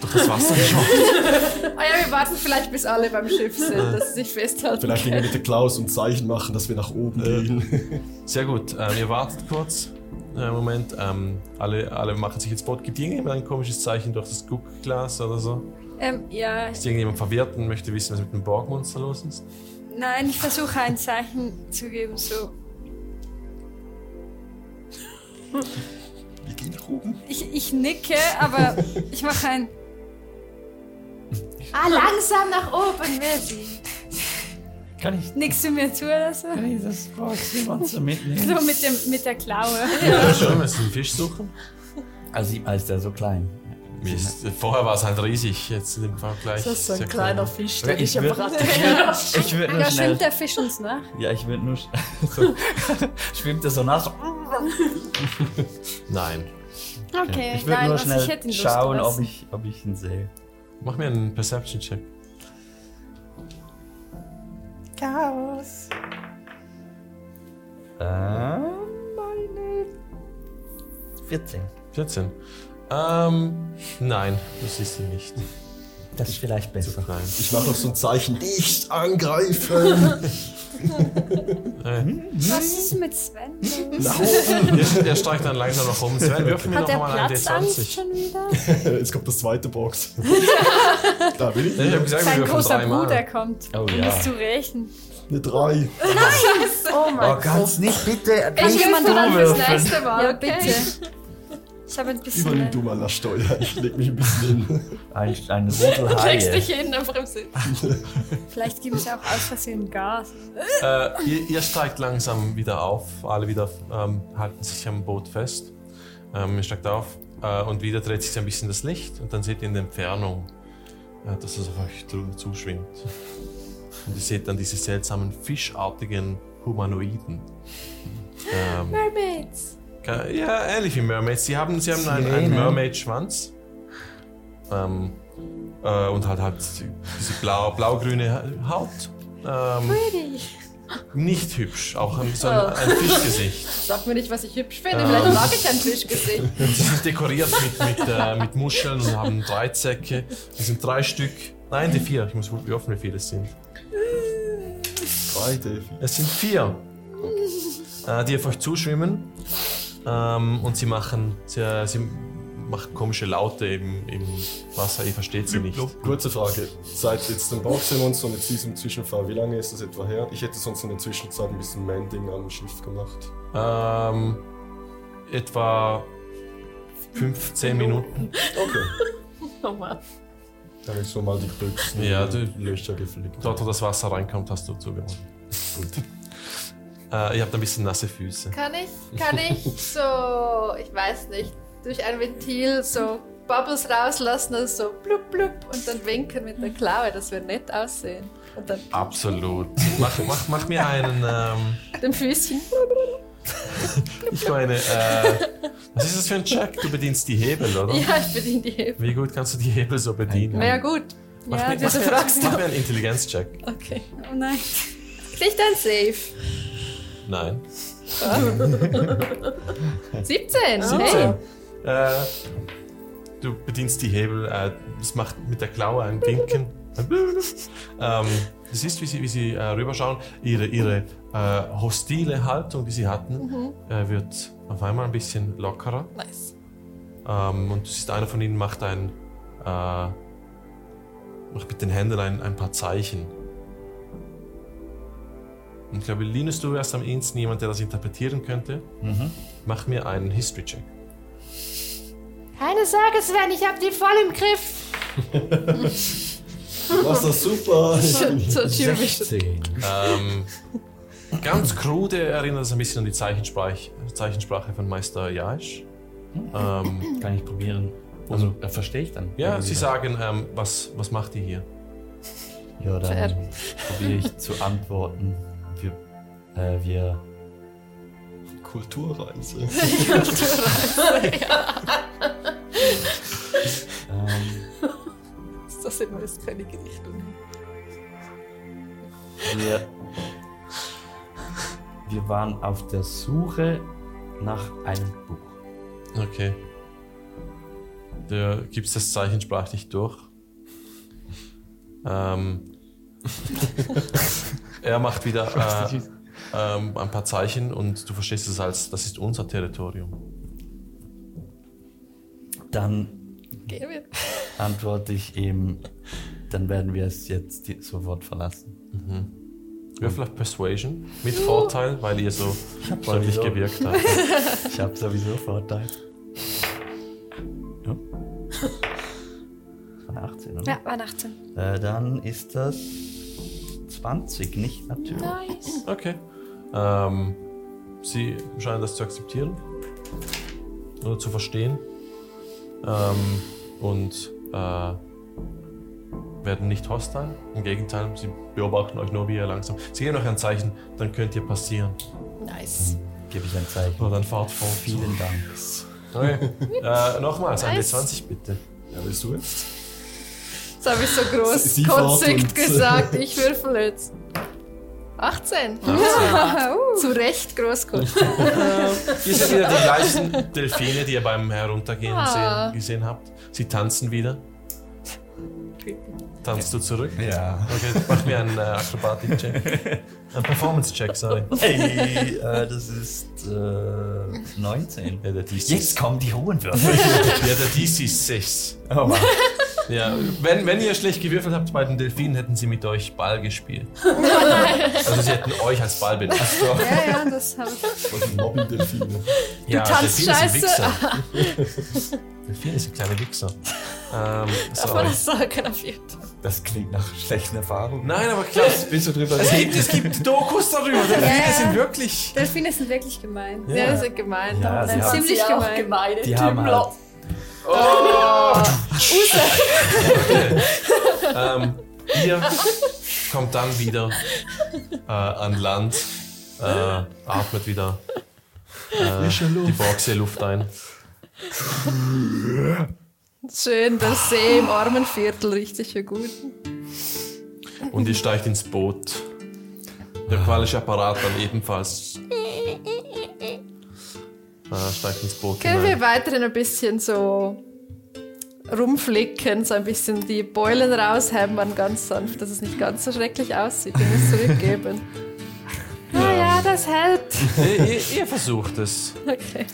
Speaker 1: durch das Wasser
Speaker 2: Ah
Speaker 3: Oh ja, wir warten vielleicht, bis alle beim Schiff sind, dass sie sich festhalten.
Speaker 9: Vielleicht gehen wir mit der Klaus und Zeichen machen, dass wir nach oben gehen.
Speaker 1: Sehr gut, ähm, ihr wartet kurz. Äh, Moment, ähm, alle, alle machen sich ins Boot. Gibt irgendjemand ein komisches Zeichen durch das Guckglas oder so?
Speaker 2: Ähm, ja,
Speaker 1: Ist irgendjemand verwirrt und möchte wissen, was mit dem Borgmonster los ist?
Speaker 2: nein, ich versuche ein Zeichen zu geben, so.
Speaker 9: Wir gehen nach oben.
Speaker 2: Ich, ich nicke, aber ich mache ein.
Speaker 3: Ah, langsam nach oben will sie.
Speaker 13: Kann ich
Speaker 2: Nickst du mir zu oder so? Kann
Speaker 13: ich das Borgmonster mitnehmen?
Speaker 2: So mit, dem, mit der Klaue.
Speaker 1: Ja, schon, wir sind Fisch suchen.
Speaker 4: Also sieht man, ist der so klein.
Speaker 1: Mir ist, vorher war es halt riesig, jetzt in dem Vergleich.
Speaker 5: Das ist so ein
Speaker 1: sehr
Speaker 5: kleiner
Speaker 1: klein.
Speaker 5: Fisch, der
Speaker 13: Ich
Speaker 5: dich
Speaker 13: würd-
Speaker 5: einfach
Speaker 13: ich würd- ich würd nur
Speaker 2: da
Speaker 13: schnell-
Speaker 2: schwimmt der Fisch uns nach.
Speaker 9: Hm?
Speaker 4: Ja, ich würde nur. sch- So, schwimmt er so nach. So.
Speaker 1: Nein.
Speaker 2: Okay,
Speaker 4: ich würde
Speaker 2: nein,
Speaker 4: nur
Speaker 2: also
Speaker 4: schnell
Speaker 2: ich hätte ihn Lust
Speaker 4: schauen,
Speaker 2: drauf.
Speaker 4: ob ich, ob ich ihn sehe.
Speaker 1: Mach mir einen Perception-Check.
Speaker 13: Chaos.
Speaker 4: Ähm, meine 14.
Speaker 1: 14. Ähm, nein, du siehst ihn nicht.
Speaker 4: Das ist vielleicht besser.
Speaker 1: Nein.
Speaker 9: Ich mache noch so ein Zeichen, nicht angreifen.
Speaker 2: Was ist mit Sven?
Speaker 1: er, er steigt dann langsam nach oben. Sven, wirfen wir
Speaker 2: Hat er
Speaker 1: nochmal einen
Speaker 2: Platzangst
Speaker 1: D20.
Speaker 2: schon wieder?
Speaker 9: Jetzt kommt das zweite Box. da bin ich.
Speaker 1: Ich hab gesagt, wir
Speaker 2: Sein
Speaker 1: dürfen
Speaker 2: großer
Speaker 1: dreimal.
Speaker 2: Bruder kommt.
Speaker 4: Oh
Speaker 2: um
Speaker 4: ja.
Speaker 2: das zu rächen.
Speaker 9: Eine 3.
Speaker 2: Oh
Speaker 4: Oh, ganz nicht, bitte.
Speaker 3: Ich
Speaker 4: nicht
Speaker 3: will dann fürs
Speaker 4: zuwürfeln.
Speaker 3: nächste Mal.
Speaker 2: Ja,
Speaker 3: okay?
Speaker 2: bitte. Ich habe ein bisschen.
Speaker 9: Übernimm du mal das Steuer. Ich leg mich ein bisschen hin.
Speaker 4: Ein, ein Rudel
Speaker 3: Legst
Speaker 4: Haie.
Speaker 3: dich hin, einfach im Sinn.
Speaker 2: Vielleicht geben sie auch aus Versehen Gas.
Speaker 1: Äh, ihr, ihr steigt langsam wieder auf. Alle wieder ähm, halten sich am Boot fest. Ähm, ihr steigt auf äh, und wieder dreht sich ein bisschen das Licht und dann seht ihr in der Entfernung, äh, dass es auf euch zu- zuschwimmt. Und ihr seht dann diese seltsamen fischartigen Humanoiden. Ähm,
Speaker 3: Mermaids.
Speaker 1: Ka- Ja, ähnlich wie Mermaids. Sie haben, sie haben einen, einen
Speaker 13: Sirenen.
Speaker 1: Mermaid-Schwanz. Ähm, äh, und halt halt diese blau, blau-grüne Ha- Haut. Ähm,
Speaker 3: Pretty.
Speaker 1: nicht hübsch, auch ein, so ein, ein Fischgesicht.
Speaker 3: Sag mir nicht, was ich hübsch finde.
Speaker 1: Ähm.
Speaker 3: Vielleicht mag ich ein Fischgesicht.
Speaker 1: Und sie sind dekoriert mit, mit, äh, mit Muscheln und haben drei Zäcke. Das sind drei Stück. Nein, die vier. Ich muss offen, wie viele es sind.
Speaker 9: 3, Davy.
Speaker 1: Es sind vier, äh, die auf euch zuschwimmen. Ähm, und sie machen, sie, äh, sie machen komische Laute im, im Wasser. Ihr versteht sie nicht.
Speaker 9: Kurze Frage. Seit jetzt dem Bauchseemonster und jetzt diesem Zwischenfall, wie lange ist das etwa her? Ich hätte sonst in der Zwischenzeit ein bisschen Mending am Schiff gemacht.
Speaker 1: Ähm, etwa 15 Minuten.
Speaker 9: Okay.
Speaker 5: Oh Mann.
Speaker 9: Dann ist so mal die gröbsten
Speaker 1: Ja, du-
Speaker 9: Löcher geflickt.
Speaker 1: Dort, wo das Wasser reinkommt, hast du zugenommen. Gut. Äh, ihr habt ein bisschen nasse Füße.
Speaker 3: Kann ich, kann ich so, ich weiß nicht, durch ein Ventil so Bubbles rauslassen, also so blub blub und dann winken mit der Klaue, das wird nett aussehen. Und dann
Speaker 1: Absolut. Mach, mach, mach mir einen. Ähm,
Speaker 3: mit dem Füßchen.
Speaker 1: ich meine, äh, was ist das für ein Check? Du bedienst die Hebel, oder?
Speaker 3: Ja, ich bediene die Hilfe.
Speaker 1: Wie gut kannst du die Hebel so bedienen?
Speaker 3: Na ja, gut.
Speaker 1: Mach,
Speaker 2: Ja,
Speaker 1: mir, mach,
Speaker 2: wieso
Speaker 1: mir,
Speaker 2: fragst
Speaker 1: mach mir einen Intelligenzcheck.
Speaker 3: Okay.
Speaker 2: Oh nein.
Speaker 3: Krieg dann safe.
Speaker 1: Nein.
Speaker 3: 17. Hey.
Speaker 1: Äh, du bedienst die Hebel, äh, das macht mit der Klaue ein Winken. ähm, du siehst, wie sie, wie sie äh, rüberschauen. Ihre, ihre äh, hostile Haltung, die sie hatten,
Speaker 3: Mhm.
Speaker 1: äh, wird auf einmal ein bisschen lockerer.
Speaker 3: Nice.
Speaker 1: Ähm, und du siehst, einer von ihnen macht ein. Äh, macht mit den Händen ein, ein paar Zeichen. Und ich glaube, Linus, du wärst am ehesten jemand, der das interpretieren könnte. Mach mir einen History-Check.
Speaker 3: Keine Sorge, Sven, ich hab die voll im Griff.
Speaker 9: Du machst das super.
Speaker 3: So, so typisch.
Speaker 13: 16.
Speaker 1: Ähm, Ganz krude erinnert es ein bisschen an die Zeichensprache, Zeichensprache von Meister Jaisch. Ähm,
Speaker 13: Kann ich probieren. Also, da verstehe ich dann.
Speaker 1: ja,
Speaker 13: Irgendwie
Speaker 1: sie
Speaker 13: was.
Speaker 1: sagen, ähm, was, was macht ihr hier?
Speaker 4: Ja,
Speaker 5: Fair.
Speaker 4: dann probiere ich zu antworten. Wir, äh, wir
Speaker 9: Kulturreise.
Speaker 4: ähm,
Speaker 5: Ist das immer ist keine Gerichtung?
Speaker 4: Wir, wir waren auf der Suche nach einem Buch.
Speaker 1: Okay. Du gibst das zeichensprachlich durch. Ähm, er macht wieder äh, ähm, ein paar Zeichen und du verstehst es als, das ist unser Territorium.
Speaker 4: Dann antworte ich ihm, dann werden wir es jetzt die- sofort verlassen.
Speaker 1: Würfel auf Persuasion mit Vorteil, weil ihr so freundlich
Speaker 4: sowieso-
Speaker 1: gewirkt habt.
Speaker 4: Ich habe sowieso Vorteil. Ja. Das waren 18, oder?
Speaker 2: Ja, war 18.
Speaker 4: Äh, dann ist das 20, nicht natürlich.
Speaker 2: Nice.
Speaker 1: Okay. Ähm, sie scheinen das zu akzeptieren oder zu verstehen ähm, und äh, werden nicht hostile. Im Gegenteil, sie beobachten euch nur, wie ihr langsam. Sie geben euch ein Zeichen, dann könnt ihr passieren.
Speaker 5: Nice.
Speaker 4: Gebe ich ein Zeichen.
Speaker 1: Oder dann fahrt fort.
Speaker 4: Vielen Dank.
Speaker 1: Okay. äh, nochmals, ein
Speaker 2: Nice.
Speaker 1: D20 bitte.
Speaker 9: Ja, willst du jetzt?
Speaker 3: Das habe ich so groß
Speaker 9: Sie- sie
Speaker 3: konzigt
Speaker 9: fahrt uns.
Speaker 3: gesagt. Ich würfel jetzt.
Speaker 1: 18.
Speaker 3: 18. Ja, uh. Zu Recht groß konzigt. Ähm,
Speaker 1: Ihr seht wieder die gleichen Delfine, die ihr beim Heruntergehen
Speaker 3: Ah.
Speaker 1: sehen, gesehen habt. Sie tanzen wieder. Tanzt du zurück?
Speaker 4: Ja.
Speaker 1: Okay, mach mir einen äh, Akrobatik-Check. Ein Performance-Check, sorry.
Speaker 4: Hey, äh, das ist äh, 19.
Speaker 1: Ja, der DC.
Speaker 4: Jetzt kommen die hohen Würfel.
Speaker 1: Ja, der DC ist 6.
Speaker 4: Oh, wow.
Speaker 1: Ja, wenn, wenn ihr schlecht gewürfelt habt bei den Delfinen, hätten sie mit euch Ball gespielt. Also sie hätten euch als Ball benutzt.
Speaker 3: ja, ja, das habe ich.
Speaker 9: Was Mobbing-Delfine.
Speaker 1: Ja,
Speaker 3: tanzt
Speaker 1: Delfine sind
Speaker 3: scheiße.
Speaker 1: Wichser. Delfine sind kleine Wichser. Ähm,
Speaker 2: Aber
Speaker 1: sorry.
Speaker 2: das
Speaker 5: genau.
Speaker 2: sagen auf jeden Fall.
Speaker 13: Das klingt nach schlechten Erfahrungen.
Speaker 1: Nein, aber klar,
Speaker 13: Willst du drüber
Speaker 1: es gibt, es gibt Dokus darüber. Delfine
Speaker 3: Ja.
Speaker 1: sind wirklich...
Speaker 2: Delfine sind wirklich gemein.
Speaker 3: Ja, das ist gemein.
Speaker 4: Ja, sie haben-
Speaker 3: Ziemlich
Speaker 5: auch
Speaker 3: gemein.
Speaker 5: gemeine
Speaker 4: Die haben
Speaker 5: Tümmler.
Speaker 4: halt-
Speaker 1: Ähm, ihr kommt dann wieder äh, an Land, äh, atmet wieder äh, die Borgsee-Luft ein.
Speaker 3: Schön, der See im Armenviertel richtig für gut.
Speaker 1: Und ihr steigt ins Boot. Der qualische Apparat dann ebenfalls. Äh, steigt ins Boot.
Speaker 3: Können wir
Speaker 1: Hinein.
Speaker 3: weiterhin ein bisschen so rumflicken, so ein bisschen die Beulen raushämmern, ganz sanft, dass es nicht ganz so schrecklich aussieht. Wir müssen zurückgeben. Ah ja, das hält.
Speaker 1: Ihr, ihr, ihr versucht es.
Speaker 3: Okay.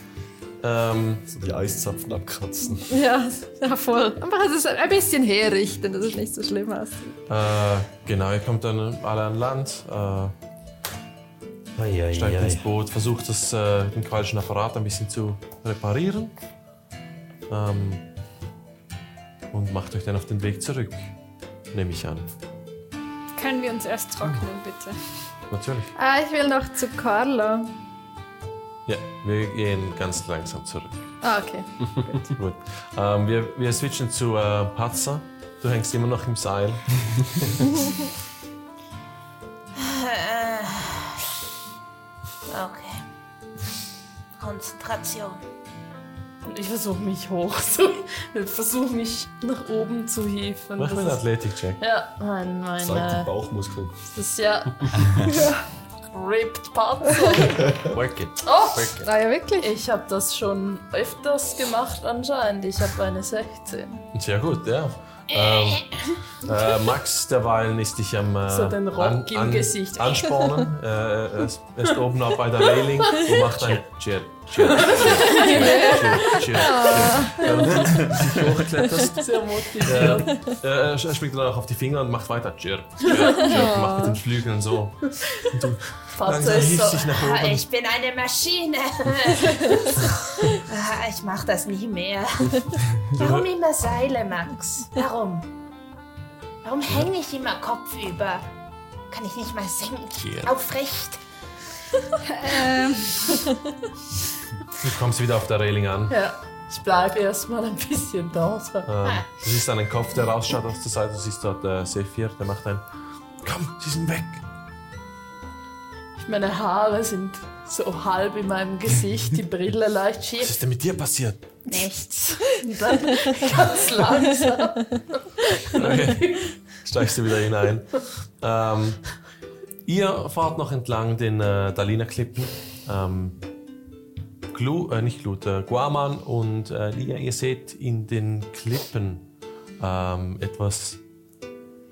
Speaker 1: Ähm,
Speaker 9: So die Eiszapfen abkratzen.
Speaker 3: Ja, ja voll. Aber es ist ein bisschen herrichten, dass es nicht so schlimm aussieht.
Speaker 1: äh, genau, ihr kommt dann alle an Land, äh,
Speaker 4: Ei, ei,
Speaker 1: steigt ins
Speaker 4: ei.
Speaker 1: Boot, versucht das, äh, den qualischen Apparat ein bisschen zu reparieren. Ähm, und macht euch dann auf den Weg zurück. Nehme ich an.
Speaker 2: Können wir uns erst trocknen, bitte?
Speaker 1: Natürlich.
Speaker 3: Ah, ich will noch zu Carlo.
Speaker 1: Ja, wir gehen ganz langsam zurück.
Speaker 3: Ah, okay.
Speaker 1: Gut. Ähm, wir, wir switchen zu äh, Patzer. Du hängst immer noch im Seil.
Speaker 7: Äh, Okay. Konzentration.
Speaker 5: Und ich versuche mich hoch zu. versuche mich nach oben zu hieven.
Speaker 1: Mach mir einen
Speaker 5: das ist,
Speaker 1: Athletik-Check.
Speaker 5: ja, mein, mein,
Speaker 9: Zeigt die
Speaker 5: äh,
Speaker 9: Bauchmuskeln.
Speaker 5: das ist ja. Ripped Parts.
Speaker 1: Work it.
Speaker 5: Oh,
Speaker 3: Ah ja, wirklich?
Speaker 5: ich habe das schon öfters gemacht anscheinend. Ich habe eine 16.
Speaker 1: Sehr gut, ja. Ähm, äh, Max derweilen ist dich am äh,
Speaker 5: So den Rock im Gesicht.
Speaker 1: anspornen. Äh, er ist, er ist oben auch bei der Reling und macht ein Cheer, Cheer, Cheer, Cheer, Cheer, Cheer. Während du dich hochkletterst,
Speaker 5: Sehr motiviert.
Speaker 1: äh, er er springt dann auch auf die Finger und macht weiter Cheer, Cheer, Cheer. Macht mit den Flügeln so. Und du
Speaker 5: Patze
Speaker 1: langsam
Speaker 5: ist
Speaker 1: hilfst
Speaker 5: so.
Speaker 1: dich nach
Speaker 7: Ah,
Speaker 1: oben.
Speaker 7: Ich bin eine Maschine. Ah, ich mach das nie mehr. Warum immer Seile, Max? Warum? Warum hänge ich immer kopfüber? Kann ich nicht mal sinken?
Speaker 1: Hier.
Speaker 7: Aufrecht.
Speaker 3: ähm,
Speaker 1: Du kommst wieder auf der Reling an.
Speaker 5: Ja, ich bleibe erstmal ein bisschen da. So.
Speaker 1: Ähm, du siehst einen Kopf, der rausschaut aus der Seite. Du siehst dort äh, Sephir, der macht ein. Komm, sie sind weg.
Speaker 5: Meine Haare sind so halb in meinem Gesicht, die Brille leicht
Speaker 1: Was
Speaker 5: schief.
Speaker 1: ist denn mit dir passiert?
Speaker 7: Nichts.
Speaker 5: Und dann ganz langsam.
Speaker 1: Okay. Steigst du wieder hinein. Ähm, ihr fahrt noch entlang den äh, Daliner Klippen. Ähm, Glu, äh, nicht Glut, äh, Guaman und äh, Lia, ihr seht in den Klippen ähm, etwas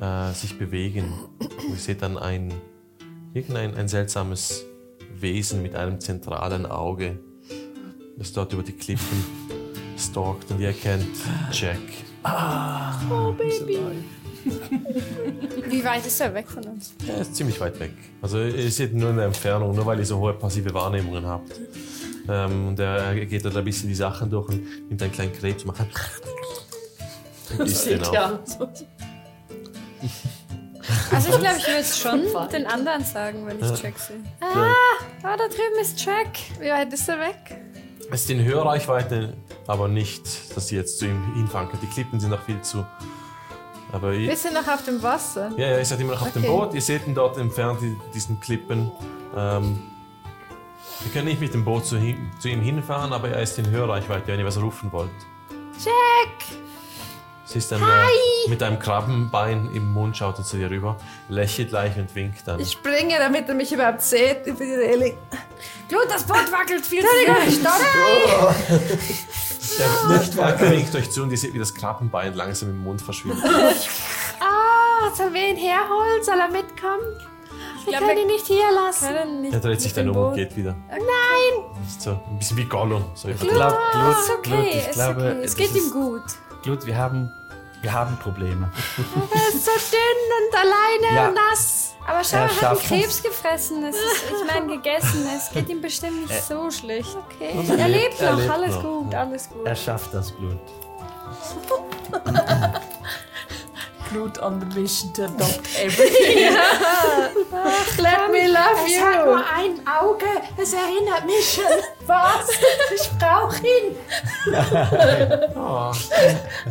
Speaker 1: äh, sich bewegen. Und ihr seht dann ein, irgendein ein seltsames Wesen mit einem zentralen Auge, das dort über die Klippen stalkt und ihr erkennt Jack.
Speaker 5: Ah.
Speaker 2: Oh, Baby. Wie weit ist er weg von uns?
Speaker 1: Er ist ziemlich weit weg. Also ihr seht ihn nur in der Entfernung, nur weil ihr so hohe passive Wahrnehmungen habt. Ähm, und er geht dann ein bisschen die Sachen durch und nimmt einen kleinen Krebs und macht halt und isst den
Speaker 5: Sieht
Speaker 1: auch.
Speaker 5: ja so.
Speaker 2: Also ich glaube, ich würde es
Speaker 3: Hm?
Speaker 2: schon
Speaker 5: Weit.
Speaker 2: den anderen sagen, wenn ich Jack sehe.
Speaker 1: Ja.
Speaker 2: Ah, da drüben ist Jack.
Speaker 3: wie weit ist er weg?
Speaker 1: Ist in Hörreichweite, aber nicht, dass sie jetzt zu ihm hinfahren könnt. Die Klippen sind noch viel zu. Aber ihr,
Speaker 3: Wir sind noch auf dem Wasser.
Speaker 1: ja, ja, ihr seid immer noch auf dem
Speaker 3: Okay.
Speaker 1: Boot. Ihr seht ihn dort entfernt, die, diesen Klippen. Ähm, ihr könnt nicht mit dem Boot zu, ihm- zu ihm hinfahren, aber er ist in Hörreichweite, wenn ihr was rufen wollt.
Speaker 3: Jack!
Speaker 1: Sie ist dann äh, mit einem Krabbenbein im Mund, schaut er zu dir rüber, lächelt leicht und winkt dann.
Speaker 3: Ich springe, damit er mich überhaupt sieht. Über die Reling.
Speaker 2: Glut, das Boot wackelt viel zu
Speaker 3: Entschuldigung,
Speaker 2: sehr.
Speaker 3: stopp!
Speaker 1: Er nicht wacker, winkt euch zu und ihr seht, wie das Krabbenbein langsam im Mund verschwindet.
Speaker 3: Ah, soll wir ihn herholen? Soll er mitkommen? Ich
Speaker 2: glaub,
Speaker 3: kann
Speaker 2: wir-
Speaker 3: ihn nicht hier lassen.
Speaker 2: Können nicht
Speaker 1: Er dreht sich
Speaker 2: mit
Speaker 1: dann
Speaker 2: dem
Speaker 1: um und
Speaker 2: Boot.
Speaker 1: geht wieder.
Speaker 3: Nein!
Speaker 1: Ist so ein bisschen wie Gollum. So
Speaker 13: Ich glaube, Glut,
Speaker 2: Ist
Speaker 13: Glut,
Speaker 2: Ah, okay,
Speaker 13: ich
Speaker 2: ist
Speaker 13: glaube,
Speaker 2: okay. Es
Speaker 13: das
Speaker 2: geht ihm
Speaker 13: ist-
Speaker 2: gut.
Speaker 13: Glut, wir haben, wir haben Probleme.
Speaker 3: Er ist so dünn und alleine
Speaker 13: Ja.
Speaker 3: und nass.
Speaker 2: Aber schau,
Speaker 13: Er
Speaker 2: er hat einen
Speaker 13: schafft
Speaker 2: Krebs gefressen. Es ist, ich meine, gegessen. Es geht ihm bestimmt nicht so schlecht. Okay. Er lebt
Speaker 13: Er
Speaker 2: noch.
Speaker 13: lebt
Speaker 2: alles
Speaker 13: noch.
Speaker 2: gut, alles gut.
Speaker 13: Er schafft das, Glut.
Speaker 5: Blut on the mission to adopt everything.
Speaker 3: Let me love
Speaker 7: Es
Speaker 1: Oh.
Speaker 7: hat nur
Speaker 3: you.
Speaker 7: ein Auge. Es erinnert mich an was. Ich brauche ihn.
Speaker 1: Oh,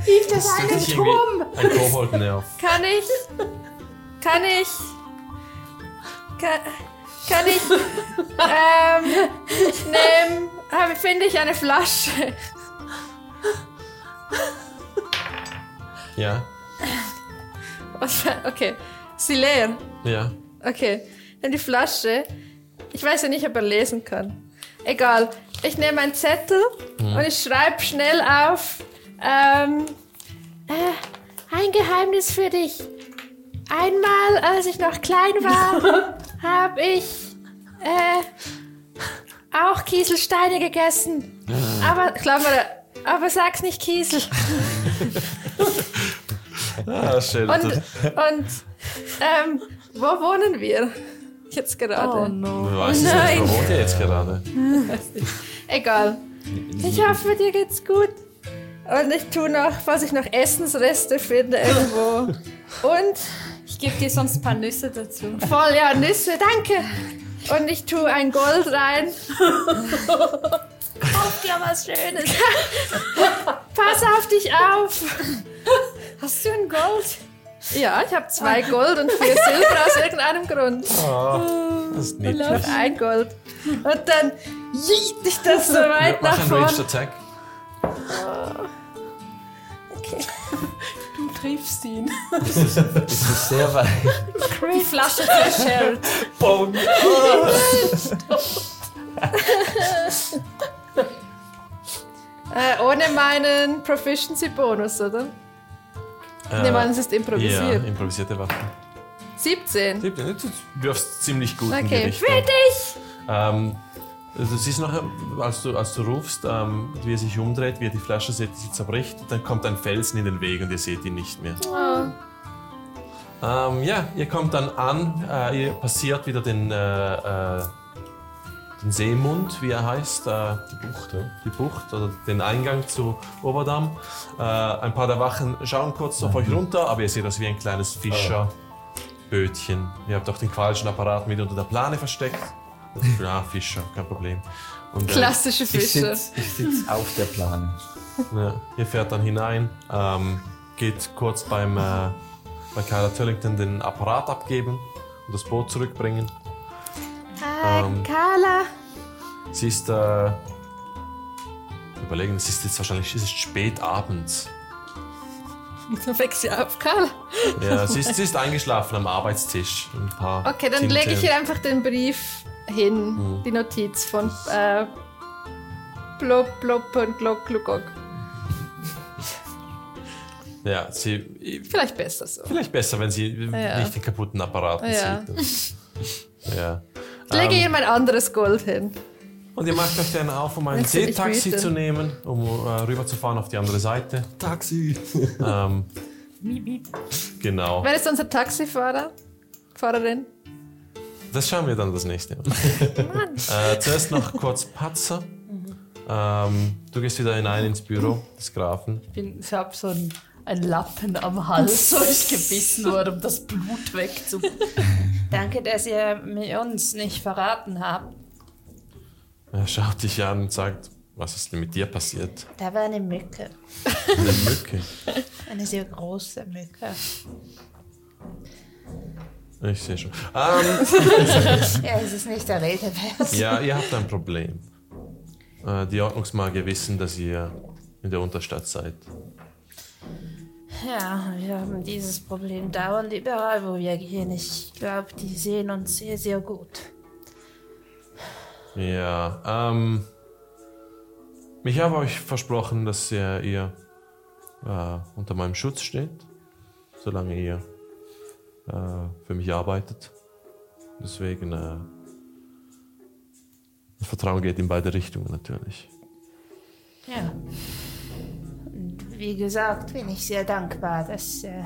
Speaker 7: Lief das
Speaker 1: das
Speaker 7: einen
Speaker 1: ist irgendwie
Speaker 7: Turm?
Speaker 1: ein Koboldnerv.
Speaker 3: Kann ich? Kann ich? Kann, kann ich? ähm, ich nehme. hab- Finde ich eine Flasche.
Speaker 1: Ja,
Speaker 3: Was war- Okay. Sie leeren.
Speaker 1: ja.
Speaker 3: Okay. Dann die Flasche. Ich weiß ja nicht, ob er lesen kann. Egal. Ich nehme einen Zettel
Speaker 1: Mhm.
Speaker 3: und ich schreibe schnell auf. Ähm, äh, ein Geheimnis für dich. Einmal, als ich noch klein war, habe ich äh, auch Kieselsteine gegessen. Aber, Klammer, aber sag's nicht Kiesel.
Speaker 1: Ah, schön.
Speaker 3: Und, und ähm, wo wohnen wir jetzt gerade?
Speaker 5: Oh no.
Speaker 1: du weißt es
Speaker 3: nein.
Speaker 1: nicht, wo wohnt ihr jetzt gerade?
Speaker 3: Egal. Ich hoffe, dir geht's gut. Und ich tue noch, falls ich noch Essensreste finde irgendwo. Und
Speaker 2: Ich gebe dir sonst ein paar Nüsse dazu.
Speaker 3: voll, ja, Nüsse, danke. Und ich tue ein Gold rein.
Speaker 7: Ja, was Schönes.
Speaker 3: Pass auf dich auf.
Speaker 2: Hast du ein Gold?
Speaker 3: Ja, ich habe zwei Gold und vier Silber aus irgendeinem Grund.
Speaker 2: Ah,
Speaker 1: Das ist niedlich.
Speaker 3: Ein Gold. Und dann jiet ich das so weit nach
Speaker 1: Mach einen Ranged
Speaker 3: vorn.
Speaker 1: Attack.
Speaker 5: Du triffst ihn.
Speaker 13: Das ist sehr weit.
Speaker 2: Die Flasche zerschellt.
Speaker 13: Boom.
Speaker 3: Äh, ohne meinen Proficiency-Bonus, oder?
Speaker 1: Äh,
Speaker 3: Nee, man, es ist
Speaker 1: ja,
Speaker 3: improvisiert.
Speaker 1: improvisierte Waffen.
Speaker 3: 17.
Speaker 1: Du wirfst ziemlich gut in die
Speaker 3: Okay,
Speaker 1: Richtung.
Speaker 3: für dich!
Speaker 1: Ähm, du siehst nachher, als du, als du rufst, ähm, wie er sich umdreht, wie er die Flasche sieht, die sie zerbricht, dann kommt ein Felsen in den Weg und ihr seht ihn nicht mehr.
Speaker 3: Oh.
Speaker 1: Ähm, ja, ihr kommt dann an, äh, ihr passiert wieder den, äh, äh, den Seemund, wie er heißt, äh, die, Bucht, ja? die Bucht oder den Eingang zu Oberdamm. Äh, ein paar der Wachen schauen kurz auf euch runter, aber ihr seht das wie ein kleines Fischerbötchen. Ihr habt auch den qualischen Apparat mit unter der Plane versteckt Ja, Fischer, kein Problem. Und, äh,
Speaker 3: Klassische
Speaker 13: Ich
Speaker 3: Fische.
Speaker 13: sitze sitz auf der Plane.
Speaker 1: Ja, Ne, ihr fährt dann hinein, ähm, geht kurz beim, äh, bei Kyla Tillington den Apparat abgeben und das Boot zurückbringen. Ähm,
Speaker 3: Carla.
Speaker 1: Sie ist, äh, überlegen, es ist jetzt wahrscheinlich, es ist spät abends.
Speaker 3: Dann wächst sie auf, Carla.
Speaker 1: Ja, sie ist, sie ist eingeschlafen am Arbeitstisch. Ein paar
Speaker 3: Okay, dann
Speaker 1: Tinte.
Speaker 3: lege ich ihr einfach den Brief hin,
Speaker 1: Mhm.
Speaker 3: die Notiz von äh, Blub, Blub und Glock, Glock, Glock.
Speaker 1: Ja, sie,
Speaker 3: Vielleicht besser so.
Speaker 1: vielleicht besser, wenn sie
Speaker 3: Ja.
Speaker 1: nicht den kaputten Apparat
Speaker 3: Ja.
Speaker 1: sieht. Ja.
Speaker 3: Ich lege
Speaker 1: Ähm,
Speaker 3: ihr mein anderes Gold hin.
Speaker 1: Und ihr macht euch dann auf, um ein
Speaker 3: Wenn sie mich
Speaker 1: Seetaxi
Speaker 3: wütet.
Speaker 1: zu nehmen, um äh, rüberzufahren auf die andere Seite.
Speaker 9: Taxi!
Speaker 1: Ähm, genau.
Speaker 3: Wer ist unser Taxifahrer? Fahrerin?
Speaker 1: Das schauen wir dann das nächste Mal. äh, zuerst noch kurz Patzer. Ähm, du gehst wieder hinein ins Büro des Grafen.
Speaker 5: Ich, bin- ich habe so einen, einen Lappen am Hals, wo ich gebissen wurde, um das Blut wegzu.
Speaker 7: Danke, dass ihr oh, mi- uns nicht verraten habt.
Speaker 1: Er schaut dich an und sagt, was ist denn mit dir passiert?
Speaker 7: Da war eine Mücke.
Speaker 1: Eine Mücke.
Speaker 7: Eine sehr große Mücke.
Speaker 1: Ich sehe schon. Ähm,
Speaker 7: Ja, es ist nicht der Rede wert.
Speaker 1: Ja, ihr habt ein Problem. Äh, Die Ordnungsmagier wissen, dass ihr in der Unterstadt seid.
Speaker 7: Ja, wir haben dieses Problem dauernd überall, wo wir gehen. Ich glaube, die sehen uns sehr, sehr gut.
Speaker 1: Ja, ähm. Ich habe euch versprochen, dass ihr, ihr äh, unter meinem Schutz steht, solange ihr äh, für mich arbeitet. Deswegen, äh, das Vertrauen geht in beide Richtungen natürlich.
Speaker 7: Ja. Und wie gesagt, bin ich sehr dankbar, dass äh,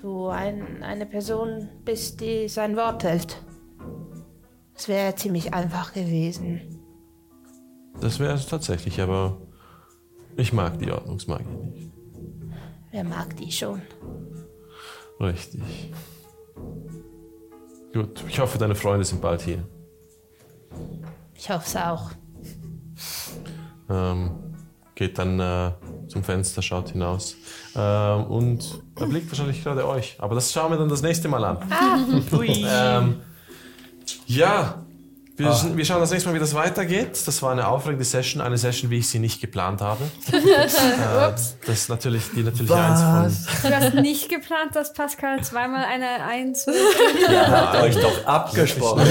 Speaker 7: du ein, eine Person bist, die sein Wort hält. Es wäre ziemlich einfach gewesen.
Speaker 1: Das wäre es tatsächlich, aber ich mag die Ordnungsmagier nicht.
Speaker 7: Wer mag die schon?
Speaker 1: Richtig. Gut, ich hoffe, deine Freunde sind bald hier.
Speaker 7: Ich hoffe es auch.
Speaker 1: Ähm, geht dann äh, zum Fenster, schaut hinaus ähm, und erblickt wahrscheinlich gerade euch. Aber das schauen wir dann das nächste Mal an. ähm, ja, wir,
Speaker 4: Ah.
Speaker 1: sch- wir schauen das nächste Mal, wie das weitergeht. Das war eine aufregende Session, eine Session, wie ich sie nicht geplant habe. äh, das ist natürlich die natürlich eins von.
Speaker 2: Du hast nicht geplant, dass Pascal zweimal eine Eins
Speaker 4: Ihr habt euch doch abgesprochen.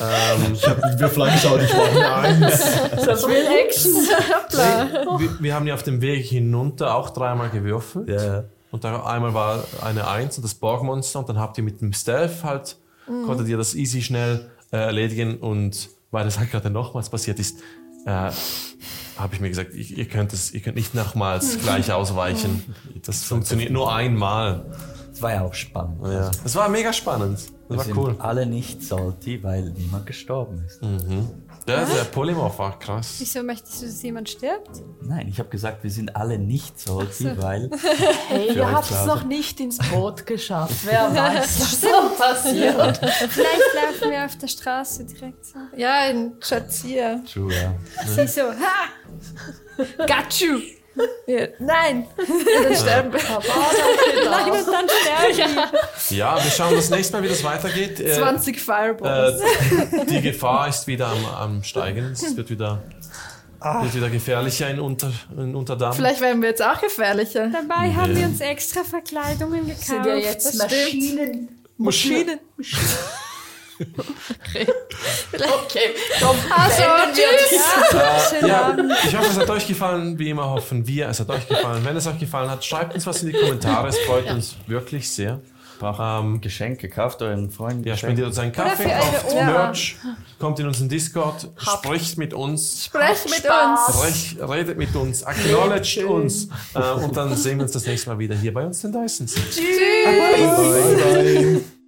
Speaker 1: Ähm,
Speaker 9: Ich hab den Würfel angeschaut, ich war nein.
Speaker 5: Das will Action.
Speaker 1: wir, wir haben ja auf dem Weg hinunter auch dreimal gewürfelt. Und dann einmal war eine Eins und das Borgmonster und dann habt ihr mit dem Stealth halt, konntet ihr das easy schnell äh, erledigen und weil das halt gerade nochmals passiert ist, äh, habe ich mir gesagt, ich, ihr, könnt das, ihr könnt nicht nochmals gleich ausweichen. Das funktioniert nur einmal.
Speaker 13: Das war ja auch spannend. Also,
Speaker 1: Ja. Das war mega spannend.
Speaker 13: Wir
Speaker 1: Das war
Speaker 13: sind
Speaker 1: cool. Mhm.
Speaker 13: alle nicht salty, weil niemand gestorben ist.
Speaker 1: Der, der Polymorph war krass.
Speaker 2: Wieso möchtest du, dass jemand stirbt?
Speaker 13: Nein, ich habe gesagt, wir sind alle nicht salty, weil
Speaker 5: Hey,
Speaker 13: Ja,
Speaker 5: wir
Speaker 13: ich
Speaker 5: haben es
Speaker 13: glaube.
Speaker 5: noch nicht ins Boot geschafft. Wer weiß, was so passiert.
Speaker 2: Vielleicht laufen wir auf der Straße direkt so.
Speaker 3: Ja, ein Schatzier.
Speaker 13: True, ja.
Speaker 2: Sie so, ha!
Speaker 3: Got you! Ja, nein! Ja, dann sterben wir.
Speaker 2: Nein, und dann sterben die.
Speaker 1: Ja, wir schauen das nächste Mal, wie das weitergeht. Äh,
Speaker 3: 20 Fireballs.
Speaker 1: Äh, die Gefahr ist wieder am, am Steigen. Es wird wieder, wird wieder gefährlicher in, Unter, in Unterdamm.
Speaker 3: Vielleicht werden wir jetzt auch gefährlicher.
Speaker 2: Dabei haben wir uns extra Verkleidungen gekauft.
Speaker 5: Sind wir jetzt Maschinen?
Speaker 1: Maschinen.
Speaker 5: Okay, komm,
Speaker 3: Also,
Speaker 5: beenden wir
Speaker 3: tschüss.
Speaker 5: diesen-
Speaker 2: Schönen
Speaker 1: Ja,
Speaker 2: Abend.
Speaker 1: ich hoffe, es hat euch gefallen. Wie immer hoffen wir, es hat euch gefallen. Wenn es euch gefallen hat, schreibt uns was in die Kommentare. Es freut uns wirklich sehr. Ähm,
Speaker 4: Geschenke, kauft euren Freunden.
Speaker 1: ja,
Speaker 4: Geschenke.
Speaker 1: spendiert uns einen Kaffee,
Speaker 2: für eure
Speaker 1: kauft
Speaker 2: Oma.
Speaker 1: Merch, kommt in unseren Discord, spricht mit uns,
Speaker 3: Sprecht mit uns.
Speaker 1: sprech, redet mit uns, acknowledged uns äh, und dann sehen wir uns das nächste Mal wieder hier bei uns in Dyson.
Speaker 9: Bye, bye.